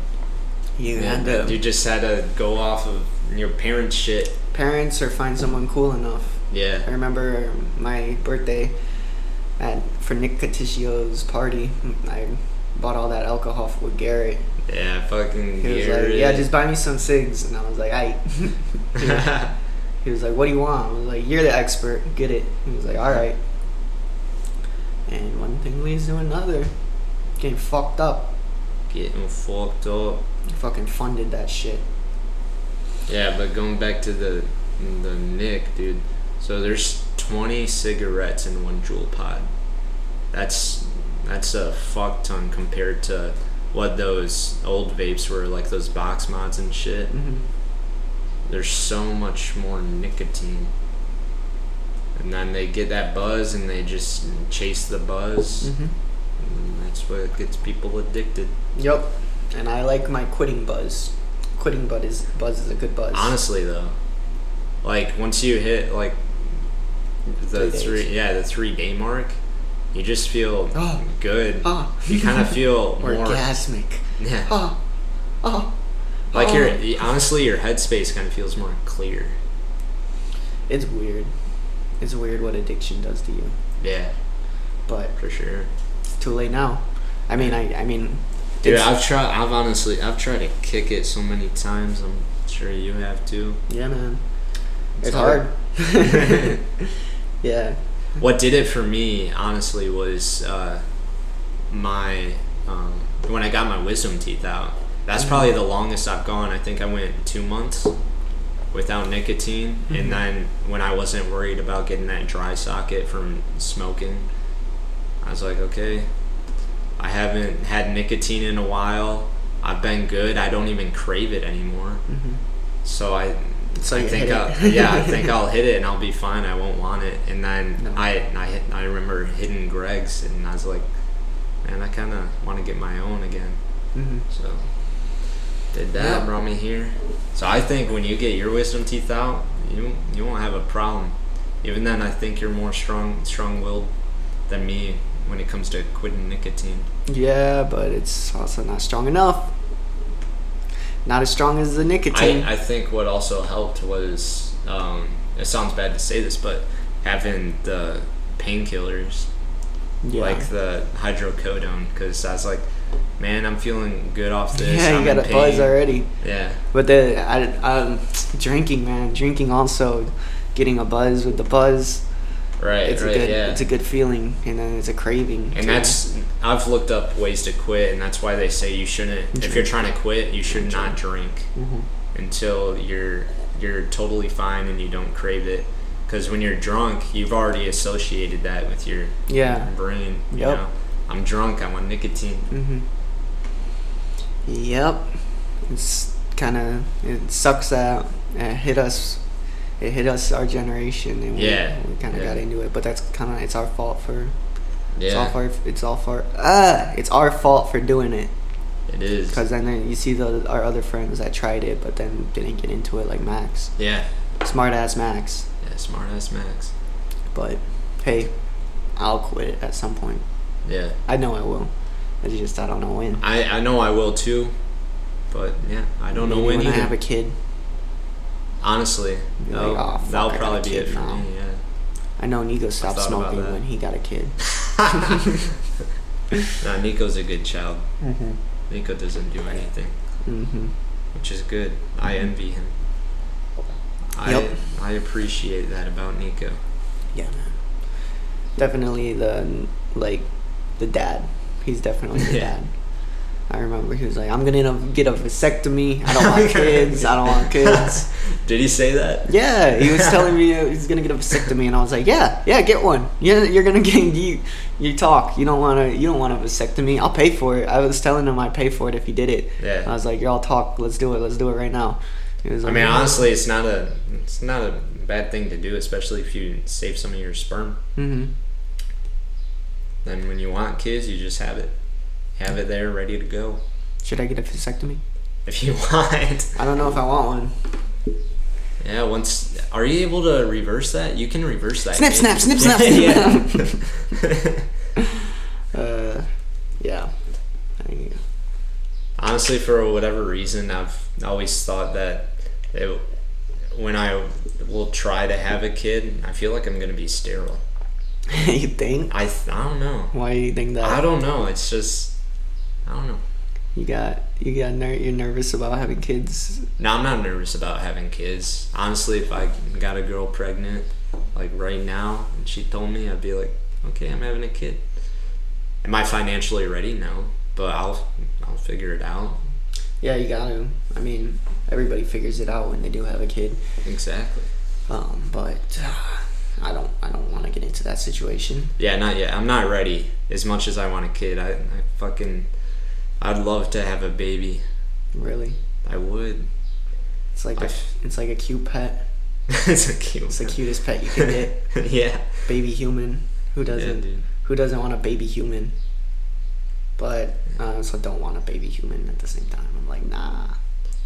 A: You
B: Yeah,
A: had to.
B: you just had to go off of your parents' shit.
A: parents or find someone cool enough. I
B: Yeah,
A: remember my birthday at for Nick Catticio's party. I bought all that alcohol with Garrett.
B: yeah. Fucking.
A: He was like,
B: Gary.
A: "Yeah, just buy me some cigs," and I was like, "I." he was like, "What do you want?" I was like, "You're the expert. Get it." He was like, "All right." And one thing leads to another. Getting fucked up.
B: [LAUGHS] getting fucked up.
A: Fucking funded that shit.
B: Yeah, but going back to the the Nick, dude. So there's 20 cigarettes in one jewel pod. That's that's a fuck ton compared to what those old vapes were, like those box mods and shit.
A: hmm
B: There's so much more nicotine. And then they get that buzz and they just chase the buzz.
A: hmm
B: And that's what gets people addicted.
A: Yep. And I like my quitting buzz. Quitting buzz is buzz is a good buzz.
B: Honestly, though, like once you hit like
A: Three
B: the
A: days.
B: three, yeah, the three day mark, you just feel
A: Oh.
B: good.
A: Ah.
B: You [LAUGHS] kind of feel
A: [LAUGHS]
B: more,
A: orgasmic.
B: yeah,
A: Oh, oh.
B: like
A: oh.
B: your honestly your headspace kind of feels more clear.
A: It's weird. It's weird what addiction does to you,
B: Yeah,
A: but
B: for sure.
A: it's too late now. I mean, I, I mean,
B: Dude,
A: it's-
B: I've tried. I've honestly, I've tried to kick it so many times. I'm sure you have too. [LAUGHS]
A: yeah, man. It's,
B: It's
A: hard. yeah.
B: what did it for me honestly was uh, my um, when i got my wisdom teeth out that's probably the longest i've gone i think i went two months without nicotine and then when i wasn't worried about getting that dry socket from smoking i was like okay i haven't had nicotine in a while i've been good i don't even crave it anymore
A: hmm
B: so I,
A: So
B: I
A: you
B: think
A: hit
B: I'll,
A: it. [LAUGHS]
B: yeah, I think I'll hit it and I'll be fine. I won't want it. And then
A: No.
B: I, I, hit, I remember hitting Greg's and I
A: Mm-hmm.
B: was like, man, I kind of want to get my own again.
A: hmm
B: So Did that
A: Yep.
B: brought me here. So I think when you get your wisdom teeth out, you you won't have a problem. Even then, I think you're more strong strong willed than me when it comes to quitting nicotine.
A: Yeah, but it's also not strong enough. Not as strong as the nicotine.
B: I, I think what also helped was um, it sounds bad to say this, but having the painkillers
A: yeah.
B: like the hydrocodone because I was like, man, I'm feeling good off
A: [LAUGHS] [LAUGHS]
B: this.
A: yeah,
B: I'm
A: you got
B: in
A: a buzz
B: pain."
A: already.
B: Yeah,
A: But the I, um, drinking, man, drinking also, getting a buzz with the buzz.
B: right,
A: It's
B: right,
A: a good,
B: yeah.
A: it's a good feeling, and then it's a craving.
B: and
A: too.
B: that's I've looked up ways to quit, and that's why they say you shouldn't. If you're trying to quit, you should not drink
A: Mm-hmm.
B: until you're you're totally fine and you don't crave it. Because when you're drunk, you've already associated that with your
A: yeah.
B: brain. You
A: Yep.
B: know, I'm drunk. I want nicotine.
A: hmm Yep. It's kind of it sucks that it hit us. It hit us our generation, and we,
B: Yeah,
A: we kind of
B: yeah.
A: got into it. But that's kind of it's our fault for. It's all
B: Yeah,
A: for. It's all for. Ah, it's our fault for doing it.
B: it is.
A: Cause then they- you see the our other friends that tried it, but then didn't get into it, like Max,
B: Yeah,
A: smart ass Max.
B: yeah. Smart ass Max.
A: But hey, I'll quit it at some point.
B: Yeah.
A: I know I will. I just I don't know when.
B: I, I know I will too, but yeah, I don't know
A: Maybe
B: when,
A: when I
B: either.
A: have a kid.
B: Honestly,
A: Be
B: that'll,
A: like, "Aw, fuck,
B: that'll
A: I got
B: probably
A: a
B: be
A: kid
B: it for
A: now."
B: me.
A: I know Nico stopped
B: thought about
A: smoking
B: that.
A: when he got a kid. [LAUGHS]
B: Yeah. nah, Nico's a good child.
A: Mm-hmm.
B: Nico doesn't do anything,
A: Mm-hmm.
B: which is good. I envy him. I
A: Yep.
B: I appreciate that about Nico. [LAUGHS]
A: Yeah, man. Definitely the like the dad. He's definitely the
B: [LAUGHS] Yeah.
A: dad. I remember he was like, "I'm gonna get a vasectomy. I don't
B: [LAUGHS]
A: want kids. I don't want kids."
B: Did he say that?
A: Yeah, he was telling me uh, he's gonna get a vasectomy, and I was like, "Yeah, yeah, get one. Yeah, you're gonna get you. You talk. You don't wanna. You don't want a vasectomy. I'll pay for it." I was telling him I'd pay for it if he did it.
B: Yeah.
A: I was like, "Y'all talk. Let's do it. Let's do it right now." He was
B: I
A: like,
B: mean,
A: "Yeah."
B: honestly, it's not a it's not a bad thing to do, especially if you save some of your sperm.
A: Mhm.
B: Then when you want kids, you just have it, have it there, ready to go.
A: Should I get a vasectomy?
B: if you [LAUGHS] want.
A: I don't know if I want one.
B: Yeah, once are you able to reverse that? You can reverse that.
A: Snip,
B: can't
A: snap,
B: you?
A: snip,
B: [LAUGHS]
A: [LAUGHS]
B: yeah.
A: Uh, yeah. [LAUGHS] I think-
B: Honestly, for whatever reason, I've always thought that it, when I will try to have a kid, I feel like I'm gonna be sterile.
A: you think?
B: I th- I don't know.
A: Why do you think that?
B: I don't know. It's just I don't know.
A: you got you got ner- you're nervous about having kids.
B: Now I'm not nervous about having kids. Honestly, if I got a girl pregnant, like right now, and she told me, I'd be like, okay, I'm having a kid. Am I financially ready? No, but I'll I'll figure it out.
A: Yeah, you got to. I mean, everybody figures it out when they do have a kid.
B: Exactly.
A: Um, but I don't I don't want to get into that situation.
B: Yeah, not yet. I'm not ready. As much as I want a kid, I, I fucking I'd love to have a baby.
A: Really,
B: I would.
A: it's like a,
B: Life.
A: it's like a cute pet.
B: [LAUGHS] it's a cute.
A: It's the cutest pet you can get.
B: [LAUGHS] yeah.
A: baby human. Who
B: Yeah,
A: doesn't?
B: dude.
A: who doesn't want a baby human? But I also don't want a baby human at the same time. I'm like, nah.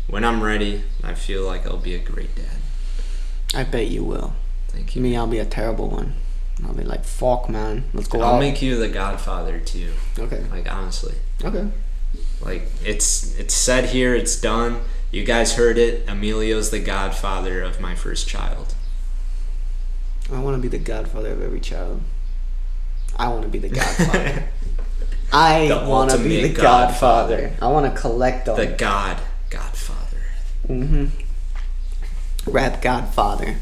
B: When I'm ready, I feel like I'll be a great dad.
A: I bet you will.
B: Thank you.
A: Me, I'll be a terrible one. I'll be like, fuck, man. Let's go
B: I'll
A: out.
B: make you the godfather too.
A: okay.
B: Like honestly,
A: Okay.
B: like it's it's said here, it's done. You guys heard it. Emilio's the godfather of my first child.
A: I want to be the godfather of every child. I want to be the
B: [LAUGHS]
A: godfather. I
B: The
A: want to be the
B: ultimate
A: godfather. I want to collect all
B: the God Godfather.
A: hmm Rap Mm-hmm. Godfather.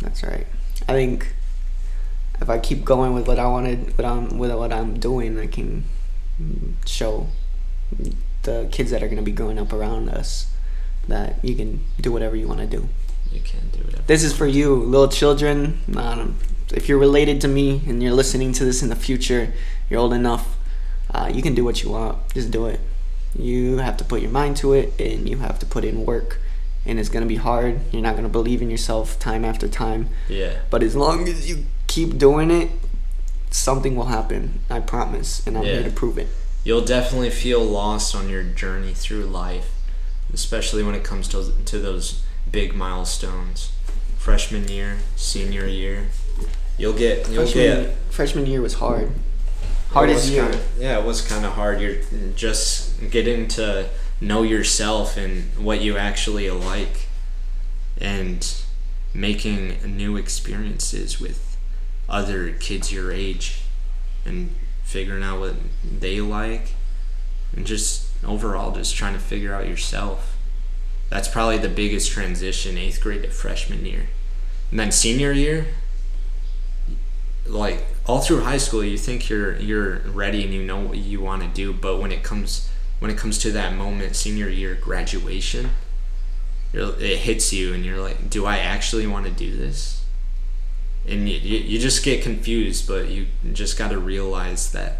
A: That's right. I think if I keep going with what I wanted, what I'm with what I'm doing, I can mm, show the kids that are going to be growing up around us that you can do whatever you want to do.
B: You can't do it.
A: This is for you, little children. Um, if you're related to me and you're listening to this in the future, you're old enough. Uh, you can do what you want. Just do it. You have to put your mind to it, and you have to put in work. And it's gonna be hard. You're not gonna believe in yourself time after time.
B: Yeah.
A: But as long as you keep doing it, something will happen. I promise. And I'm
B: Yeah.
A: here to prove it.
B: you'll definitely feel lost on your journey through life, especially when it comes to to those big milestones. Freshman year, senior year, you'll get you'll
A: Freshman,
B: get
A: freshman year was hard. Hardest
B: was
A: year.
B: Kinda, yeah, it was kind of hard. You're just getting to know yourself and what you actually like, and making new experiences with other kids your age, and figuring out what they like, and just overall just trying to figure out yourself. That's probably the biggest transition, eighth grade to freshman year, and then senior year like all through high school you think you're you're ready and you know what you want to do but when it comes when it comes to that moment senior year graduation you're, it hits you and you're like do i actually want to do this and you, you, you just get confused but you just got to realize that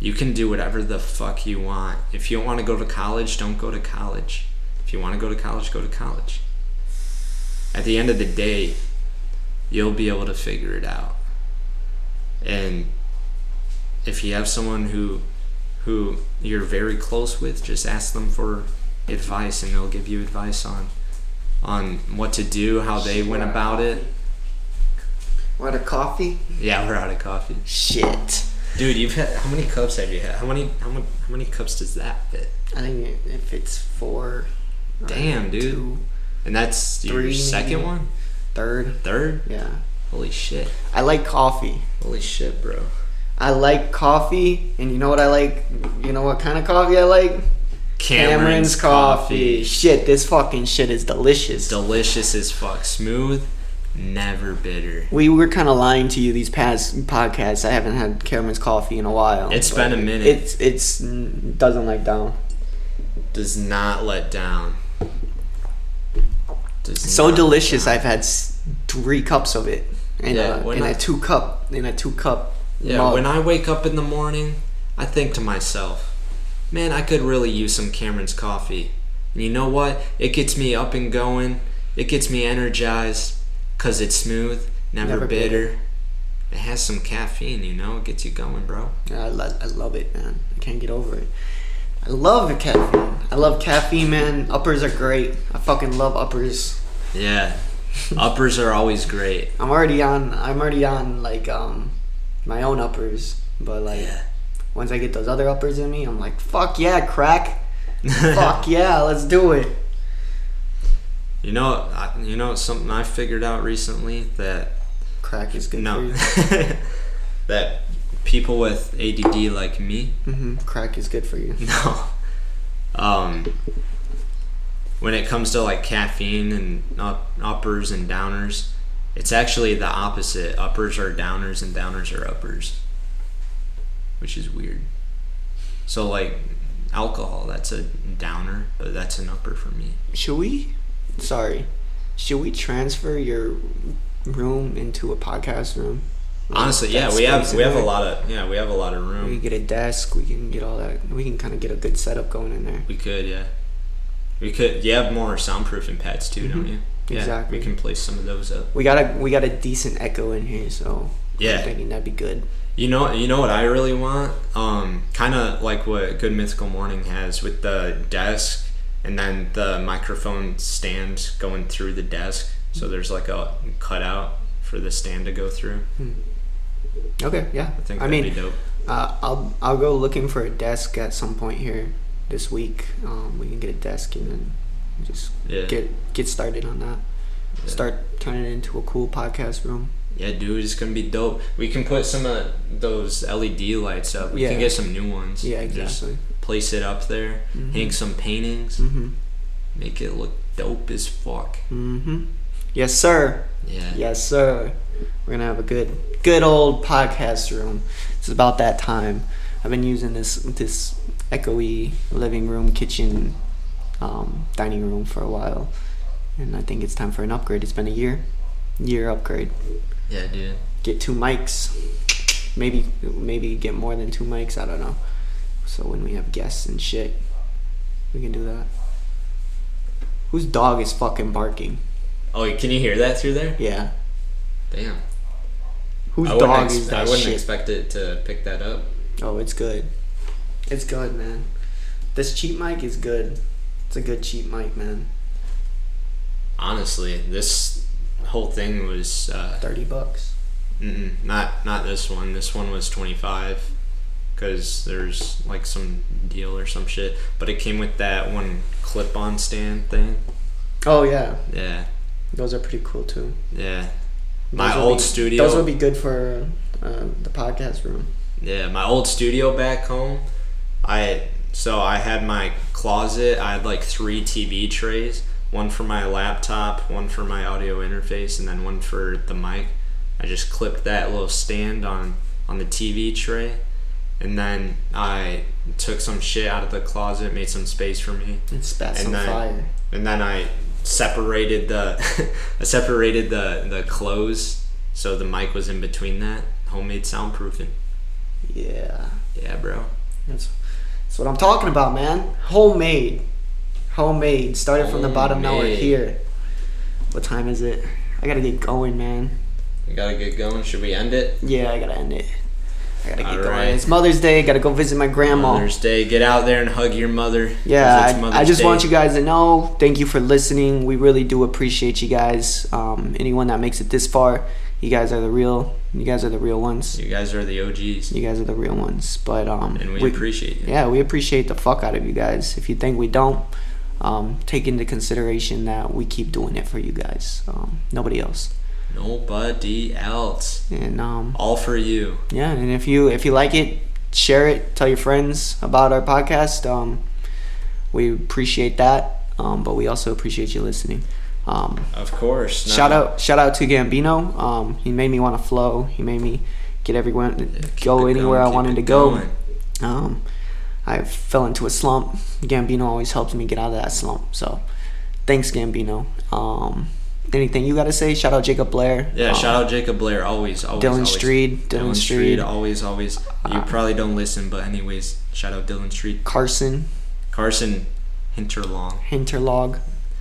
B: you can do whatever the fuck you want if you don't want to go to college don't go to college if you want to go to college go to college at the end of the day you'll be able to figure it out and if you have someone who who you're very close with just ask them for advice and they'll give you advice on on what to do how they went about it
A: What a coffee?
B: yeah we're out of coffee
A: Shit.
B: dude you've had how many cups have you had how many how many, how many cups does that fit
A: I think it- if it's four, or
B: Damn, dude.
A: two,
B: and that's your
A: Three,
B: second
A: maybe.
B: one
A: third,
B: third
A: yeah.
B: holy shit
A: I like coffee.
B: holy shit bro
A: I like coffee, and you know what I like? You know what kind of coffee I like? Shit, this fucking shit is delicious.
B: delicious as fuck smooth never bitter
A: we were kind of lying to you these past podcasts. I haven't had Cameron's coffee in a while.
B: It's
A: It's
B: been a minute.
A: It's it's mm, doesn't like down.
B: does not let down. Does
A: So
B: not-
A: delicious. I've had s- three cups of it in,
B: Yeah,
A: a,
B: when
A: in
B: I-
A: a two cup in a two cup.
B: Yeah,
A: mug.
B: when I wake up in the morning, I think to myself, man, I could really use some Cameron's coffee. And you know what? It gets me up and going. It gets me energized because it's smooth, never,
A: Never
B: bitter.
A: bitter.
B: It has some caffeine, you know? It gets you going, bro.
A: I, lo- I love it, man. I can't get over it. I love the caffeine. I love caffeine, man. Uppers are great. I fucking love uppers.
B: [LAUGHS] Yeah. Uppers are always great.
A: I'm already on. I'm already on like um my own uppers, but like once I get those other uppers in me, I'm like fuck yeah, crack. [LAUGHS] fuck yeah, let's do it.
B: You know, I, you know something I figured out recently that
A: Crack is good.
B: No.
A: For
B: [LAUGHS] that people with ADD like me,
A: you. hmm Crack is good for you.
B: no. Um, when it comes to like caffeine and up- uppers and downers, it's actually the opposite. Uppers are downers and downers are uppers, which is weird. So, like, alcohol, that's a downer, but that's an upper for me.
A: Should we? Sorry. Should we transfer your room into a podcast room?
B: Honestly, yeah,
A: That
B: we have
A: space
B: we
A: in
B: have a
A: there?
B: lot of yeah, we have a lot of room.
A: We can get a desk. We can get all that. We can kind of get a good setup going in there.
B: We could, yeah. We could. You have more soundproofing pads too, don't you? Yeah,
A: Exactly.
B: We can place some of those up.
A: We got a we got a decent echo in here, so
B: Yeah.
A: I'm thinking that'd be good.
B: You know, you know what I really want. Um, kind of like what Good Mythical Morning has with the desk and then the microphone stand going through the desk. So there's like a cutout for the stand to go through.
A: Hmm. Okay, yeah.
B: I think
A: I
B: that'd
A: mean,
B: be dope.
A: uh, I'll I'll go looking for a desk at some point here this week. Um, we can get a desk and then just
B: Yeah.
A: get get started on that.
B: Yeah.
A: Start turning it into a cool podcast room.
B: Yeah, dude, it's gonna be dope. We can put some of those LED lights up. We
A: Yeah.
B: can get some new ones.
A: Yeah,
B: Just
A: exactly.
B: place it up there. Hang some paintings.
A: Mm-hmm.
B: Make it look dope as fuck.
A: Mm-hmm. Yes, sir.
B: Yeah.
A: Yes, sir. We're gonna have a good, good old podcast room. It's about that time. I've been using this this echoey living room, kitchen, um, dining room for a while, and I think it's time for an upgrade. It's been a year, year upgrade.
B: Yeah, dude.
A: Get two mics, maybe maybe get more than two mics. I don't know. So when we have guests and shit, we can do that. Whose dog is fucking barking?
B: Oh, wait, can you hear that through there?
A: Yeah.
B: Damn.
A: Whose
B: I wouldn't,
A: dog
B: ex-
A: is
B: I
A: that
B: wouldn't
A: shit?
B: expect it to pick that up.
A: Oh, it's good. It's good, man. This cheap mic is good. It's a good cheap mic, man.
B: Honestly, this whole thing was uh,
A: Thirty bucks.
B: mm-mm, not not this one. This one was twenty five because there's like some deal or some shit. But it came with that one clip on stand thing.
A: Oh yeah,
B: Yeah,
A: those are pretty cool too.
B: yeah. My
A: Those would
B: old
A: be-
B: studio.
A: Those would be good for uh, the podcast room.
B: Yeah, my old studio back home. I so I had my closet. I had like three TV trays, one for my laptop, one for my audio interface, and then one for the mic. I just clipped that little stand on on the TV tray, and then I took some shit out of the closet, made some space for me,
A: It spat
B: And
A: some
B: then-
A: fire.
B: and then I separated the [LAUGHS] I separated the the clothes so the mic was in between that homemade soundproofing.
A: Yeah,
B: Yeah, bro.
A: that's that's what I'm talking about, man. Homemade, homemade. Started from the bottom. Now we're
B: Homemade.
A: here. What time is it? I gotta get going, man.
B: We gotta get going. Should we end it?
A: Yeah, I gotta end it. I gotta get
B: All
A: going.
B: right.
A: It's Mother's Day. Gotta go visit my grandma.
B: Mother's Day. Get out there and hug your mother. 'cause it's
A: yeah, I, I
B: Mother's
A: just
B: Day.
A: want you guys to know. Thank you for listening. We really do appreciate you guys. Um, anyone that makes it this far, you guys are the real. You guys are the real ones.
B: You guys are the OGs,
A: You guys are the real ones. But um,
B: and we, appreciate you.
A: yeah, we appreciate the fuck out of you guys. If you think we don't, um, take into consideration that we keep doing it for you guys. Um, nobody else.
B: Nobody else.
A: And um,
B: All for you.
A: yeah and if you if you like it share it tell your friends about our podcast um, we appreciate that um, but we also appreciate you listening um,
B: Of course. no.
A: shout out shout out to gambino um, he made me want to flow he made me get everywhere
B: Keep
A: go
B: it
A: anywhere
B: going,
A: i
B: keep
A: wanted
B: it
A: to go
B: going.
A: um, i fell into a slump gambino always helps me get out of that slump so thanks gambino um, anything you gotta say shout out jacob blair
B: Yeah,
A: um,
B: shout out Jacob Blair. Always, always.
A: Dylan
B: always.
A: Streed, Dylan Uh, Streed.
B: Always, always. You probably don't listen, but anyways, shout out Dylan Street.
A: carson
B: Carson Hinterlong.
A: Hinterlog.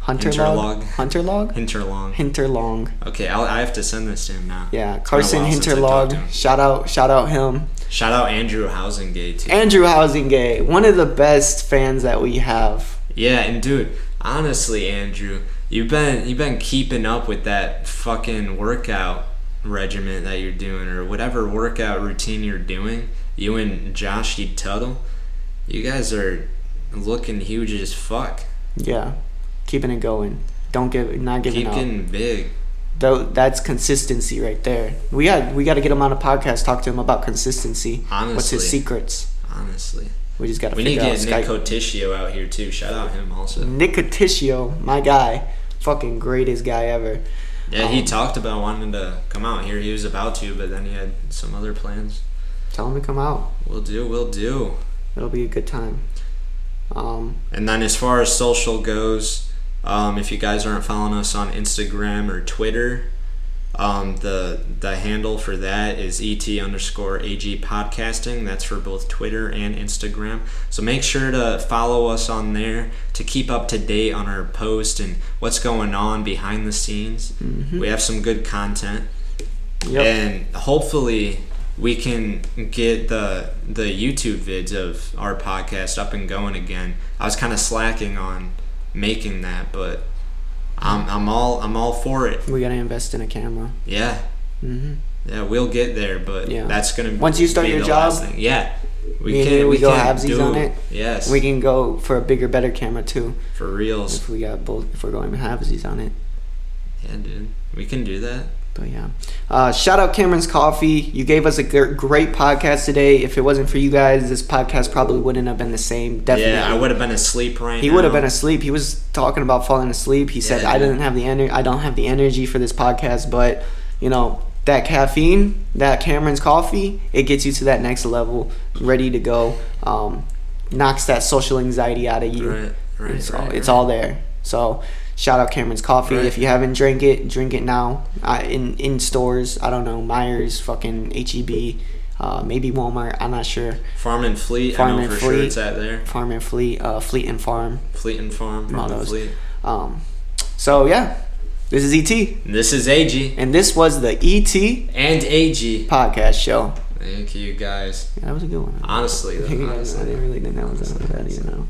A: Hunterlog. Hunterlog?
B: Hinterlong.
A: Hinterlong.
B: Okay, I'll, I have to send this to him now.
A: Yeah,
B: It's been a
A: Carson
B: while since I talked to
A: Hinterlog.
B: him.
A: Shout out, shout out him.
B: Shout out Andrew Housengay too.
A: Andrew Housingay, one of the best fans that we have.
B: Yeah, and dude, honestly, Andrew, you've been you've been keeping up with that fucking workout regimen that you're doing, or whatever workout routine you're doing. You and Joshy Tuttle, you guys are looking huge as fuck.
A: Yeah, keeping it going. Don't give, not giving
B: Keep
A: up.
B: getting big.
A: Tho- that's consistency right there. We got, we got to get him on a podcast, talk to him about consistency. what's
B: Honestly.
A: his secrets?
B: Honestly,
A: We just got to
B: we need to
A: figure out
B: get Nick
A: Skype.
B: Coticio out here too. Shout out him also.
A: Nicoticio, my guy, fucking greatest guy ever.
B: Yeah, he
A: Um,
B: talked about wanting to come out here. He was about to, but then he had some other plans.
A: Tell him to come out.
B: We'll do. We'll do.
A: It'll be a good time. Um,
B: And then as far as social goes, um, if you guys aren't following us on Instagram or Twitter, um, the the handle for that is et underscore ag podcasting. That's for both Twitter and Instagram. So make sure to follow us on there to keep up to date on our post and what's going on behind the scenes. We have some good content
A: yep.
B: and hopefully we can get the the YouTube vids of our podcast up and going again. I was kind of slacking on making that, but I'm I'm all I'm all for it.
A: We gotta invest in a camera.
B: Yeah,
A: Mm-hmm.
B: yeah, we'll get there, but
A: Yeah.
B: that's gonna
A: Once you start
B: be
A: your
B: the
A: job,
B: last thing. Yeah,
A: me
B: we
A: and
B: can
A: you, we
B: we
A: go
B: can
A: halvesies
B: do
A: on it.
B: Yes,
A: We can go for a bigger, better camera too.
B: for reals.
A: If we got both, if we're going to have these on it.
B: Yeah, dude, we can do that.
A: But yeah, uh, shout out Cameron's Coffee. You gave us a gr- great podcast today. If it wasn't for you guys, this podcast probably wouldn't have been the same. Definitely.
B: Yeah, I would have been asleep right
A: He
B: now.
A: would have been asleep. He was talking about falling asleep. He said,
B: Yeah,
A: "I
B: dude.
A: didn't have the ener- I don't have the energy for this podcast, but you know that caffeine, that Cameron's coffee, it gets you to that next level, ready to go. Um, knocks that social anxiety out of you.
B: Right, right,
A: it's all,
B: right,
A: it's
B: right.
A: all there. So." Shout out Cameron's Coffee.
B: Right.
A: If you haven't drank it, drink it now. I, in in stores, I don't know Myers, fucking HEB, uh, maybe Walmart. I'm not sure.
B: Farm and Fleet.
A: Farm
B: I know
A: and
B: for sure
A: Fleet.
B: it's out there.
A: Farm and Fleet, uh, Fleet and Farm.
B: Fleet and Farm. Farm and
A: Mottos.
B: Fleet.
A: Um, so yeah, this is E ET,
B: And this is AG
A: and this was the ET
B: and AG.
A: podcast show.
B: Thank you guys.
A: Yeah, that was a good one.
B: Honestly,
A: I
B: though,
A: didn't [LAUGHS]
B: honestly.
A: really think that was that bad, you know.